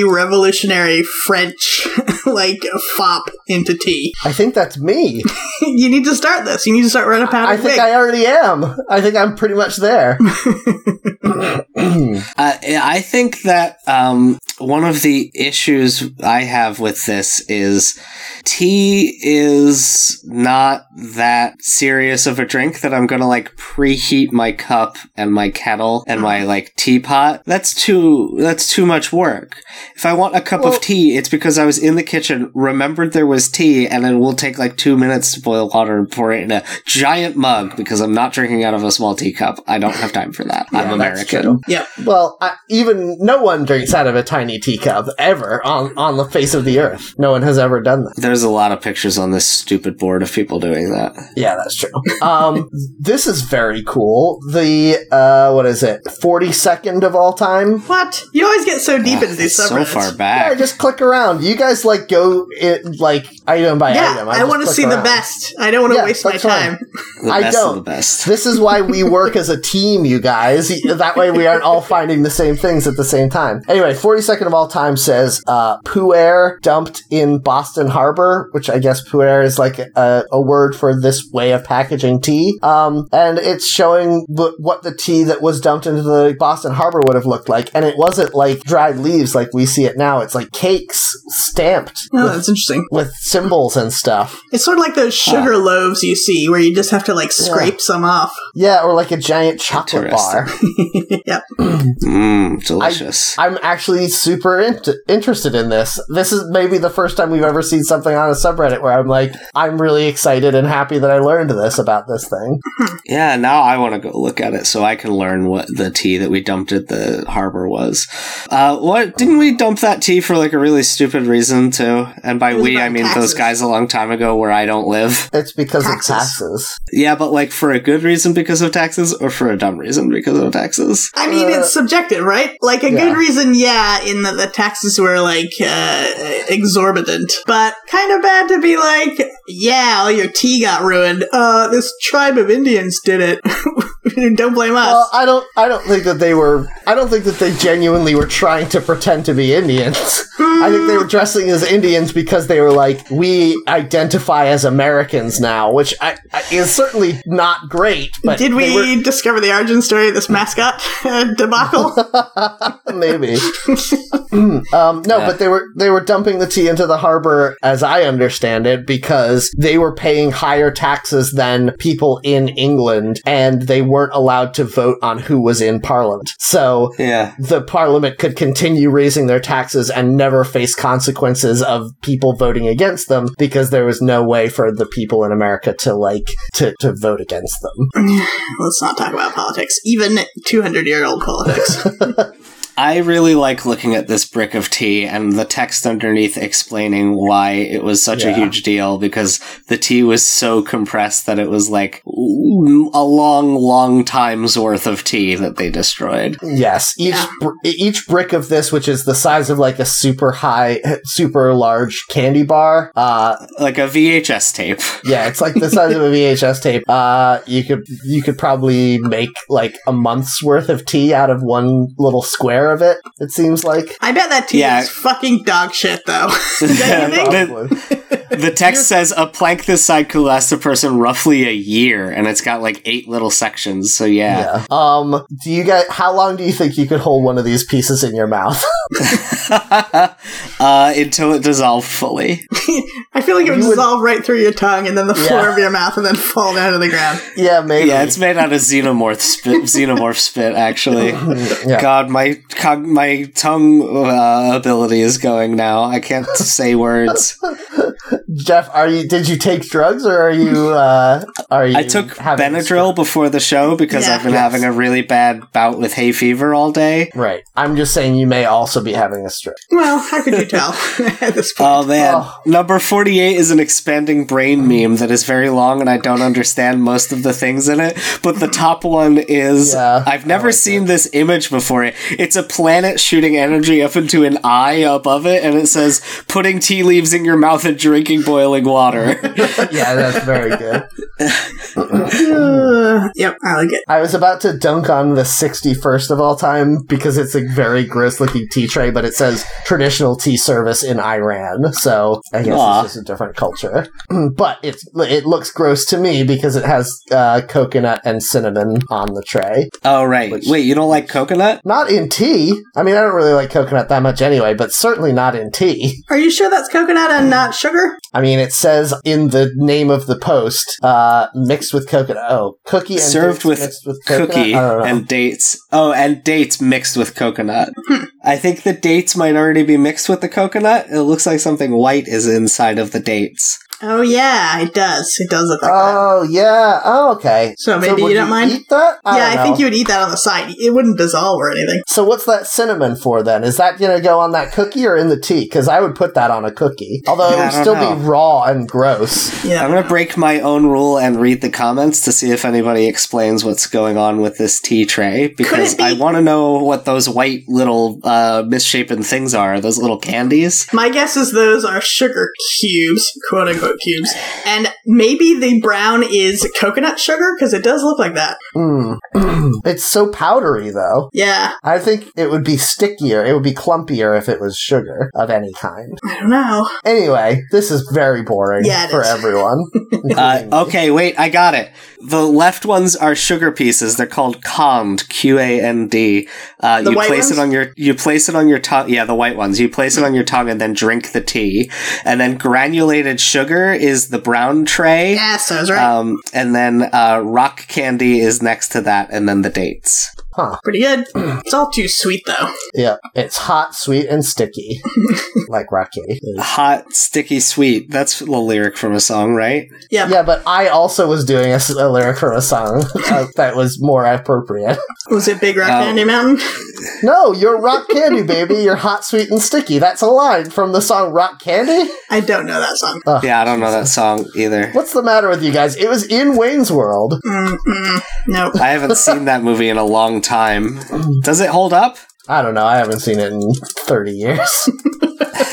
Speaker 3: pre-revolutionary French (laughs) like fop into tea?
Speaker 1: I think that's me.
Speaker 3: (laughs) you need to start this. You need to start running a pound.
Speaker 1: I
Speaker 3: of
Speaker 1: think
Speaker 3: cake.
Speaker 1: I already am. I think I'm pretty much there. (clears throat)
Speaker 2: Uh, I think that um, one of the issues I have with this is tea is not that serious of a drink that I'm gonna like preheat my cup and my kettle and my
Speaker 1: Uh-huh.
Speaker 2: like teapot. That's too that's too much work. If I want a cup
Speaker 1: Well-
Speaker 2: of tea, it's because I was in the kitchen, remembered there was tea, and it will take like two minutes to boil water and pour it in a giant mug because I'm not drinking out of a small teacup. I don't have time for that. I'm
Speaker 1: Yeah, that's
Speaker 2: American.
Speaker 1: true.
Speaker 3: Yeah.
Speaker 1: Well, I, even no one drinks out of a tiny teacup ever on, on the face of the earth. No one has ever done that.
Speaker 2: There's a lot of pictures on this stupid board of people doing that.
Speaker 1: Yeah, that's true. (laughs) Um, this is very cool. The, uh, what is it? 42nd of all time?
Speaker 3: What? You always get so deep
Speaker 2: Ah,
Speaker 3: into these
Speaker 2: it's so
Speaker 3: subreddits.
Speaker 2: far
Speaker 1: Yeah,
Speaker 2: back.
Speaker 1: just click around. You guys like go it, like item by
Speaker 3: Yeah,
Speaker 1: item.
Speaker 3: I,
Speaker 1: just
Speaker 3: want to
Speaker 1: click
Speaker 3: see the
Speaker 1: around.
Speaker 3: best. I don't want to
Speaker 1: Yeah,
Speaker 3: waste my
Speaker 1: that's fine.
Speaker 3: time.
Speaker 2: the
Speaker 1: I
Speaker 2: best
Speaker 1: don't.
Speaker 2: of the best.
Speaker 1: This is why we work as a team, you guys. That way we aren't all finding the same things at the same time. Anyway, 42nd of all time says, uh, Puer dumped in Boston Harbor, which I guess Puer is like a, a word for this way of packaging tea. Um, and it's showing wh- what the tea that was dumped into the Boston Harbor would have looked like. And it wasn't like dried leaves like we see it now. It's like cakes stamped
Speaker 3: Oh,
Speaker 1: with,
Speaker 3: that's interesting.
Speaker 1: with symbols and stuff.
Speaker 3: It's sort of like those sugar loaves you see where you just have to like scrape some off. (laughs)
Speaker 1: Yeah, or like a giant chocolate bar.
Speaker 3: yep.
Speaker 2: Mm, delicious.
Speaker 1: I'm actually super int- interested in this. This is maybe the first time we've ever seen something on a subreddit where I'm like, I'm really excited and happy that I learned this about this thing.
Speaker 2: yeah, now I want to go look at it so I can learn what the tea that we dumped at the harbor was. Uh, what didn't we dump that tea for like a really stupid reason too? And by
Speaker 3: It was
Speaker 2: we,
Speaker 3: about
Speaker 2: I mean
Speaker 3: taxes.
Speaker 2: those guys a long time ago where I don't live.
Speaker 1: It's because
Speaker 3: Taxes.
Speaker 1: of taxes.
Speaker 2: Yeah, but like for a good reason because of taxes, or for a dumb reason because of taxes.
Speaker 3: I mean,
Speaker 1: Uh,
Speaker 3: it's subjective, right? Like a
Speaker 1: yeah.
Speaker 3: good reason, yeah, in that the taxes were like uh, exorbitant, but kind of bad to be like, yeah, all your tea got ruined. Uh, this tribe of Indians did it. (laughs) Don't blame us.
Speaker 1: Well, I don't. I don't think that they were. I don't think that they genuinely were trying to pretend to be Indians. I think they were dressing as Indians because they were like, we identify as Americans now, which I, I, is certainly not great. But
Speaker 3: Hmm, did
Speaker 1: they
Speaker 3: we discover the origin story of this mascot
Speaker 1: (laughs)
Speaker 3: (laughs) debacle?
Speaker 1: maybe. um, no,
Speaker 2: Yeah.
Speaker 1: but they were they were dumping the tea into the harbor, as I understand it, because they were paying higher taxes than people in England, and they weren't allowed to vote on who was in Parliament. So
Speaker 2: Yeah,
Speaker 1: the Parliament could continue raising their taxes and never face consequences of people voting against them because there was no way for the people in America to like to, to vote against them.
Speaker 3: Let's not talk about politics, even 200 year old politics.
Speaker 2: I really like looking at this brick of tea and the text underneath explaining why it was such a
Speaker 1: Yeah.
Speaker 2: huge deal because the tea was so compressed that it was like ooh, a long, long time's worth of tea that they destroyed.
Speaker 1: Yes, each
Speaker 3: Yeah.
Speaker 1: br- each brick of this, which is the size of like a super high, (laughs) super large candy bar. Uh,
Speaker 2: Like a VHS tape.
Speaker 1: yeah, it's like the size of a VHS tape. Uh, you could you could probably make like a month's worth of tea out of one little square of it. It seems like.
Speaker 3: I bet that tea
Speaker 2: Yeah.
Speaker 3: is fucking dog shit,
Speaker 1: (laughs)
Speaker 3: though. (laughs) think?
Speaker 2: the,
Speaker 1: Probably. (laughs)
Speaker 2: the text says a plank this side could last a person roughly a year, and it's got like eight little sections. So yeah.
Speaker 1: Yeah. Um. Do you get how long do you think you could hold one of these pieces in your mouth? (laughs)
Speaker 2: (laughs) uh, until it dissolved fully.
Speaker 3: I feel like it would
Speaker 1: You would-
Speaker 3: dissolve right through your tongue and then the
Speaker 1: Yeah.
Speaker 3: floor of your mouth and then fall down to the ground.
Speaker 1: yeah, maybe.
Speaker 2: Yeah, it's made out of xenomorph spit. xenomorph spit, actually.
Speaker 1: (laughs) Yeah.
Speaker 2: God, my
Speaker 1: (laughs)
Speaker 2: cog- my tongue uh, ability is going now. I can't say words.
Speaker 1: Jeff, are you? Did you take drugs or are you? Uh, are you?
Speaker 2: I took
Speaker 1: having-
Speaker 2: Benadryl before the show because
Speaker 3: Yeah.
Speaker 2: I've been having a really bad bout with hay fever all day.
Speaker 1: Right. I'm just saying you may also be having a stroke.
Speaker 3: Well, how could you tell (laughs) at this point?
Speaker 2: Oh man.
Speaker 1: (laughs) Oh.
Speaker 2: Number 48 is an expanding brain meme that is very long and I don't understand most of the things in it, but the top one is
Speaker 1: Yeah,
Speaker 2: I've
Speaker 1: I
Speaker 2: never
Speaker 1: like
Speaker 2: seen this image before. It's a planet shooting energy up into an eye above it and it says putting tea leaves in your mouth and drinking
Speaker 1: (laughs)
Speaker 2: boiling water.
Speaker 1: Yeah, that's very good.
Speaker 3: Uh, yep, I like it.
Speaker 1: I was about to dunk on the 61st of all time because it's a very gross looking tea tray, but it says traditional tea service in Iran. So I guess
Speaker 2: Aw.
Speaker 1: it's just a different culture. (clears throat) but it's, it looks gross to me because it has uh, coconut and cinnamon on the tray.
Speaker 2: oh right.
Speaker 1: Which-
Speaker 2: Wait, you don't like coconut?
Speaker 1: Not in tea. I mean, I don't really like coconut that much anyway, but certainly not in tea.
Speaker 3: Are you sure that's coconut and not sugar?
Speaker 1: I mean, it says in the name of the post, uh, mixed with coconut. Oh, cookie and
Speaker 2: Served
Speaker 1: dates
Speaker 2: with
Speaker 1: mixed with coconut?
Speaker 2: cookie
Speaker 1: I don't know.
Speaker 2: and dates. Oh, and dates mixed with coconut.
Speaker 1: (laughs)
Speaker 2: I think the dates might already be mixed with the coconut. It looks like something white is inside of the dates.
Speaker 3: Oh yeah, it does. It does look like that.
Speaker 1: Oh yeah. Oh okay.
Speaker 3: So maybe you
Speaker 1: would
Speaker 3: don't mind?
Speaker 1: eat that?
Speaker 3: yeah,
Speaker 1: don't
Speaker 3: I think
Speaker 1: know.
Speaker 3: you would eat that on the side. It wouldn't dissolve or anything.
Speaker 1: So what's that cinnamon for then? Is that gonna go on that cookie or in the tea? Because I would put that on a cookie, although
Speaker 2: Yeah,
Speaker 1: it
Speaker 2: I
Speaker 1: would
Speaker 2: don't
Speaker 1: still
Speaker 2: know.
Speaker 1: be raw and gross.
Speaker 3: Yeah.
Speaker 2: I'm going to break my own rule and read the comments to see if anybody explains what's going on with this tea tray because
Speaker 3: be-
Speaker 2: I want to know what those white little uh, misshapen things are, those little
Speaker 3: (laughs)
Speaker 2: candies.
Speaker 3: My guess is those are sugar cubes, quote unquote cubes, and maybe the brown is coconut sugar because it does look like that.
Speaker 1: Mm. (clears throat) it's so powdery though.
Speaker 3: Yeah,
Speaker 1: I think it would be stickier. It would be clumpier if it was sugar of any kind.
Speaker 3: I don't know.
Speaker 1: Anyway, this is very boring
Speaker 3: Yeah, it
Speaker 1: for
Speaker 3: is. (laughs)
Speaker 1: everyone.
Speaker 2: Uh, okay, wait, I got it. The left ones are sugar pieces. They're called cond, Q A N D. Uh,
Speaker 3: The
Speaker 2: you
Speaker 3: white
Speaker 2: place
Speaker 3: ones?
Speaker 2: it on your you place it on your tongue. Yeah, the white ones. You place it on your tongue and then drink the tea. And then granulated sugar is the brown tray.
Speaker 3: Yeah, so I was right.
Speaker 2: Um, and then uh, rock candy is next to that, and then the dates.
Speaker 3: Pretty good. It's all too sweet though.
Speaker 1: yeah, it's hot, sweet, and sticky, like Rocky.
Speaker 2: Hot, sticky, sweet. That's the lyric from a song, right?
Speaker 3: Yeah.
Speaker 1: Yeah, but I also was doing a, s- a lyric from a song uh, that was more appropriate. (laughs)
Speaker 3: Was it Big Rock
Speaker 2: Oh.
Speaker 3: Candy Mountain?
Speaker 1: No, you're rock candy, baby. You're hot, sweet, and sticky. That's a line from the song Rock Candy.
Speaker 3: I don't know that song.
Speaker 1: Ugh.
Speaker 2: Yeah, I don't know that song either.
Speaker 1: What's the matter with you guys? It was in Wayne's World.
Speaker 3: Mm-mm. Nope.
Speaker 2: I haven't seen that movie in a long time. Does it hold up?
Speaker 1: I don't know. I haven't seen it in 30 years. (laughs)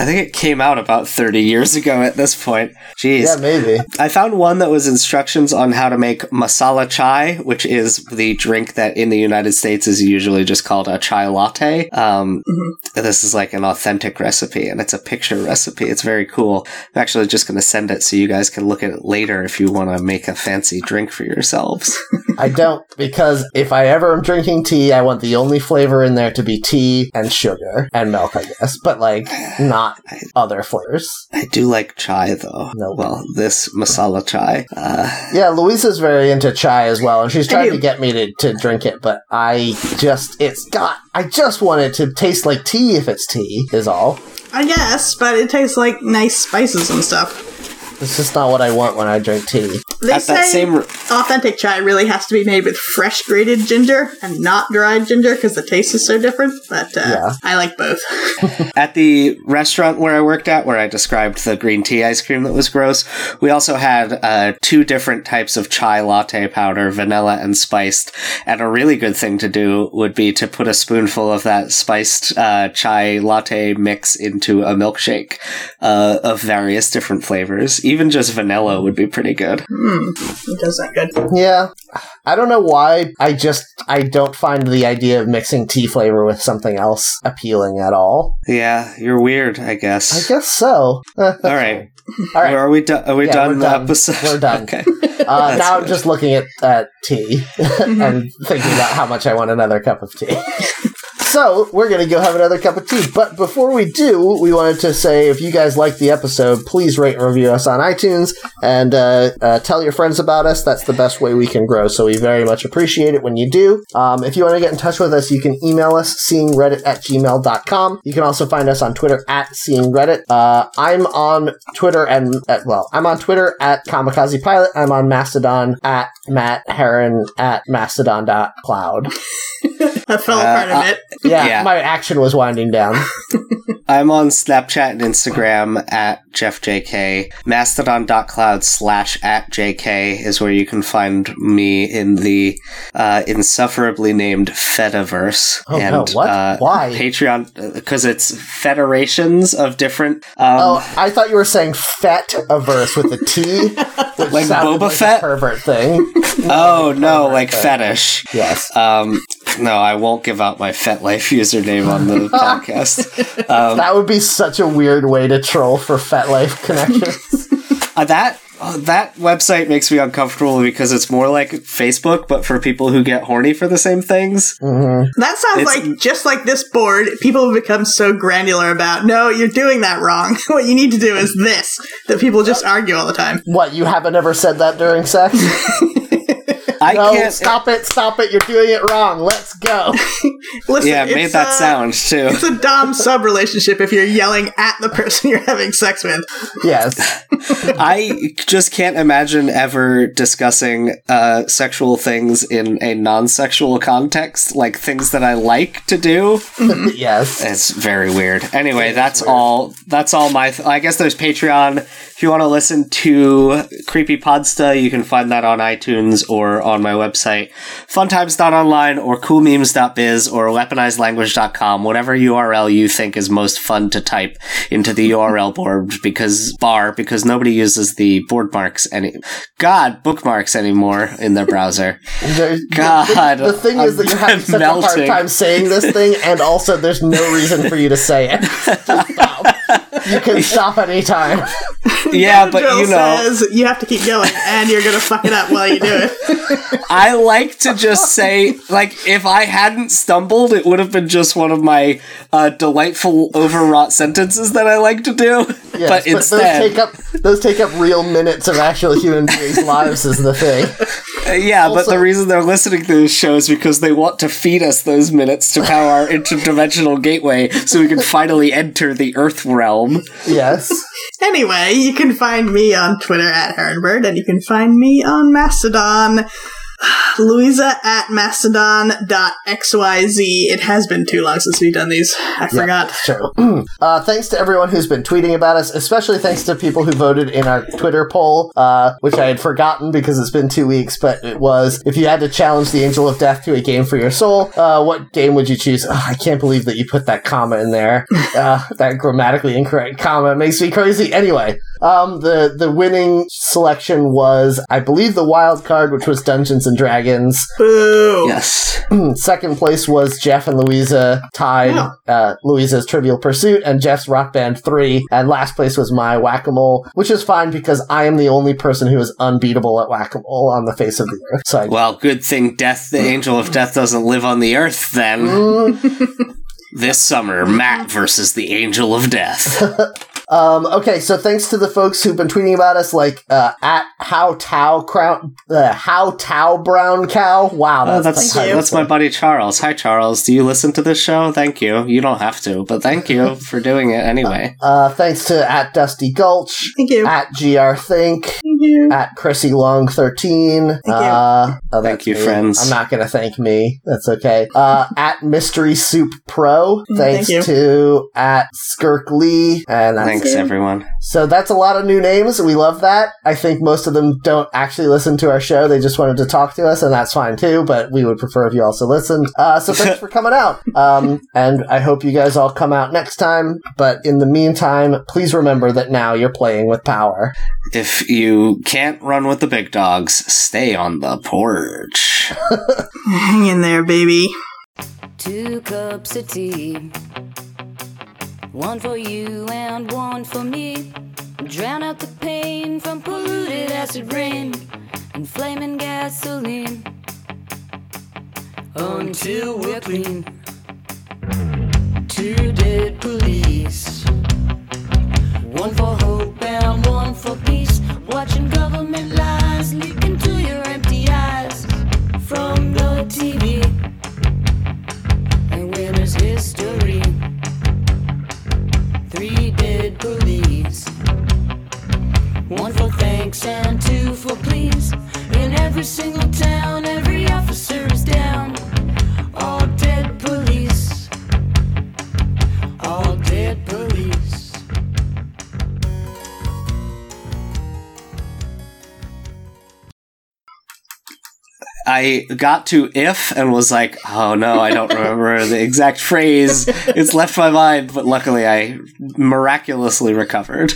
Speaker 2: I think it came out about 30 years ago at this point. Jeez.
Speaker 1: yeah, maybe.
Speaker 2: I found one that was instructions on how to make masala chai, which is the drink that in the United States is usually just called a chai latte. Um,
Speaker 3: Mm-hmm.
Speaker 2: This is like an authentic recipe, and it's a picture recipe. It's very cool. I'm actually just going to send it so you guys can look at it later if you want to make a fancy drink for
Speaker 3: (laughs)
Speaker 2: yourselves.
Speaker 1: I don't, because if I ever am drinking tea, I want the only flavor in there to be tea and sugar and milk, I guess, but like not other flavors.
Speaker 2: I do like chai, though.
Speaker 1: No.
Speaker 2: Well, this masala chai. Uh,
Speaker 1: Yeah, Louisa's very into chai as well, and she's
Speaker 3: I
Speaker 1: trying
Speaker 3: do.
Speaker 1: to get me to, to drink it, but I just, it's got, I just want it to taste like tea if it's tea, is all.
Speaker 3: I guess, but it tastes like nice spices and stuff.
Speaker 1: It's just not what I want when I drink tea.
Speaker 3: They
Speaker 2: at
Speaker 3: say
Speaker 2: that same.
Speaker 3: authentic chai really has to be made with fresh grated ginger and not dried ginger because the taste is so different. But uh,
Speaker 1: Yeah.
Speaker 3: I like both. (laughs)
Speaker 2: At the restaurant where I worked at, where I described the green tea ice cream that was gross, we also had uh, two different types of chai latte powder, vanilla and spiced. And a really good thing to do would be to put a spoonful of that spiced uh, chai latte mix into a milkshake uh, of various different flavors. Even just vanilla would be pretty good.
Speaker 3: Hmm, it does that good.
Speaker 1: Yeah. I don't know why. I just, I don't find the idea of mixing tea flavor with something else appealing at all.
Speaker 2: Yeah, you're weird, I
Speaker 1: I
Speaker 2: guess.
Speaker 1: guess so. Eh. all
Speaker 2: All right.
Speaker 1: All right.
Speaker 2: Are we, do- are we
Speaker 1: Yeah,
Speaker 2: done
Speaker 1: we're
Speaker 2: with the
Speaker 1: done.
Speaker 2: episode?
Speaker 1: We're done.
Speaker 2: (laughs) Okay.
Speaker 3: (laughs)
Speaker 1: Uh, now I'm
Speaker 2: good.
Speaker 1: just
Speaker 3: Mm-hmm.
Speaker 1: looking at, at tea and thinking about how much I want another cup of tea. So we're gonna go have another cup of tea. But before we do, we wanted to say if you guys liked the episode, please rate and review us on iTunes and uh, uh, tell your friends about us. That's the best way we can grow. So we very much appreciate it when you do. Um, if you want to get in touch with us, you can email us seeingreddit at gmail.com. You can also find us on Twitter at seeingreddit. Uh, I'm on Twitter and at, well, I'm on Twitter at kamikaze pilot. I'm on Mastodon at Matt Heron at mastodon.cloud.
Speaker 3: I fell
Speaker 2: Uh,
Speaker 3: apart a
Speaker 2: uh,
Speaker 3: bit.
Speaker 1: Yeah,
Speaker 2: Yeah.
Speaker 1: my action was winding down.
Speaker 2: I'm on Snapchat and Instagram at JeffJK. Mastodon.cloud slash at JK is where you can find me in the uh, insufferably named Fediverse.
Speaker 1: Oh, no, what?
Speaker 2: Uh,
Speaker 1: Why?
Speaker 2: Patreon, because it's federations of different. Um,
Speaker 1: Oh, I thought you were saying fet averse with a (laughs) T, which
Speaker 2: Like
Speaker 1: sounded
Speaker 2: Boba
Speaker 1: like a
Speaker 2: Fett?
Speaker 1: pervert thing.
Speaker 2: oh, no, like fetish.
Speaker 1: Yes.
Speaker 2: Um, no, I won't give out my FetLife username
Speaker 1: (laughs)
Speaker 2: on the podcast. Um,
Speaker 1: That would be such a weird way to troll for FetLife
Speaker 2: (laughs)
Speaker 1: connections.
Speaker 2: Uh, that uh, that website makes me uncomfortable because it's more like Facebook, but for people who get horny for the same things.
Speaker 3: That sounds
Speaker 2: It's-
Speaker 3: like just like this board, people have become so granular about, no, you're doing that wrong. (laughs) what you need to do is this, that people just argue all the time.
Speaker 1: what, you haven't ever said that during sex?
Speaker 2: I
Speaker 1: No,
Speaker 2: can't. uh,
Speaker 1: stop it, stop it, you're doing it wrong. Let's go.
Speaker 3: Listen,
Speaker 2: Yeah, it made
Speaker 3: it's,
Speaker 2: that
Speaker 3: uh,
Speaker 2: sound too.
Speaker 3: (laughs)
Speaker 2: (laughs)
Speaker 3: It's a dom sub relationship if you're yelling at the person (laughs) you're having sex with.
Speaker 1: Yes.
Speaker 2: I just can't imagine ever discussing uh, sexual things in a non-sexual context, like things that I like to do.
Speaker 1: yes.
Speaker 2: (laughs) It's very weird. Anyway, that's all. That's all my. Th- I guess there's Patreon. If you want to listen to Creepy Podsta, you can find that on iTunes or on my website, funtimes.online or coolmemes.biz or weaponizedlanguage.com. Whatever URL you think is most fun to type into the
Speaker 1: (laughs)
Speaker 2: URL board because bar because nobody uses the board marks any. God, bookmarks anymore in their browser.
Speaker 1: There- (laughs) the-
Speaker 2: God,
Speaker 1: The, the thing is that you're
Speaker 2: I'm
Speaker 1: having such a hard
Speaker 2: melting.
Speaker 1: time saying this thing, and also there's no reason for you to say
Speaker 2: (laughs)
Speaker 1: it. Just stop. You can stop anytime. (laughs)
Speaker 2: yeah, but
Speaker 3: Jill
Speaker 2: you know.
Speaker 3: says you have to keep going and you're gonna fuck it up while you do it. (laughs)
Speaker 2: I like to just say, like, if I hadn't stumbled, it would have been just one of my uh, delightful, overwrought sentences that I like to do.
Speaker 1: Yes,
Speaker 2: but
Speaker 1: those
Speaker 2: instead,
Speaker 1: take up those take up real minutes of actual human
Speaker 2: (laughs)
Speaker 1: beings' lives is the thing.
Speaker 2: uh, yeah, but
Speaker 1: also-
Speaker 2: the reason they're listening to this show is because they want to feed us those minutes to power our interdimensional gateway so we can finally enter the Earth realm.
Speaker 1: Yes.
Speaker 3: Anyway, you can find me on Twitter at Herrenbird and you can find me on Mastodon. (sighs) Louisa at mastodon.xyz. It has been too long since we've done these. I forgot.
Speaker 1: Sure. (clears throat) uh, thanks to everyone who's been tweeting about us, especially thanks to people who voted in our Twitter poll, uh, which I had forgotten because it's been two weeks, but it was if you had to challenge the Angel of Death to a game for your soul, uh, what game would you choose? Ugh, I can't believe that you put that comma in there. Uh, that grammatically incorrect comma makes me crazy. Anyway, um, the the winning selection was, I believe, the wild card, which was Dungeons and Dragons.
Speaker 3: Boo.
Speaker 2: Yes.
Speaker 1: Second place was Jeff and Louisa tied
Speaker 3: Wow.
Speaker 1: uh, Louisa's Trivial Pursuit and Jeff's Rock Band 3. And last place was my Whack a Mole, which is fine because I am the only person who is unbeatable at Whack a Mole on the face of the earth. So I.
Speaker 2: Well, good thing Death, the Angel of Death, doesn't live on the Earth then.
Speaker 1: Mm.
Speaker 2: This summer, Matt versus the Angel of Death.
Speaker 1: Um, okay, so thanks to the folks who've been tweeting about us, like uh, at How Tao Crown, uh, How Tao Brown Cow. Wow,
Speaker 2: Oh,
Speaker 1: that's,
Speaker 2: that's
Speaker 3: Thank you.
Speaker 2: that's my buddy Charles. Hi, Charles. Do you listen to this show? Thank you. You don't have to, but
Speaker 1: (laughs)
Speaker 2: thank you for doing it anyway.
Speaker 1: uh, thanks to at Dusty Gulch,
Speaker 3: Thank you.
Speaker 1: at Gr Think,
Speaker 3: Thank you.
Speaker 1: at Chrissy Long thirteen.
Speaker 3: you.
Speaker 1: Uh, oh,
Speaker 2: Thank
Speaker 1: that's
Speaker 2: you,
Speaker 1: me.
Speaker 2: friends.
Speaker 1: I'm not going to thank me. That's okay. Uh, at Mystery Soup Pro. Thanks
Speaker 3: Mm, thank you.
Speaker 1: to at Skirk Lee. And that's
Speaker 2: Thanks,
Speaker 3: it.
Speaker 2: everyone.
Speaker 1: so that's a lot of new names. We love that. I think most of them don't actually listen to our show. They just wanted to talk to us, and that's fine too. But we would prefer if you also listened. Uh,
Speaker 2: (laughs)
Speaker 1: so thanks for coming out. Um, and I hope you guys all come out next time. But in the meantime, please remember that now you're playing with power.
Speaker 2: If you can't run with the big dogs, stay on the porch.
Speaker 3: Hang in there, baby.
Speaker 4: Two cups of tea. One for you and one for me. Drown out the pain from polluted acid rain and flaming gasoline. Until we're clean. two dead police. One for hope and one for peace. Watching government lies leak into your empty eyes from the TV. And winter's history. Three dead police. One for thanks and two for please. In every single town, every officer is down. All dead police. All dead police.
Speaker 2: I got to if and was like, oh no,
Speaker 1: (laughs)
Speaker 2: I don't remember the exact phrase. It's left my mind, but luckily I miraculously recovered.